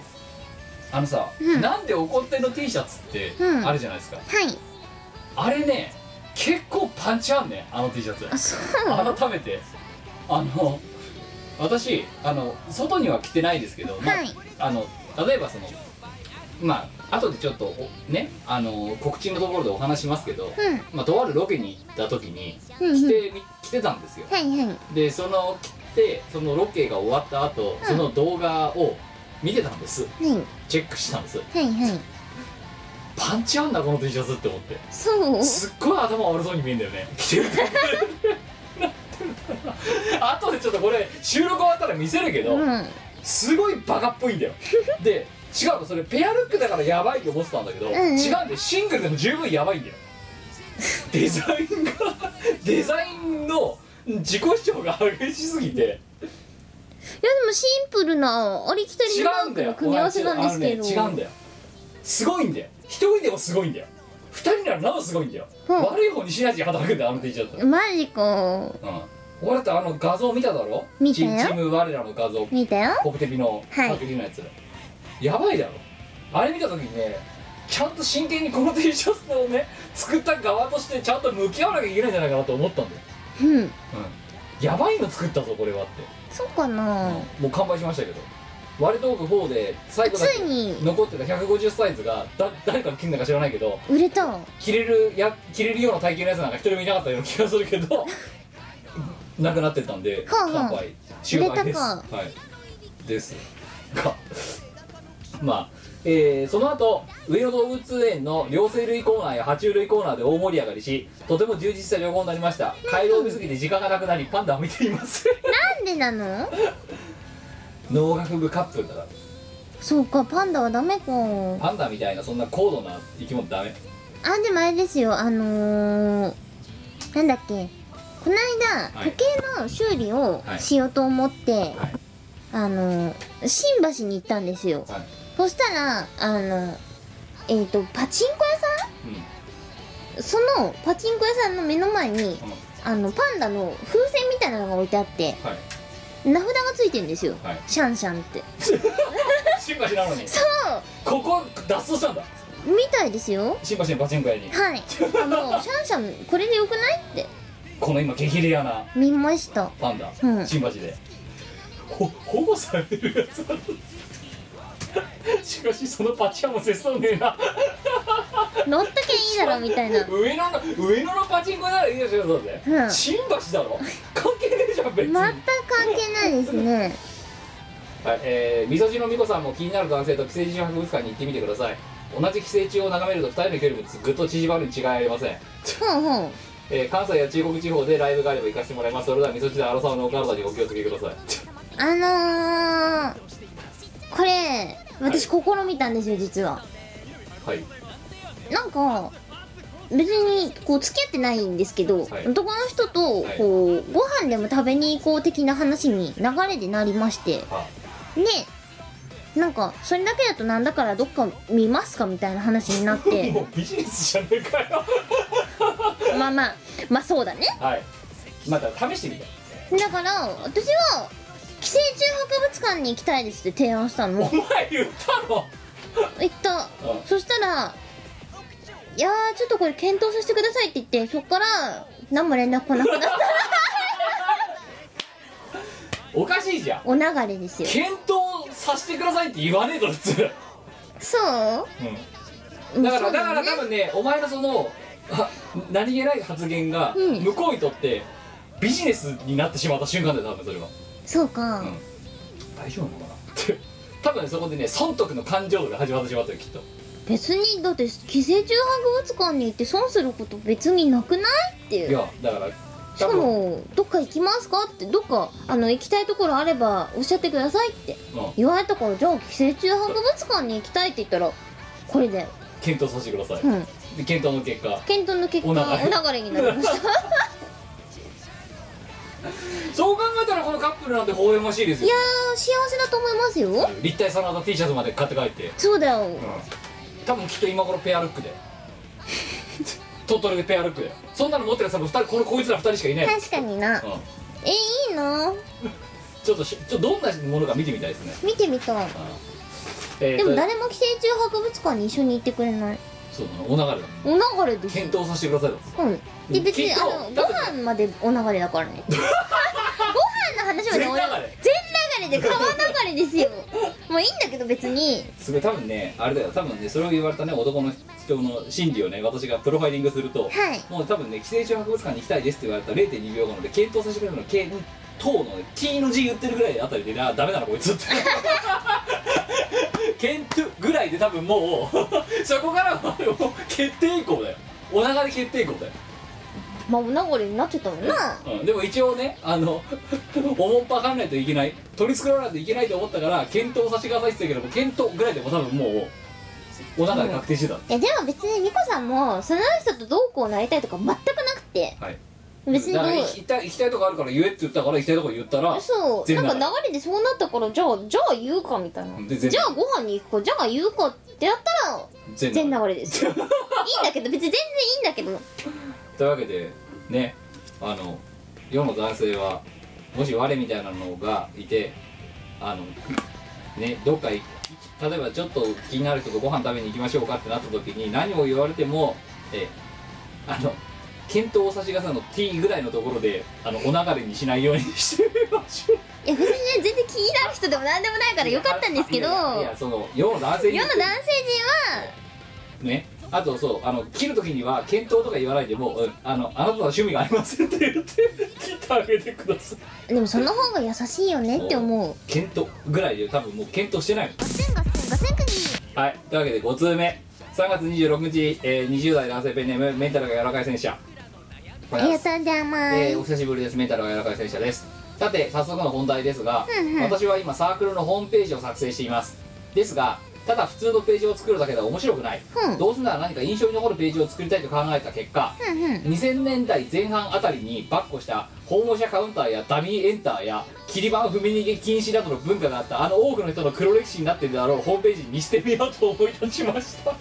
[SPEAKER 1] あのさ、
[SPEAKER 2] うん
[SPEAKER 1] なんで怒ってんの T シャツって
[SPEAKER 2] うん
[SPEAKER 1] あるじゃないですか、
[SPEAKER 2] はい
[SPEAKER 1] あれね結構パンチあんねあの T シャツ
[SPEAKER 2] あそうなの
[SPEAKER 1] 改めてあの私あの外には着てないですけど、まあ
[SPEAKER 2] はい
[SPEAKER 1] あの例えばそのまあ後でちょっとおねあの告知のところでお話しますけど、
[SPEAKER 2] うん
[SPEAKER 1] まあ、とあるロケに行った時に
[SPEAKER 2] うん
[SPEAKER 1] 着
[SPEAKER 2] うん
[SPEAKER 1] てみ着てたんですよ
[SPEAKER 2] はいはい
[SPEAKER 1] でその切ってそのロケが終わった後、
[SPEAKER 2] うん
[SPEAKER 1] その動画を見てたんです
[SPEAKER 2] はい
[SPEAKER 1] チェックしたんです
[SPEAKER 2] はいはい
[SPEAKER 1] パンチあんなこの T シャツって思って
[SPEAKER 2] そう
[SPEAKER 1] すっごい頭悪そうに見えんだよね着てるあとでちょっとこれ収録終わったら見せるけど、
[SPEAKER 2] うん
[SPEAKER 1] すごいバカっぽいんだよで違うのそれペアルックだからやばいと思ってたんだけど、
[SPEAKER 2] ん
[SPEAKER 1] 違うんだよシングルでも十分やばいんだよデザインがデザインの自己主張が激しすぎて
[SPEAKER 2] いやでもシンプルなありきたり
[SPEAKER 1] 違
[SPEAKER 2] の
[SPEAKER 1] う
[SPEAKER 2] マ
[SPEAKER 1] ん
[SPEAKER 2] ー
[SPEAKER 1] だ
[SPEAKER 2] ク
[SPEAKER 1] よ
[SPEAKER 2] の組み合わせなんですけど、
[SPEAKER 1] あのね違うんだよすごいんだよ一人でもすごいんだよ二人ならなおすごいんだよ、
[SPEAKER 2] うん
[SPEAKER 1] 悪い方にシナジー働くんだよあの T シャツ
[SPEAKER 2] マジか
[SPEAKER 1] うん俺だってあの画像見ただろ
[SPEAKER 2] 見たよ
[SPEAKER 1] チチーム我らの画像
[SPEAKER 2] 見たよ
[SPEAKER 1] 国テビの
[SPEAKER 2] はい
[SPEAKER 1] パクリのやつ、やばいだろあれ見た時にねちゃんと真剣にこの T シャツをね作った側としてちゃんと向き合わなきゃいけないんじゃないかなと思ったんだよ、
[SPEAKER 2] うん
[SPEAKER 1] うん、やばいの作ったぞこれはって、
[SPEAKER 2] そうかな、
[SPEAKER 1] もう完売しましたけど割と僕4で最後だ
[SPEAKER 2] つい
[SPEAKER 1] け
[SPEAKER 2] に
[SPEAKER 1] 残ってた150サイズがだ誰かの金だか知らないけど
[SPEAKER 2] 売れた
[SPEAKER 1] 着れるや着れるような体型のやつなんか一人もいなかったような気がするけど なくなってたんで
[SPEAKER 2] はあはあ
[SPEAKER 1] 乾杯中杯です
[SPEAKER 2] 入れ
[SPEAKER 1] はいですが まあえーその後上野動物園の両生類コーナーや爬虫類コーナーで大盛り上がりしとても充実した旅行になりました回廊を見過ぎて時間がなくなりパンダを見ています
[SPEAKER 2] なんでなの
[SPEAKER 1] 農学部カップルだから
[SPEAKER 2] そうかパンダはダメか
[SPEAKER 1] パンダみたいなそんな高度な生き物ダメ
[SPEAKER 2] あでもあれですよあのー、なんだっけこの間
[SPEAKER 1] はい
[SPEAKER 2] 時計の修理を
[SPEAKER 1] はい
[SPEAKER 2] しようと思って、
[SPEAKER 1] はい
[SPEAKER 2] あのー、新橋に行ったんですよ、
[SPEAKER 1] はい
[SPEAKER 2] そしたらあのえっ、とパチンコ屋さ
[SPEAKER 1] うん
[SPEAKER 2] んそのパチンコ屋さんの目の前に
[SPEAKER 1] うん
[SPEAKER 2] あのパンダの風船みたいなのが置いてあって
[SPEAKER 1] はい
[SPEAKER 2] 名札がついてるんですよ、
[SPEAKER 1] はい
[SPEAKER 2] シャンシャンって
[SPEAKER 1] 新橋なのに
[SPEAKER 2] そう
[SPEAKER 1] ここ脱走したんだ
[SPEAKER 2] みたいですよ
[SPEAKER 1] 新橋のパチンコ屋に
[SPEAKER 2] はいあのシャンシャンこれでよくないって
[SPEAKER 1] この今激レアな
[SPEAKER 2] 見ました
[SPEAKER 1] パンダ、
[SPEAKER 2] うん
[SPEAKER 1] 新橋でほ保護されてるやつだしかしそのパチ屋も切相ねえな
[SPEAKER 2] 乗っとけいいだろみたいな
[SPEAKER 1] 上野の上野のパチンコならいいでしょそうね、
[SPEAKER 2] うん
[SPEAKER 1] 新橋だろ関係ねえじゃん別に、
[SPEAKER 2] また関係ないですね
[SPEAKER 1] はいえー、みそじのみこさんも気になる男性と寄生虫博物館に行ってみてください同じ寄生虫を眺めると2人の距離もぐっと縮まるに違いありません
[SPEAKER 2] ほうほう
[SPEAKER 1] えー関西や中国地方でライブがあれば行かせてもらいますそれではみそじで荒沢のお体にお気をつけください
[SPEAKER 2] あのー、これ私試みたんですよ実は
[SPEAKER 1] はい
[SPEAKER 2] なんか別にこう付き合ってないんですけど、
[SPEAKER 1] はい
[SPEAKER 2] 男の人と
[SPEAKER 1] はい
[SPEAKER 2] こうご飯でも食べに行こう的な話に流れでなりまして
[SPEAKER 1] は
[SPEAKER 2] でなんかそれだけだとなんだからどっか見ますかみたいな話になって
[SPEAKER 1] も うビジネスじゃねえかよ
[SPEAKER 2] まあまあまあそうだね
[SPEAKER 1] はいまた試してみた
[SPEAKER 2] だから私は寄生虫博物館に行きたいですって提案したの
[SPEAKER 1] お前言ったの
[SPEAKER 2] 行った
[SPEAKER 1] うん
[SPEAKER 2] そしたら「いやーちょっとこれ検討させてください」って言ってそっから何も連絡来なくなった
[SPEAKER 1] おかしいじゃん
[SPEAKER 2] お流れですよ
[SPEAKER 1] 検討させてくださいって言わねえだろ普通、
[SPEAKER 2] そう
[SPEAKER 1] だから
[SPEAKER 2] そ
[SPEAKER 1] だ
[SPEAKER 2] うだ
[SPEAKER 1] か
[SPEAKER 2] よ
[SPEAKER 1] ら
[SPEAKER 2] ね
[SPEAKER 1] 多分ねお前のそのあ何気ない発言が
[SPEAKER 2] うん
[SPEAKER 1] 向こうにとってビジネスになってしまった瞬間だよ多分それは
[SPEAKER 2] そうか、
[SPEAKER 1] うん大丈夫なのかなって多分ねそこでね損得の感情が始まってしまったよきっと
[SPEAKER 2] 別にだって寄生虫博物館に行って損すること別になくないっていう
[SPEAKER 1] いやだから
[SPEAKER 2] し
[SPEAKER 1] 多
[SPEAKER 2] か
[SPEAKER 1] 分
[SPEAKER 2] も「どっか行きますか?」って「どっかあの行きたいところあればおっしゃってください」って
[SPEAKER 1] うん
[SPEAKER 2] 言われたから「じゃあ寄生虫博物館に行きたい」って言ったら「これだよ」
[SPEAKER 1] 検討させてください、
[SPEAKER 2] うん
[SPEAKER 1] で検討の結果
[SPEAKER 2] 検討の結果
[SPEAKER 1] お
[SPEAKER 2] お
[SPEAKER 1] 流
[SPEAKER 2] 流
[SPEAKER 1] れ
[SPEAKER 2] れになりました
[SPEAKER 1] そう考えたらこのカップルなんて微笑ましいです
[SPEAKER 2] い
[SPEAKER 1] よ
[SPEAKER 2] やー幸せだと思いますよ
[SPEAKER 1] 立体サラダ T シャツまで買って帰って
[SPEAKER 2] そうだよ
[SPEAKER 1] 多分きっと今頃ペアルックで鳥取でペアルックでそんなの持ってるやつはもう二人このこいつら2人しかいない、うん、
[SPEAKER 2] 確かになえいいな
[SPEAKER 1] ちょっとしちょっとどんなものか見てみたいですね、
[SPEAKER 2] 見てみたい
[SPEAKER 1] えー
[SPEAKER 2] で
[SPEAKER 1] と
[SPEAKER 2] も誰も寄生虫博物館に一緒に行ってくれない
[SPEAKER 1] そうだなお流れだ
[SPEAKER 2] お流れですよ
[SPEAKER 1] 検討させてくださいだ
[SPEAKER 2] うんで別に
[SPEAKER 1] きっ
[SPEAKER 2] あ
[SPEAKER 1] と
[SPEAKER 2] のご飯までお流れだからね ご飯の話まで
[SPEAKER 1] 全
[SPEAKER 2] お
[SPEAKER 1] 流れ
[SPEAKER 2] 全流れで川流れですよもういいんだけど別に
[SPEAKER 1] すごい多分ねあれだよ多分ねそれを言われたね男の人の心理をね私がプロファイリングすると、
[SPEAKER 2] はい
[SPEAKER 1] もう多分ね寄生虫博物館に行きたいですって言われた0.2秒後ので検討させてくれるの K 等のね T の字言ってるぐらいあたりであダメだなこいつって検 ケントゥぐらいで多分もう そこからはもう決定以降だよお腹で決定以降だよ、
[SPEAKER 2] まあおなごれになっちゃったもんな
[SPEAKER 1] うん、でも一応ねあのおもんぱかんないといけない取り繕わないといけないと思ったから検討させてくださいって言ってたけども検討ぐらいでも多分もうお腹で確定してた、
[SPEAKER 2] いやでも別にニコさんもその人とどうこうなりたいとか全くなくて
[SPEAKER 1] はい
[SPEAKER 2] 別にど
[SPEAKER 1] だから
[SPEAKER 2] う
[SPEAKER 1] 行きたい行きたいとこあるから言えって言ったから行きたいとこ言ったら
[SPEAKER 2] そう
[SPEAKER 1] 全
[SPEAKER 2] な
[SPEAKER 1] 部
[SPEAKER 2] んか流れでそうなったからじゃあじゃあ言うかみたいな
[SPEAKER 1] で全部
[SPEAKER 2] じゃあご飯に行くかじゃあ言うかってやったら
[SPEAKER 1] 全
[SPEAKER 2] 全
[SPEAKER 1] 裸
[SPEAKER 2] 流れですよいいんだけど別に全然いいんだけど
[SPEAKER 1] というわけでねあの世の男性はもし我みたいなのがいてあのねどっかい例えばちょっと気になる人とご飯食べに行きましょうかってなった時に何を言われてもえあの検討を差し出さの T ぐらいのところであのお流れにしないようにしてみましょう
[SPEAKER 2] いや別にね全然気になる人でも何でもないからよかったんですけど
[SPEAKER 1] い
[SPEAKER 2] 世の
[SPEAKER 1] やいやいやその世の男性に
[SPEAKER 2] 男性陣は
[SPEAKER 1] ねあとそうあの切る時には検討とか言わないでもううんあのあなたは趣味がありませんって言って 切ってあげてください
[SPEAKER 2] でもその方が優しいよねって思う
[SPEAKER 1] 検討ぐらいで多分もう検討してないもん
[SPEAKER 2] ガセンガセンガセンクニ
[SPEAKER 1] はいというわけで5通目3月26日、えー20代男性ペンネームメンタルが柔らかい戦車こ
[SPEAKER 2] ありがとうございます、
[SPEAKER 1] えーお久しぶりですメンタルが柔らかい戦車ですさて早速の本題ですが、
[SPEAKER 2] うんうん
[SPEAKER 1] 私は今サークルのホームページを作成していますですがただ普通のページを作るだけでは面白くない、
[SPEAKER 2] うん
[SPEAKER 1] どうせなら何か印象に残るページを作りたいと考えた結果、
[SPEAKER 2] うんうん
[SPEAKER 1] 2000年代前半あたりに跋扈した訪問者カウンターやダミーエンターや切り板踏み逃げ禁止などの文化があったあの多くの人の黒歴史になっているだろうホームページにしてみようと思い立ちました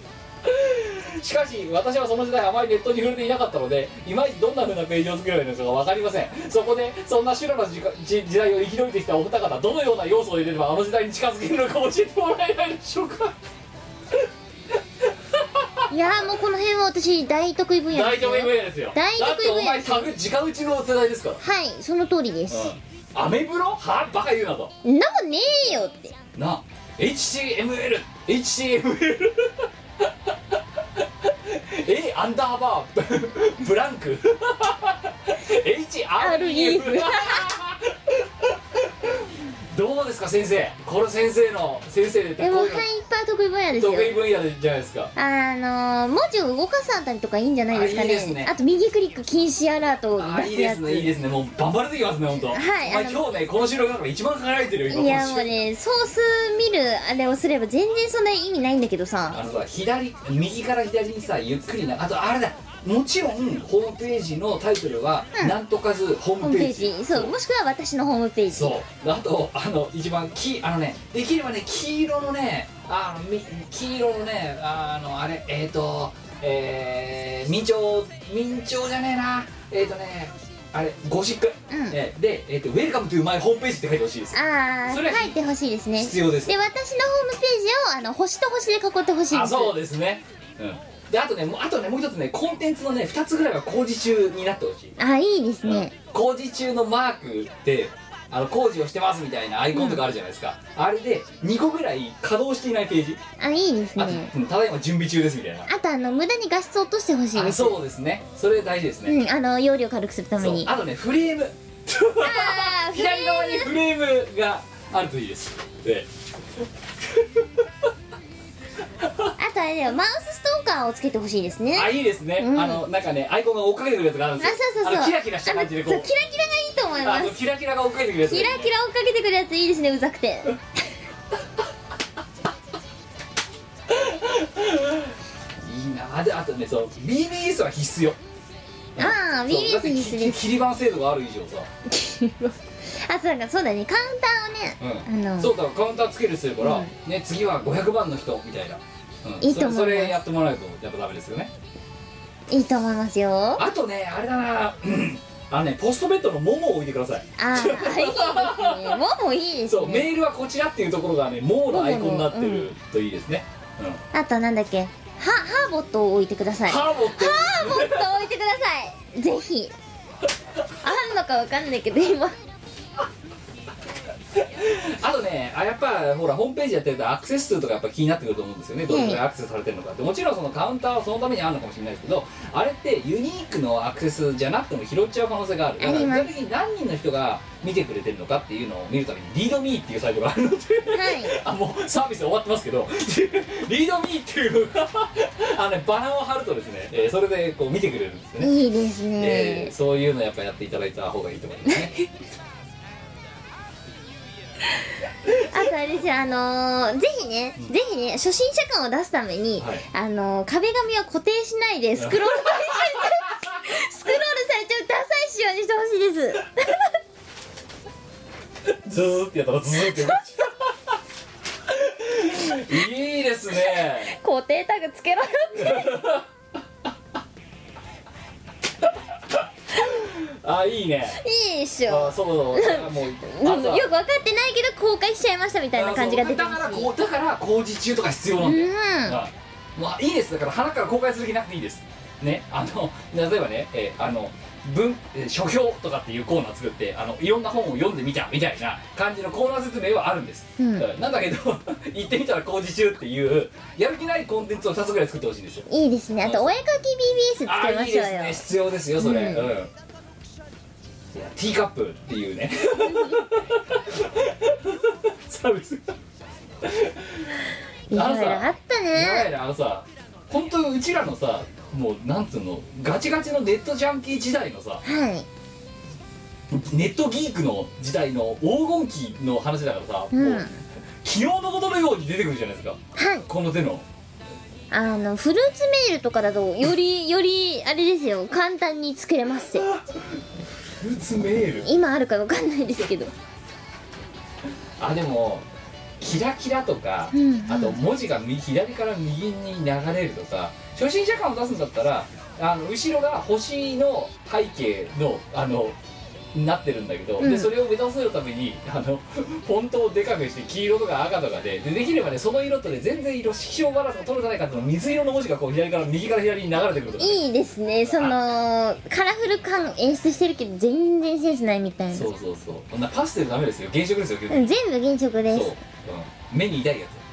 [SPEAKER 1] しかし私はその時代あまりネットに触れていなかったのでいまいちどんな風なページを作ればいいのか分かりませんそこでそんな修羅の時間時時代を生き延びてきたお二方どのような要素を入れればあの時代に近づけるのか教えてもらえないでしょうか
[SPEAKER 2] いやーもうこの辺は私大得意分野
[SPEAKER 1] 大
[SPEAKER 2] ですよ
[SPEAKER 1] 得意分野ですよ
[SPEAKER 2] 大得意分野
[SPEAKER 1] だってお前時間打ちの世代ですから
[SPEAKER 2] はいその通りです、
[SPEAKER 1] うんアメブロはバカ言うなと
[SPEAKER 2] んなもんねえよって
[SPEAKER 1] な HTML HTML えアンダーバー ブランク HREF どうですか先生これ先生の先生で
[SPEAKER 2] で
[SPEAKER 1] こ
[SPEAKER 2] もは
[SPEAKER 1] う
[SPEAKER 2] い
[SPEAKER 1] い
[SPEAKER 2] っ
[SPEAKER 1] うの
[SPEAKER 2] ぱい得意分野ですよ
[SPEAKER 1] 得意分野じゃないですか
[SPEAKER 2] あのー、文字を動かすあたりとかいいんじゃないですかね
[SPEAKER 1] あいいですね
[SPEAKER 2] あと右クリック禁止アラートを
[SPEAKER 1] あい
[SPEAKER 2] 出
[SPEAKER 1] い
[SPEAKER 2] す
[SPEAKER 1] で
[SPEAKER 2] や
[SPEAKER 1] す
[SPEAKER 2] つ
[SPEAKER 1] ねいいですねもうバンバン出てきますね本当
[SPEAKER 2] はい
[SPEAKER 1] お前
[SPEAKER 2] あの
[SPEAKER 1] 今日ねこの収録だから一番輝いてるよ今
[SPEAKER 2] い
[SPEAKER 1] この
[SPEAKER 2] や
[SPEAKER 1] 収
[SPEAKER 2] も
[SPEAKER 1] 録
[SPEAKER 2] うねソース見るあれをすれば全然そんな意味ないんだけどさ
[SPEAKER 1] あのさ左右から左にさゆっくりなあとあれだもちろんホームページのタイトルは「
[SPEAKER 2] うん
[SPEAKER 1] なんとかずホー
[SPEAKER 2] ホー
[SPEAKER 1] ム
[SPEAKER 2] ム
[SPEAKER 1] ペ
[SPEAKER 2] ペ
[SPEAKER 1] ージ」
[SPEAKER 2] ージそうもしくは私のホームページ
[SPEAKER 1] そうあとあの一番きあのねできればね黄色のねあのみ黄色のねあのあれえっ、ー、とえー、明朝明朝じゃねえなえっ、ー、とねあれゴシック、
[SPEAKER 2] うん
[SPEAKER 1] えーで、えーと「ウェルカムトゥマイホームページ」って書いてほしいです
[SPEAKER 2] ああ
[SPEAKER 1] それは
[SPEAKER 2] 書いてほしいですね
[SPEAKER 1] 必要です
[SPEAKER 2] で私のホームページをあの星と星で囲ってほしいです
[SPEAKER 1] あそうですねうんであとねもうあとねもう一つねコンテンツのね2つぐらいは工事中になってほしい
[SPEAKER 2] あいいですね、
[SPEAKER 1] 工事中のマークってあの工事をしてますみたいなアイコンとかあるじゃないですか、あれで2個ぐらい稼働していないページ、
[SPEAKER 2] あいいです
[SPEAKER 1] あと
[SPEAKER 2] ね
[SPEAKER 1] うんただいま準備中ですみたいな
[SPEAKER 2] あとあの無駄に画質を落としてほしいで
[SPEAKER 1] あ
[SPEAKER 2] す
[SPEAKER 1] そうですねそれ大事ですね、
[SPEAKER 2] うんあの容量軽くするため
[SPEAKER 1] そう
[SPEAKER 2] に
[SPEAKER 1] あとねフレーム
[SPEAKER 2] あー
[SPEAKER 1] 左側にフレームがあるといいですで
[SPEAKER 2] あとあれだよマウスストーカーをつけてほしいですね
[SPEAKER 1] あいいですね、
[SPEAKER 2] うん
[SPEAKER 1] あのなんかねアイコンが追っかけてくるやつがあるん
[SPEAKER 2] あ
[SPEAKER 1] ですよ
[SPEAKER 2] そうそうそう
[SPEAKER 1] あのキラキラした感じでこ
[SPEAKER 2] あのそうキラキラがいいと思い
[SPEAKER 1] あ
[SPEAKER 2] ま
[SPEAKER 1] の
[SPEAKER 2] す
[SPEAKER 1] キラキラが追っかけてくるやつがい
[SPEAKER 2] キ
[SPEAKER 1] いね、
[SPEAKER 2] ラキラ追っかけてくるやついいですねうざくて
[SPEAKER 1] いいなあであとねその BBS は必須よ
[SPEAKER 2] あ
[SPEAKER 1] そ
[SPEAKER 2] あ
[SPEAKER 1] う
[SPEAKER 2] BBS 必
[SPEAKER 1] だ
[SPEAKER 2] 須
[SPEAKER 1] って
[SPEAKER 2] で
[SPEAKER 1] き
[SPEAKER 2] す
[SPEAKER 1] 切り板制度がある以上さ、
[SPEAKER 2] あそうだそうだねカウンターをね、あの
[SPEAKER 1] そうだからカウンターつける人だから、
[SPEAKER 2] うん
[SPEAKER 1] ね次は500番の人みたいな、うん
[SPEAKER 2] いいと思います
[SPEAKER 1] それそれやってもらうとやっぱダメですよね
[SPEAKER 2] いいと思いますよあ
[SPEAKER 1] あとねあれだなうんあのねポストベッドのモモを置いてください
[SPEAKER 2] あーいいですねもうもういいです
[SPEAKER 1] そう
[SPEAKER 2] ね
[SPEAKER 1] メールはこちらっていうところがねモーのアイコンになって
[SPEAKER 2] モモのう
[SPEAKER 1] るといいですね、うん
[SPEAKER 2] あとなんだっけはハーボットを置いてくださいハ
[SPEAKER 1] ハーボって
[SPEAKER 2] ーボットを置いてくださいぜひあんのかわかんないけど今
[SPEAKER 1] あとねあやっぱほらホームページやってるとアクセス数とかやっぱ気になってくると思うんですよねどれぐらいアクセスされてるのかってもちろんそのカウンターはそのためにあるのかもしれないですけどあれってユニークのアクセスじゃなくても拾っちゃう可能性があるだから
[SPEAKER 2] あります
[SPEAKER 1] 具体的に何人の人が見てくれてるのかっていうのを見るために ReadMe っていうサイトがあるので
[SPEAKER 2] はい
[SPEAKER 1] あもうサービス終わってますけど リードミーっていうあの、ね、バナを貼るとですね、えーそれでこう見てくれるんですよね、
[SPEAKER 2] いいです
[SPEAKER 1] え
[SPEAKER 2] ね
[SPEAKER 1] ーそういうのやっぱやっていただいた方がいいと思いますね
[SPEAKER 2] あとあれですよあのーぜひね、ぜひね初心者感を出すために、
[SPEAKER 1] はい
[SPEAKER 2] あのー壁紙は固定しないでスクロール されちゃうスクロールされちゃうダサい仕様にしてほしいです
[SPEAKER 1] ズーってやったらズーっていいですね
[SPEAKER 2] 固定タグつけろよ
[SPEAKER 1] あいいね
[SPEAKER 2] いいでし
[SPEAKER 1] あ
[SPEAKER 2] ょ
[SPEAKER 1] そうだからもう
[SPEAKER 2] でも
[SPEAKER 1] あそう
[SPEAKER 2] よく分かってないけど公開しちゃいましたみたいな感じが出て
[SPEAKER 1] あそうだ
[SPEAKER 2] ま
[SPEAKER 1] から
[SPEAKER 2] すし
[SPEAKER 1] こうだから工事中とか必要な
[SPEAKER 2] うん
[SPEAKER 1] だよ、
[SPEAKER 2] ん
[SPEAKER 1] あまあいいですだから腹から公開する気なくていいですねあの例えばね、えーあの文えー書評とかっていうコーナー作ってあのいろんな本を読んでみたみたいな感じのコーナー説明はあるんです、
[SPEAKER 2] うん
[SPEAKER 1] なんだけど 行ってみたら工事中っていうやる気ないコンテンツを2つぐらい作ってほしいんですよ
[SPEAKER 2] いいですねあとお絵かき BBS
[SPEAKER 1] あ
[SPEAKER 2] 作
[SPEAKER 1] あ
[SPEAKER 2] りま
[SPEAKER 1] ーいい
[SPEAKER 2] しょ
[SPEAKER 1] で
[SPEAKER 2] う
[SPEAKER 1] す
[SPEAKER 2] よ
[SPEAKER 1] ね必要ですよそれ
[SPEAKER 2] う
[SPEAKER 1] うんん、いやティーカップっていう ねサービスが
[SPEAKER 2] いろいろあった
[SPEAKER 1] やばい
[SPEAKER 2] ね
[SPEAKER 1] なあのさ本当にうちらのさもうなんつうのガチガチのネットジャンキー時代のさ
[SPEAKER 2] はい
[SPEAKER 1] ネットギークの時代の黄金期の話だからさ、
[SPEAKER 2] うん
[SPEAKER 1] もう昨日のことのように出てくるじゃないですか
[SPEAKER 2] はい
[SPEAKER 1] この手の
[SPEAKER 2] あのフルーツメールとかだとよりよりあれですよ簡単に作れますよ
[SPEAKER 1] フルーツメール
[SPEAKER 2] 今あるかわかんないですけど
[SPEAKER 1] あでもキラキラとか、
[SPEAKER 2] うんうん
[SPEAKER 1] あと文字が右左から右に流れるとか初心者感を出すんだったらあの後ろが星の背景のあのなってるんだけど、
[SPEAKER 2] う
[SPEAKER 1] で
[SPEAKER 2] ん
[SPEAKER 1] それを目指すためにあのフォントをでかくして黄色とか赤とかででできればねその色とね全然色気象バランスが取れてないかっていうの水色の文字がこう左から右から左に流れてくるとかね、
[SPEAKER 2] いいですねそのカラフル感演出してるけど全然センスないみたいな
[SPEAKER 1] そうそうそうこんなパステルダメですよ原色ですよ原色
[SPEAKER 2] うん全部原色で
[SPEAKER 1] そう、
[SPEAKER 2] す
[SPEAKER 1] うん、目に痛いやつ、うん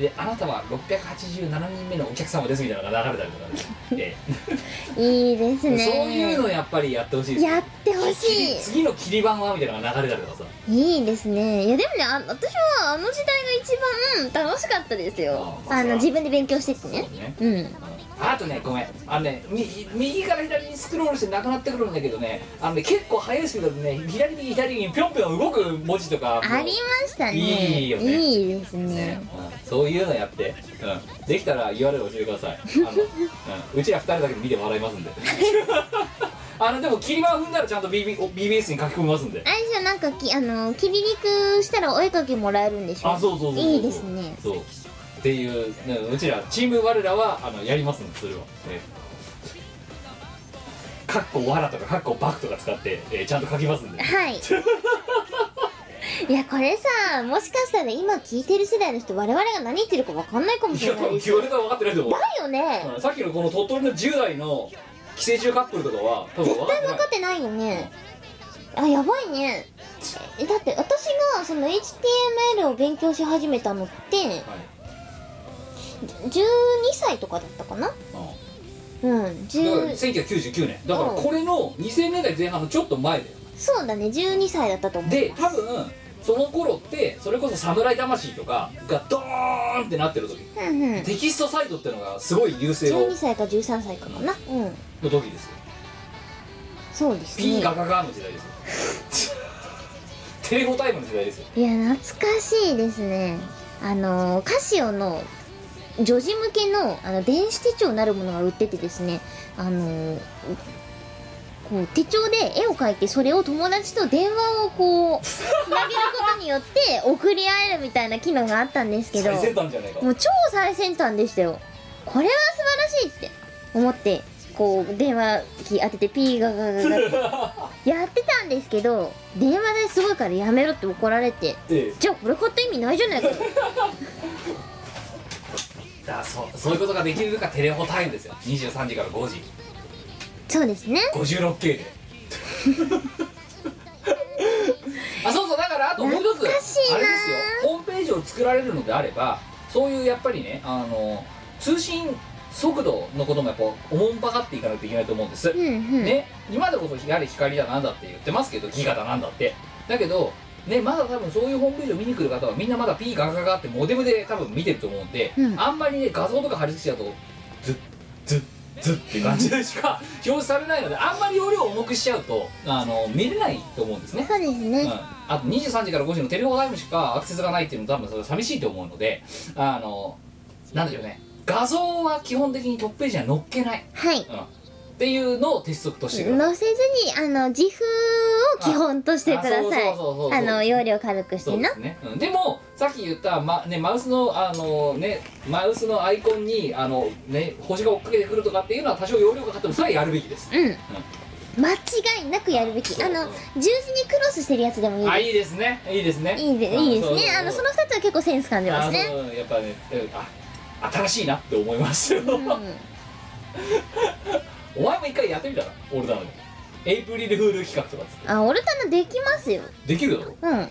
[SPEAKER 1] であなたは687人目のお客様ですみたいなのが流れたりとかね、
[SPEAKER 2] いいです
[SPEAKER 1] で
[SPEAKER 2] ね
[SPEAKER 1] そういうのやっぱりやってほしいです
[SPEAKER 2] やってほしい
[SPEAKER 1] 切り次の切り板はみたいなのが流れたりとかさ
[SPEAKER 2] いいですねいやでもねあ私はあの時代が一番楽しかったですよ
[SPEAKER 1] あーまあ
[SPEAKER 2] あの自分で勉強してって
[SPEAKER 1] そう
[SPEAKER 2] ね
[SPEAKER 1] ね
[SPEAKER 2] うん
[SPEAKER 1] あとねごめんあのねみ右から左にスクロールしてなくなってくるんだけどねあのね結構速いスピードでね左に左にぴょんぴょん動く文字とかも
[SPEAKER 2] ありましたね
[SPEAKER 1] いいよね
[SPEAKER 2] いいですね
[SPEAKER 1] ね、うんそういうのやって、うん、できたら URL 教えてくださいあの、うん、うちら二人だけで見て笑いますんで あのでも切り板踏んだらちゃんと BB BBS に書き込みますんで
[SPEAKER 2] あれじゃなんかきあの切り肉したらお絵かきもらえるんでしょ
[SPEAKER 1] あそうそうそうそう
[SPEAKER 2] いいですね
[SPEAKER 1] そうっていう、ねうちらチーム我らはあのやりますんでそれは、ええかっこわらとかかっこばくとか使って、ええちゃんと書きますんで
[SPEAKER 2] はいいやこれさもしかしたら今聞いてる世代の人我々が何言ってるか分かんないかも
[SPEAKER 1] い
[SPEAKER 2] し
[SPEAKER 1] や
[SPEAKER 2] れ
[SPEAKER 1] 多
[SPEAKER 2] ない
[SPEAKER 1] 分
[SPEAKER 2] です
[SPEAKER 1] 言われたら分かってないと思う
[SPEAKER 2] だよね
[SPEAKER 1] うんさっきのこの鳥取の10代の寄生虫カップルとかは多分分かっ
[SPEAKER 2] 絶
[SPEAKER 1] て
[SPEAKER 2] 対
[SPEAKER 1] な
[SPEAKER 2] 分
[SPEAKER 1] い
[SPEAKER 2] かってないよねあやばいねえだって私がその HTML を勉強し始めたのって
[SPEAKER 1] はい
[SPEAKER 2] 12歳とかだったかな
[SPEAKER 1] うん
[SPEAKER 2] うん
[SPEAKER 1] だから
[SPEAKER 2] 10
[SPEAKER 1] 1999年だから
[SPEAKER 2] うん
[SPEAKER 1] これの2000年代前半のちょっと前だよ
[SPEAKER 2] そうだね12歳だったと思う
[SPEAKER 1] で多分その頃ってそれこそ侍魂とかがドーンってなってる時
[SPEAKER 2] うんうん
[SPEAKER 1] テキストサイトってのがすごい優勢を
[SPEAKER 2] 12歳か13歳かかなうん
[SPEAKER 1] の時ですよ
[SPEAKER 2] そうですね
[SPEAKER 1] P ガガガーの時代ですよテレホタイムの時代ですよ
[SPEAKER 2] いや懐かしいですねあのカシオの女児向けのあの電子手帳なるものが売っててですねあのこう手帳で絵を描いてそれを友達と電話をこうつなげることによって送り合えるみたいな機能があったんですけど
[SPEAKER 1] 最先端じゃないか
[SPEAKER 2] もう超最先端でしたよこれは素晴らしいって思ってこう電話機当ててピーガガガガってやってたんですけど電話代すごいからやめろって怒られて
[SPEAKER 1] え
[SPEAKER 2] じゃあこれ買った意味ないじゃないかと
[SPEAKER 1] えだからそそういうことができるのがテレホタイムですよ23時から5時
[SPEAKER 2] そうですね
[SPEAKER 1] 56K で あそうそうだからあともう一つ
[SPEAKER 2] 懐かしいな
[SPEAKER 1] あれですよホームページを作られるのであればそういうやっぱりねあの通信速度のこともやっぱおもんぱかっていかないといけないと思うんです、
[SPEAKER 2] うんうん、
[SPEAKER 1] ね今でこそやはり光だなんだって言ってますけどギガだなんだってだけどねまだ多分そういうホームページを見に来る方はみんなまだ P ガガガガってモデムで多分見てると思うんで、
[SPEAKER 2] うん
[SPEAKER 1] あんまりね画像とか貼り付けちゃうとズッズッズッっていう感じでしか 表示されないのであんまり容量を重くしちゃうとあの見れないと思うんですね
[SPEAKER 2] そうですね、
[SPEAKER 1] うんあと23時から5時のテレホタイムしかアクセスがないっていうのも多分それは寂しいと思うのであのなんでしょうね画像は基本的にトップページには載っけない、
[SPEAKER 2] はい
[SPEAKER 1] うん、っていうのを鉄則としてください
[SPEAKER 2] 載せずにあの自負を基本としてください
[SPEAKER 1] あそうそうそうそうそう
[SPEAKER 2] あの容量軽くし
[SPEAKER 1] そう
[SPEAKER 2] て
[SPEAKER 1] で
[SPEAKER 2] な
[SPEAKER 1] すね、うん、でもさっき言った、まね、マウスのあの、ね、マウスのアイコンにあの、ね、星が追っかけてくるとかっていうのは多少容量がかかってもそれはやるべきです
[SPEAKER 2] うん間違いなくやるべき
[SPEAKER 1] そう
[SPEAKER 2] あの十字にクロスしてるやつでもいい
[SPEAKER 1] あ
[SPEAKER 2] で
[SPEAKER 1] いいですねいいですね
[SPEAKER 2] すいいで
[SPEAKER 1] うん
[SPEAKER 2] いいです
[SPEAKER 1] う
[SPEAKER 2] ね
[SPEAKER 1] う
[SPEAKER 2] あのその2つは結構センス感じます
[SPEAKER 1] あ
[SPEAKER 2] ね
[SPEAKER 1] そううんやっぱねうんあ新しいなって思いますよ、
[SPEAKER 2] う ん
[SPEAKER 1] お前も一回やってみたら俺なのにエイプリルフール企画とかっつって
[SPEAKER 2] あオルタナできますよ
[SPEAKER 1] できるだろ
[SPEAKER 2] うん
[SPEAKER 1] うん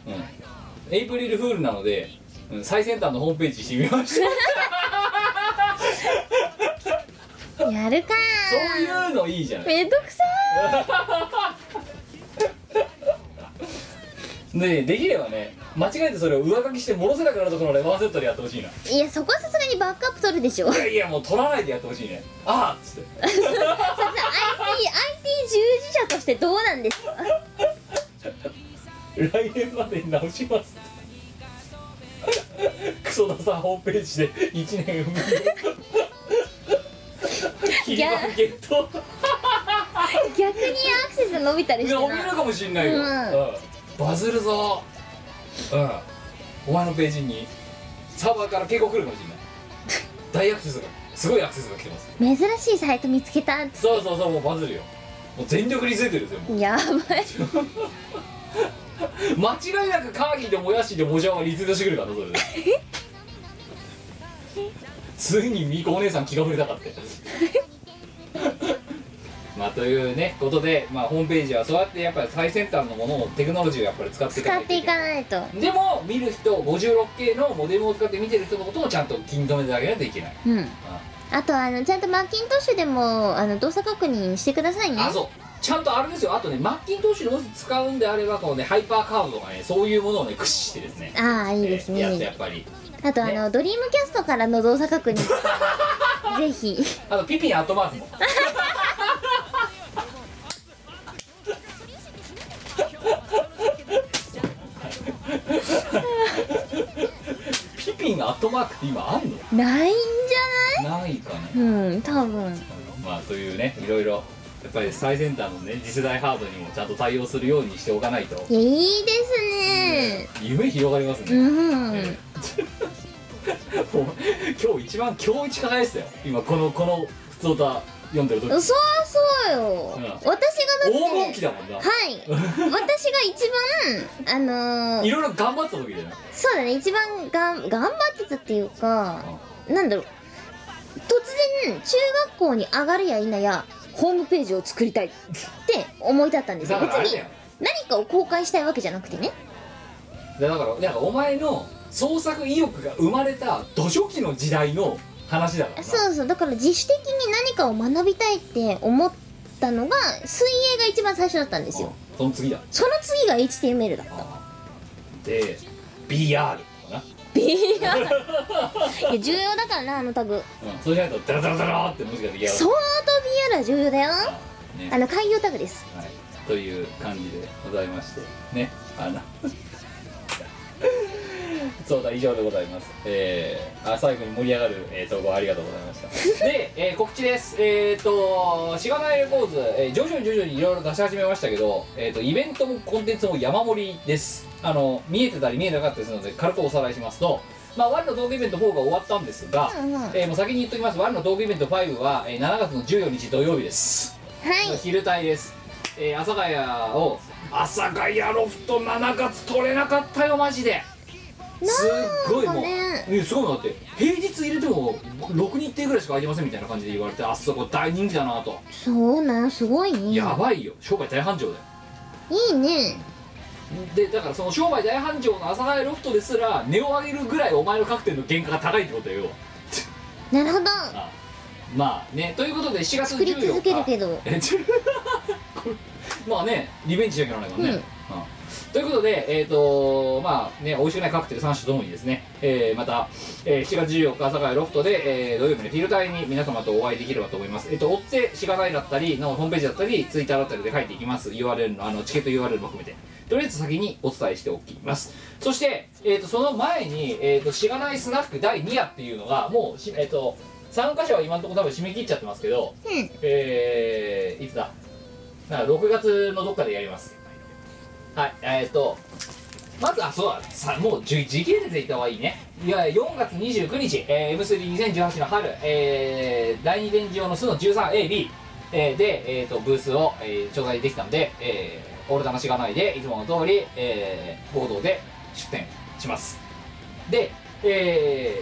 [SPEAKER 1] エイプリルフールなので、うん最先端のホームページしてみま した
[SPEAKER 2] やるか
[SPEAKER 1] そういうのいいじゃない
[SPEAKER 2] めんどくさ
[SPEAKER 1] ねできればね間違えてそれを上書きして戻せなくなるところまでワンセットでやってほしいない
[SPEAKER 2] いやそこはさすがにバックアップ取るでしょ さすが
[SPEAKER 1] やいやもう取らないでやってほしいねああっつって
[SPEAKER 2] に IT, IT 従事者としてどうなんですか
[SPEAKER 1] 来年までに直しますってクソダサホームページで1年産む切り分けと
[SPEAKER 2] 逆にアクセス伸びたりして
[SPEAKER 1] 伸び
[SPEAKER 2] な
[SPEAKER 1] るかもしんないよ、
[SPEAKER 2] うん
[SPEAKER 1] うんバズるぞうんお前のページにサーバーから警告来るかもしんない大アクセスがすごいアクセスが来てます
[SPEAKER 2] 珍しいサイト見つけたっつ
[SPEAKER 1] そうそうそうもうバズるよもう全力リツイートですよもう
[SPEAKER 2] やばい
[SPEAKER 1] 間違いなくカーギーでもやしでもじゃはリツイートしてくるからなそれでついにみこお姉さん気が触れたかってまあというねことで、まあ、ホームページはそうやってやっぱり最先端のものをテクノロジーをやっぱり使っていか
[SPEAKER 2] 使
[SPEAKER 1] な
[SPEAKER 2] っ
[SPEAKER 1] いと
[SPEAKER 2] てい
[SPEAKER 1] いけな
[SPEAKER 2] か
[SPEAKER 1] い
[SPEAKER 2] ないと
[SPEAKER 1] でも見る人 56K のモデルを使って見てる人のこともちゃんと気に留めてあげないといけない、
[SPEAKER 2] うんあとあのちゃんとマッキントッシュでもあの動作確認してくださいね
[SPEAKER 1] あそうちゃんとあれですよあとねマッキントッシュでもし使うんであればこのねハイパーカードとかねそういうものをね駆使してですね
[SPEAKER 2] ああいいです
[SPEAKER 1] えーやつや
[SPEAKER 2] ね
[SPEAKER 1] っぱり
[SPEAKER 2] あとあのドリームキャストからの動 作確認ぜひ
[SPEAKER 1] あとピピンアットマークもピピンアットマークって今あんの
[SPEAKER 2] ないんじ
[SPEAKER 1] ないかね
[SPEAKER 2] ゃないうん多分
[SPEAKER 1] まあというねいろいろやっぱり最先端のね次世代ハードにもちゃんと対応するようにしておかないと
[SPEAKER 2] いやいいですね
[SPEAKER 1] 夢広がりますね、
[SPEAKER 2] うん、
[SPEAKER 1] ええ お前今日一番今日一輝いてたよ今このこの普通歌読んでる時
[SPEAKER 2] そうそうよ、
[SPEAKER 1] うん
[SPEAKER 2] 私がだって
[SPEAKER 1] 黄金期だもんな
[SPEAKER 2] はい私が一番あのー
[SPEAKER 1] いろいろ頑張ってた時だよね
[SPEAKER 2] そうだね一番がん頑張ってたっていうかなんだろう突然中学校に上がるや否やホームページを作りたいって思い立ったんですよ
[SPEAKER 1] だ
[SPEAKER 2] 別
[SPEAKER 1] からあれだ
[SPEAKER 2] に
[SPEAKER 1] よ
[SPEAKER 2] 何かを公開したいわけじゃなくてね
[SPEAKER 1] だからだからお前の創作意欲が生まれた土初期の時代の話だからな
[SPEAKER 2] そうそうだから自主的に何かを学びたいって思ったのが水泳が一番最初だったんですよ
[SPEAKER 1] うんその次だ
[SPEAKER 2] その次が HTML だ
[SPEAKER 1] で BR とかな
[SPEAKER 2] ビーラーいや重要だからなあのタグ
[SPEAKER 1] うん、そうしないとダラダラダラーって文字が出来上がる
[SPEAKER 2] 相当ビーラー重要だよ
[SPEAKER 1] ね
[SPEAKER 2] あの開業タグです
[SPEAKER 1] はい、という感じでございましてねあの そうだ以上でございます、えーあ最後に盛り上がる、えー投稿ありがとうございましたで、えー告知ですえっ、としがないレコーズ、えー徐々に徐々にいろいろ出し始めましたけど、えー、とイベントもコンテンツも山盛りですあの見えてたり見えなかったりするので軽くおさらいしますとまあ、ワンのトークイベント4が終わったんですが、
[SPEAKER 2] うんうん
[SPEAKER 1] えーもう先に言っときますワンのトークイベント5は、えー7月の14日土曜日です
[SPEAKER 2] はい
[SPEAKER 1] 昼帯です、えー、阿佐ヶ谷を阿佐ヶ谷ロフト7月取れなかったよマジですっごいもう、
[SPEAKER 2] ね
[SPEAKER 1] えすごいのだって平日入れても6日程ぐらいしか空いてませんみたいな感じで言われてあそこ大人気だなと、
[SPEAKER 2] そうなんすごいね
[SPEAKER 1] やばいよ商売大繁盛だよ
[SPEAKER 2] いいね
[SPEAKER 1] でだからその商売大繁盛の阿佐ヶ谷ロフトですら値を上げるぐらいお前の各店の原価が高いってことよ要は
[SPEAKER 2] なるほど
[SPEAKER 1] あまあねということで4月
[SPEAKER 2] 作り
[SPEAKER 1] 14
[SPEAKER 2] 続
[SPEAKER 1] 日
[SPEAKER 2] けるけど
[SPEAKER 1] えちょ これまあねリベンジしなきゃならないからね、
[SPEAKER 2] うん
[SPEAKER 1] うんということでえっ、とまあね美味しくないカクテル3種ともにですね、えーまた、えー7月14日朝からロフトで、えー土曜日のフィルターに皆様とお会いできればと思いますえっ、と追ってしがないだったりのホームページだったりツイッターだったりで書いていきます URL のあのチケット URL も含めてとりあえず先にお伝えしておきますそして、えー、とその前に、えー、としがないスナック第2夜っていうのがもうしえっ、と参加者は今のところ多分締め切っちゃってますけど、
[SPEAKER 2] うん
[SPEAKER 1] えー、いつだなんか6月のどっかでやりますはいえーっとまずあそうださもう時時系列でいった方がいいねいや4月29日、えー、M32018 の春、えー、第2電磁用の巣の 13AB、えーで、えー、とブースを、えー、頂戴できたので、えー、オール魂がないでいつもの通り、えー、合同で出展しますで、え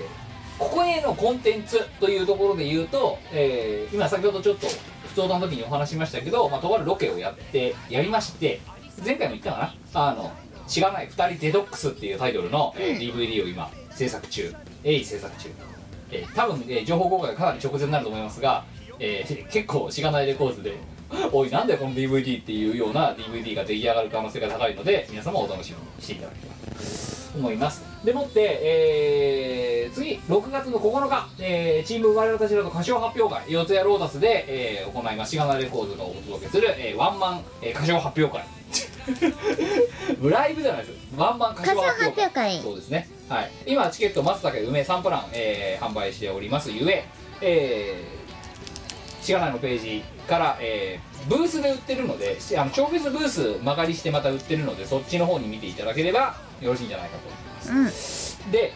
[SPEAKER 1] ー、ここへのコンテンツというところで言うと、えー今先ほどちょっと普通の時にお話ししましたけど、まあ、とあるロケをやってやりまして前回も言ったかなあの「知らない2人デトックス」っていうタイトルの、えー DVD を今制作中鋭意制作中、えー多分、えー情報公開がかなり直前になると思いますが、えー結構知らないレコーズで「おいなんだよこの DVD」っていうような DVD が出来上がる可能性が高いので皆様お楽しみにしていただければ思いますでもって、えー次6月の9日、えーチーム我々たちらの歌唱発表会四谷ロータスで、えー行いますしがなレコーズがお届けする、えーワンマン、えー歌唱発表会 ライブじゃないですワンマン歌唱発表会
[SPEAKER 2] 歌唱発表会
[SPEAKER 1] そうですねはい今チケット松竹梅サンプラン、えー販売しておりますゆええーしがないのページから、えーブースで売ってるのでしあの超フェスブース曲がりしてまた売ってるのでそっちの方に見ていただければよろしいんじゃないかと思います、
[SPEAKER 2] うん
[SPEAKER 1] で、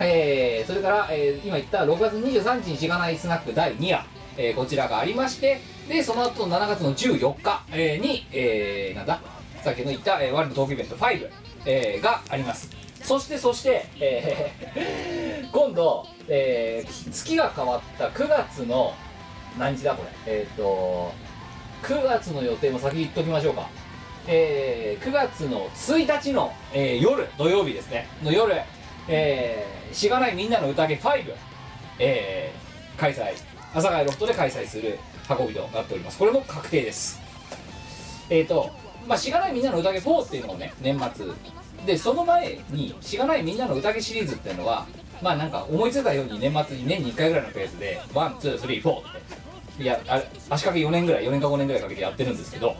[SPEAKER 1] えーそれから、えー今言った6月23日にしがないスナック第2夜、えーこちらがありましてでその後7月の14日、えーに、えーなんださっきの言った、えー、我のトークイベント5、えーがありますそしてそして、えー 今度、えー月が変わった9月の何日だこれえっ、と9月の予定も先言っときましょうかえー9月の1日の、えー夜土曜日ですねの夜、えーしがないみんなの宴5、えー開催朝佐ヶ谷ロフトで開催する運びとなっておりますこれも確定ですえっ、とまあしがないみんなの宴4っていうのをね年末でその前にしがないみんなの宴シリーズっていうのはまあなんか思いついたように年末に年に1回ぐらいのペースでワンツースリーフォーっていやあれ足掛け4年ぐらい4年か5年ぐらいかけてやってるんですけど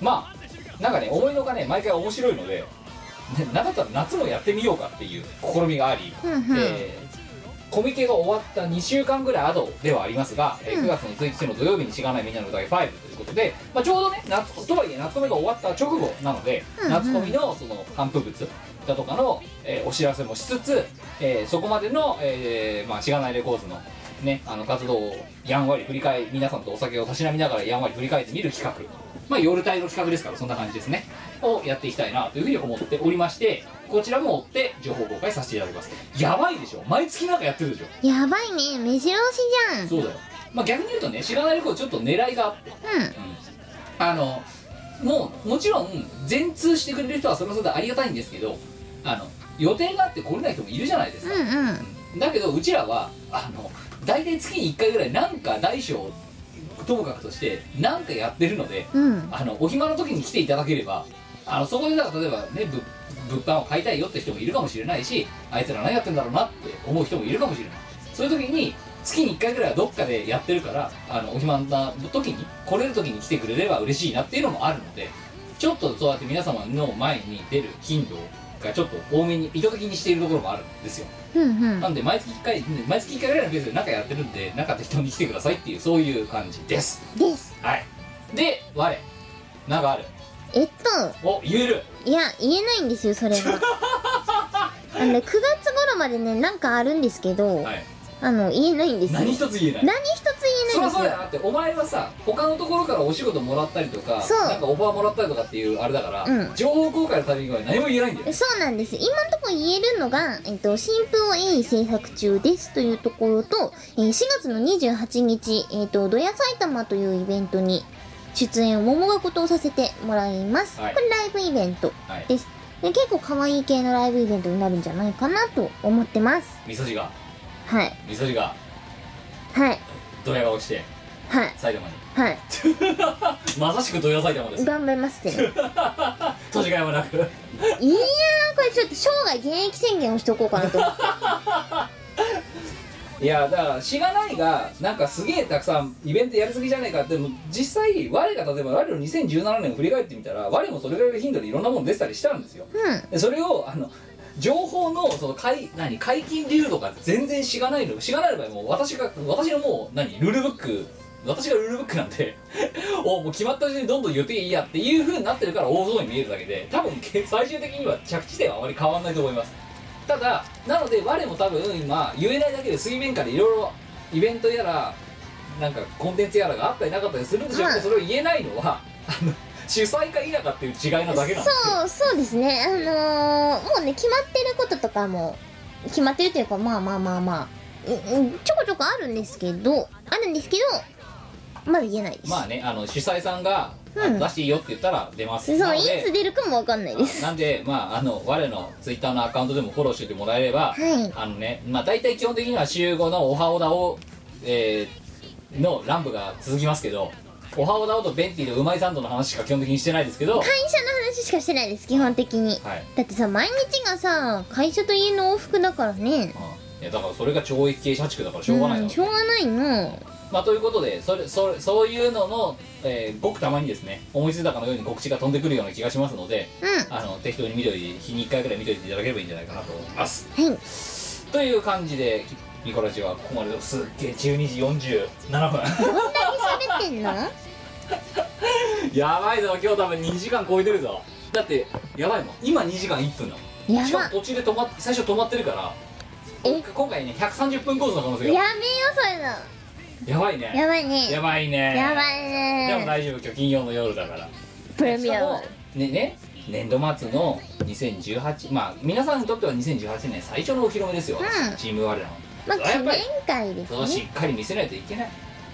[SPEAKER 1] まあなんかね思いのがね毎回面白いのでねなんだったら夏もやってみようかっていう試みがあり、
[SPEAKER 2] うんうん
[SPEAKER 1] えーコミケが終わった2週間ぐらい後ではありますが、えー
[SPEAKER 2] うん
[SPEAKER 1] 9月の1日の土曜日に「しがないみんなの歌い5」ということで、まあ、ちょうどね夏とはいえ夏コミが終わった直後なので、
[SPEAKER 2] うんうん
[SPEAKER 1] 夏コミのその反復物だとかの、えーお知らせもしつつ、えーそこまでの、えーまあ、しがないレコーズのね、あの活動をやんわり振り返り皆さんとお酒をたしなみながらやんわり振り返ってみる企画まあ夜帯の企画ですからそんな感じですねをやっていきたいなというふうに思っておりましてこちらも追って情報公開させていただきますやばいでしょ毎月なんかやってるでしょ
[SPEAKER 2] やばいね目白押しじゃん
[SPEAKER 1] そうだよまあ逆に言うとね知らない子ちょっと狙いがあって
[SPEAKER 2] う
[SPEAKER 1] あのもうもちろん全通してくれる人はそれはそれでありがたいんですけどあの予定があって来れない人もいるじゃないですか、
[SPEAKER 2] んうんうん
[SPEAKER 1] だけどうちらはあの大体月に1回ぐらいなんか大小ともかくとしてなんかやってるので
[SPEAKER 2] うん
[SPEAKER 1] あのお暇の時に来ていただければあのそこでだから例えばねぶ物販を買いたいよって人もいるかもしれないしあいつら何やってんだろうなって思う人もいるかもしれないそういう時に月に1回ぐらいはどっかでやってるからあのお暇な時に来れる時に来てくれれば嬉しいなっていうのもあるのでちょっとそうやって皆様の前に出る頻度がちょっと多めに意図的にしているところもあるんですよ
[SPEAKER 2] うんうん
[SPEAKER 1] なんで毎月1回毎月1回ぐらいのペースで何かやってるんで何か適当に来てくださいっていうそういう感じです
[SPEAKER 2] です
[SPEAKER 1] はいで我なんかある
[SPEAKER 2] えっ
[SPEAKER 1] お言える
[SPEAKER 2] といや言えないんですよそれが あのね9月頃までねなんかあるんですけど、
[SPEAKER 1] はい
[SPEAKER 2] あの言えないんですよ
[SPEAKER 1] 何一つ言えない
[SPEAKER 2] 何一つ
[SPEAKER 1] そ
[SPEAKER 2] 言
[SPEAKER 1] り
[SPEAKER 2] えない
[SPEAKER 1] ゃ
[SPEAKER 2] んです
[SPEAKER 1] そうだよ
[SPEAKER 2] よ
[SPEAKER 1] だってお前はさ他のところからお仕事もらったりとか
[SPEAKER 2] そう
[SPEAKER 1] なんかオファーもらったりとかっていうあれだから、
[SPEAKER 2] うん
[SPEAKER 1] 情報公開のタイミングは何も言えないんだよ
[SPEAKER 2] そうなんです今のところ言えるのが、えっと、新婦を鋭意制作中ですというところと、えー4月の28日、えっと、ドヤ埼玉というイベントに出演を桃がことをさせてもらいます、
[SPEAKER 1] はい
[SPEAKER 2] これライブイベント
[SPEAKER 1] はい
[SPEAKER 2] ですで結構可愛い系のライブイベントになるんじゃないかなと思ってます
[SPEAKER 1] 味噌汁が
[SPEAKER 2] はい
[SPEAKER 1] 味噌汁が
[SPEAKER 2] はい
[SPEAKER 1] ドヤ顔して
[SPEAKER 2] はい
[SPEAKER 1] 埼玉に
[SPEAKER 2] はい
[SPEAKER 1] まさしくドヤ埼玉です
[SPEAKER 2] 頑張りますってね
[SPEAKER 1] 閉じ替えもなく
[SPEAKER 2] いやーこれちょっと生涯現役宣言をしておこうかなと思って
[SPEAKER 1] いやだからしがないがなんかすげえたくさんイベントやりすぎじゃねえかでも実際我が例えば我の2017年を振り返ってみたら我もそれぐらいの頻度でいろんなもの出てたりしたんですよ
[SPEAKER 2] うん
[SPEAKER 1] でそれをあの情報のその解何解禁理由とか全然しがないのしがない場合もう私が私のもう何ルールブック私がルールブックなんで おもう決まった時点でどんどん言っていいやっていうふうになってるから大そうに見えるだけで多分け最終的には着地点はあまり変わんないと思いますただなので我も多分今言えないだけで水面下でいろいろイベントやらなんかコンテンツやらがあったりなかったりするんでしょうけど、
[SPEAKER 2] うん
[SPEAKER 1] それを言えないのはあの主催か否かっていう違いなだけなんです
[SPEAKER 2] そうそうですねあのーもうね決まってることとかも決まってるというかまあまあまあまあうんうんちょこちょこあるんですけどあるんですけどまだ言えないです、
[SPEAKER 1] まあねあの主催さんが、あ
[SPEAKER 2] うん
[SPEAKER 1] 出していいよって言ったら出ます
[SPEAKER 2] そ
[SPEAKER 1] な
[SPEAKER 2] う
[SPEAKER 1] の
[SPEAKER 2] いつ
[SPEAKER 1] で
[SPEAKER 2] 出るかもわかんないです
[SPEAKER 1] あなんでまああの我のツイッターのアカウントでもフォローしててもらえれば、
[SPEAKER 2] はい
[SPEAKER 1] あのねまあ大体基本的には週5のおはおだを、えーの乱舞が続きますけどおはおだおとベンティのうまいサンドの話しか基本的にしてないですけど、
[SPEAKER 2] 会社の話しかしてないです基本的に、
[SPEAKER 1] はい
[SPEAKER 2] だってさ毎日がさ会社と家の往復だからね
[SPEAKER 1] うんいやだからそれが懲役刑社畜だからしょうがないの、
[SPEAKER 2] んしょうがないの
[SPEAKER 1] まあ、ということでそれそれそういうのの、えーごくたまにですね思いついたかのように告知が飛んでくるような気がしますので
[SPEAKER 2] う
[SPEAKER 1] あの適当に見といて日に1回ぐらい見といていただければいいんじゃないかなと思います
[SPEAKER 2] んはい
[SPEAKER 1] という感じでニコラジはここまでですっげえ12時47分
[SPEAKER 2] 喋ってんの
[SPEAKER 1] やばいぞ今日多分2時間超えてるぞだってやばいもん今2時間1分だもん
[SPEAKER 2] や
[SPEAKER 1] しかも
[SPEAKER 2] ば
[SPEAKER 1] 途中で止まっ最初止まってるから
[SPEAKER 2] え
[SPEAKER 1] 今回ね130分コースの可能性
[SPEAKER 2] やめ
[SPEAKER 1] が
[SPEAKER 2] よそういうの
[SPEAKER 1] やばいね
[SPEAKER 2] やばいね
[SPEAKER 1] やばいね
[SPEAKER 2] やばい
[SPEAKER 1] でも
[SPEAKER 2] ね
[SPEAKER 1] 大丈夫今日金曜の夜だから
[SPEAKER 2] プレミアム
[SPEAKER 1] ねね年度末の2018まあ皆さんにとっては2018年最初のお披露目ですよ、
[SPEAKER 2] うん
[SPEAKER 1] チーム我らの、
[SPEAKER 2] まあ
[SPEAKER 1] それはや
[SPEAKER 2] 記
[SPEAKER 1] っ
[SPEAKER 2] 念
[SPEAKER 1] ぱり
[SPEAKER 2] 会です
[SPEAKER 1] それをし
[SPEAKER 2] ね
[SPEAKER 1] っかり見せないといけない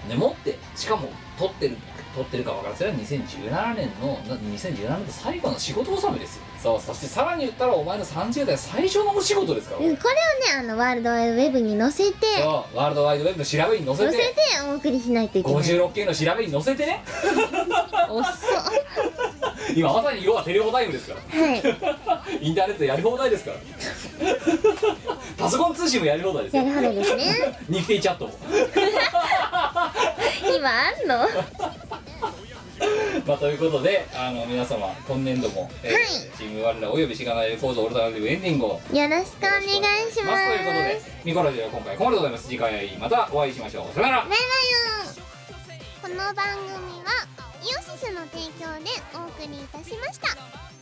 [SPEAKER 1] でもってしかも撮ってる撮ってるか分からせれば2017年のな2017年の最後の仕事納めですよそうそしてさらに言ったらお前の30代最初のお仕事ですから、
[SPEAKER 2] うんこれをねあのワールドワイドウェブに載せて
[SPEAKER 1] そうワールドワイドウェブの調べに載せ
[SPEAKER 2] 載せ
[SPEAKER 1] て
[SPEAKER 2] てお送りしないといけない
[SPEAKER 1] 56件の調べに載せてね
[SPEAKER 2] おっそ
[SPEAKER 1] 今まさに要はテレホタイムですから
[SPEAKER 2] はい
[SPEAKER 1] インターネットやり放題ですからパソコン通信もやり放題です
[SPEAKER 2] や
[SPEAKER 1] よ
[SPEAKER 2] りはりで すね
[SPEAKER 1] 日経チャットも
[SPEAKER 2] 今あんの
[SPEAKER 1] まあということであの皆様今年度も、えー
[SPEAKER 2] はい
[SPEAKER 1] チーム我らおよびしがないレコードオルタナティブエンディングを
[SPEAKER 2] よろしくお願いしま
[SPEAKER 1] と
[SPEAKER 2] す
[SPEAKER 1] いうことでミコラジオは今回ここまででございます次回またお会いしましょうさよなら
[SPEAKER 2] バイバイよこの番組はイオシスの提供でお送りいたしました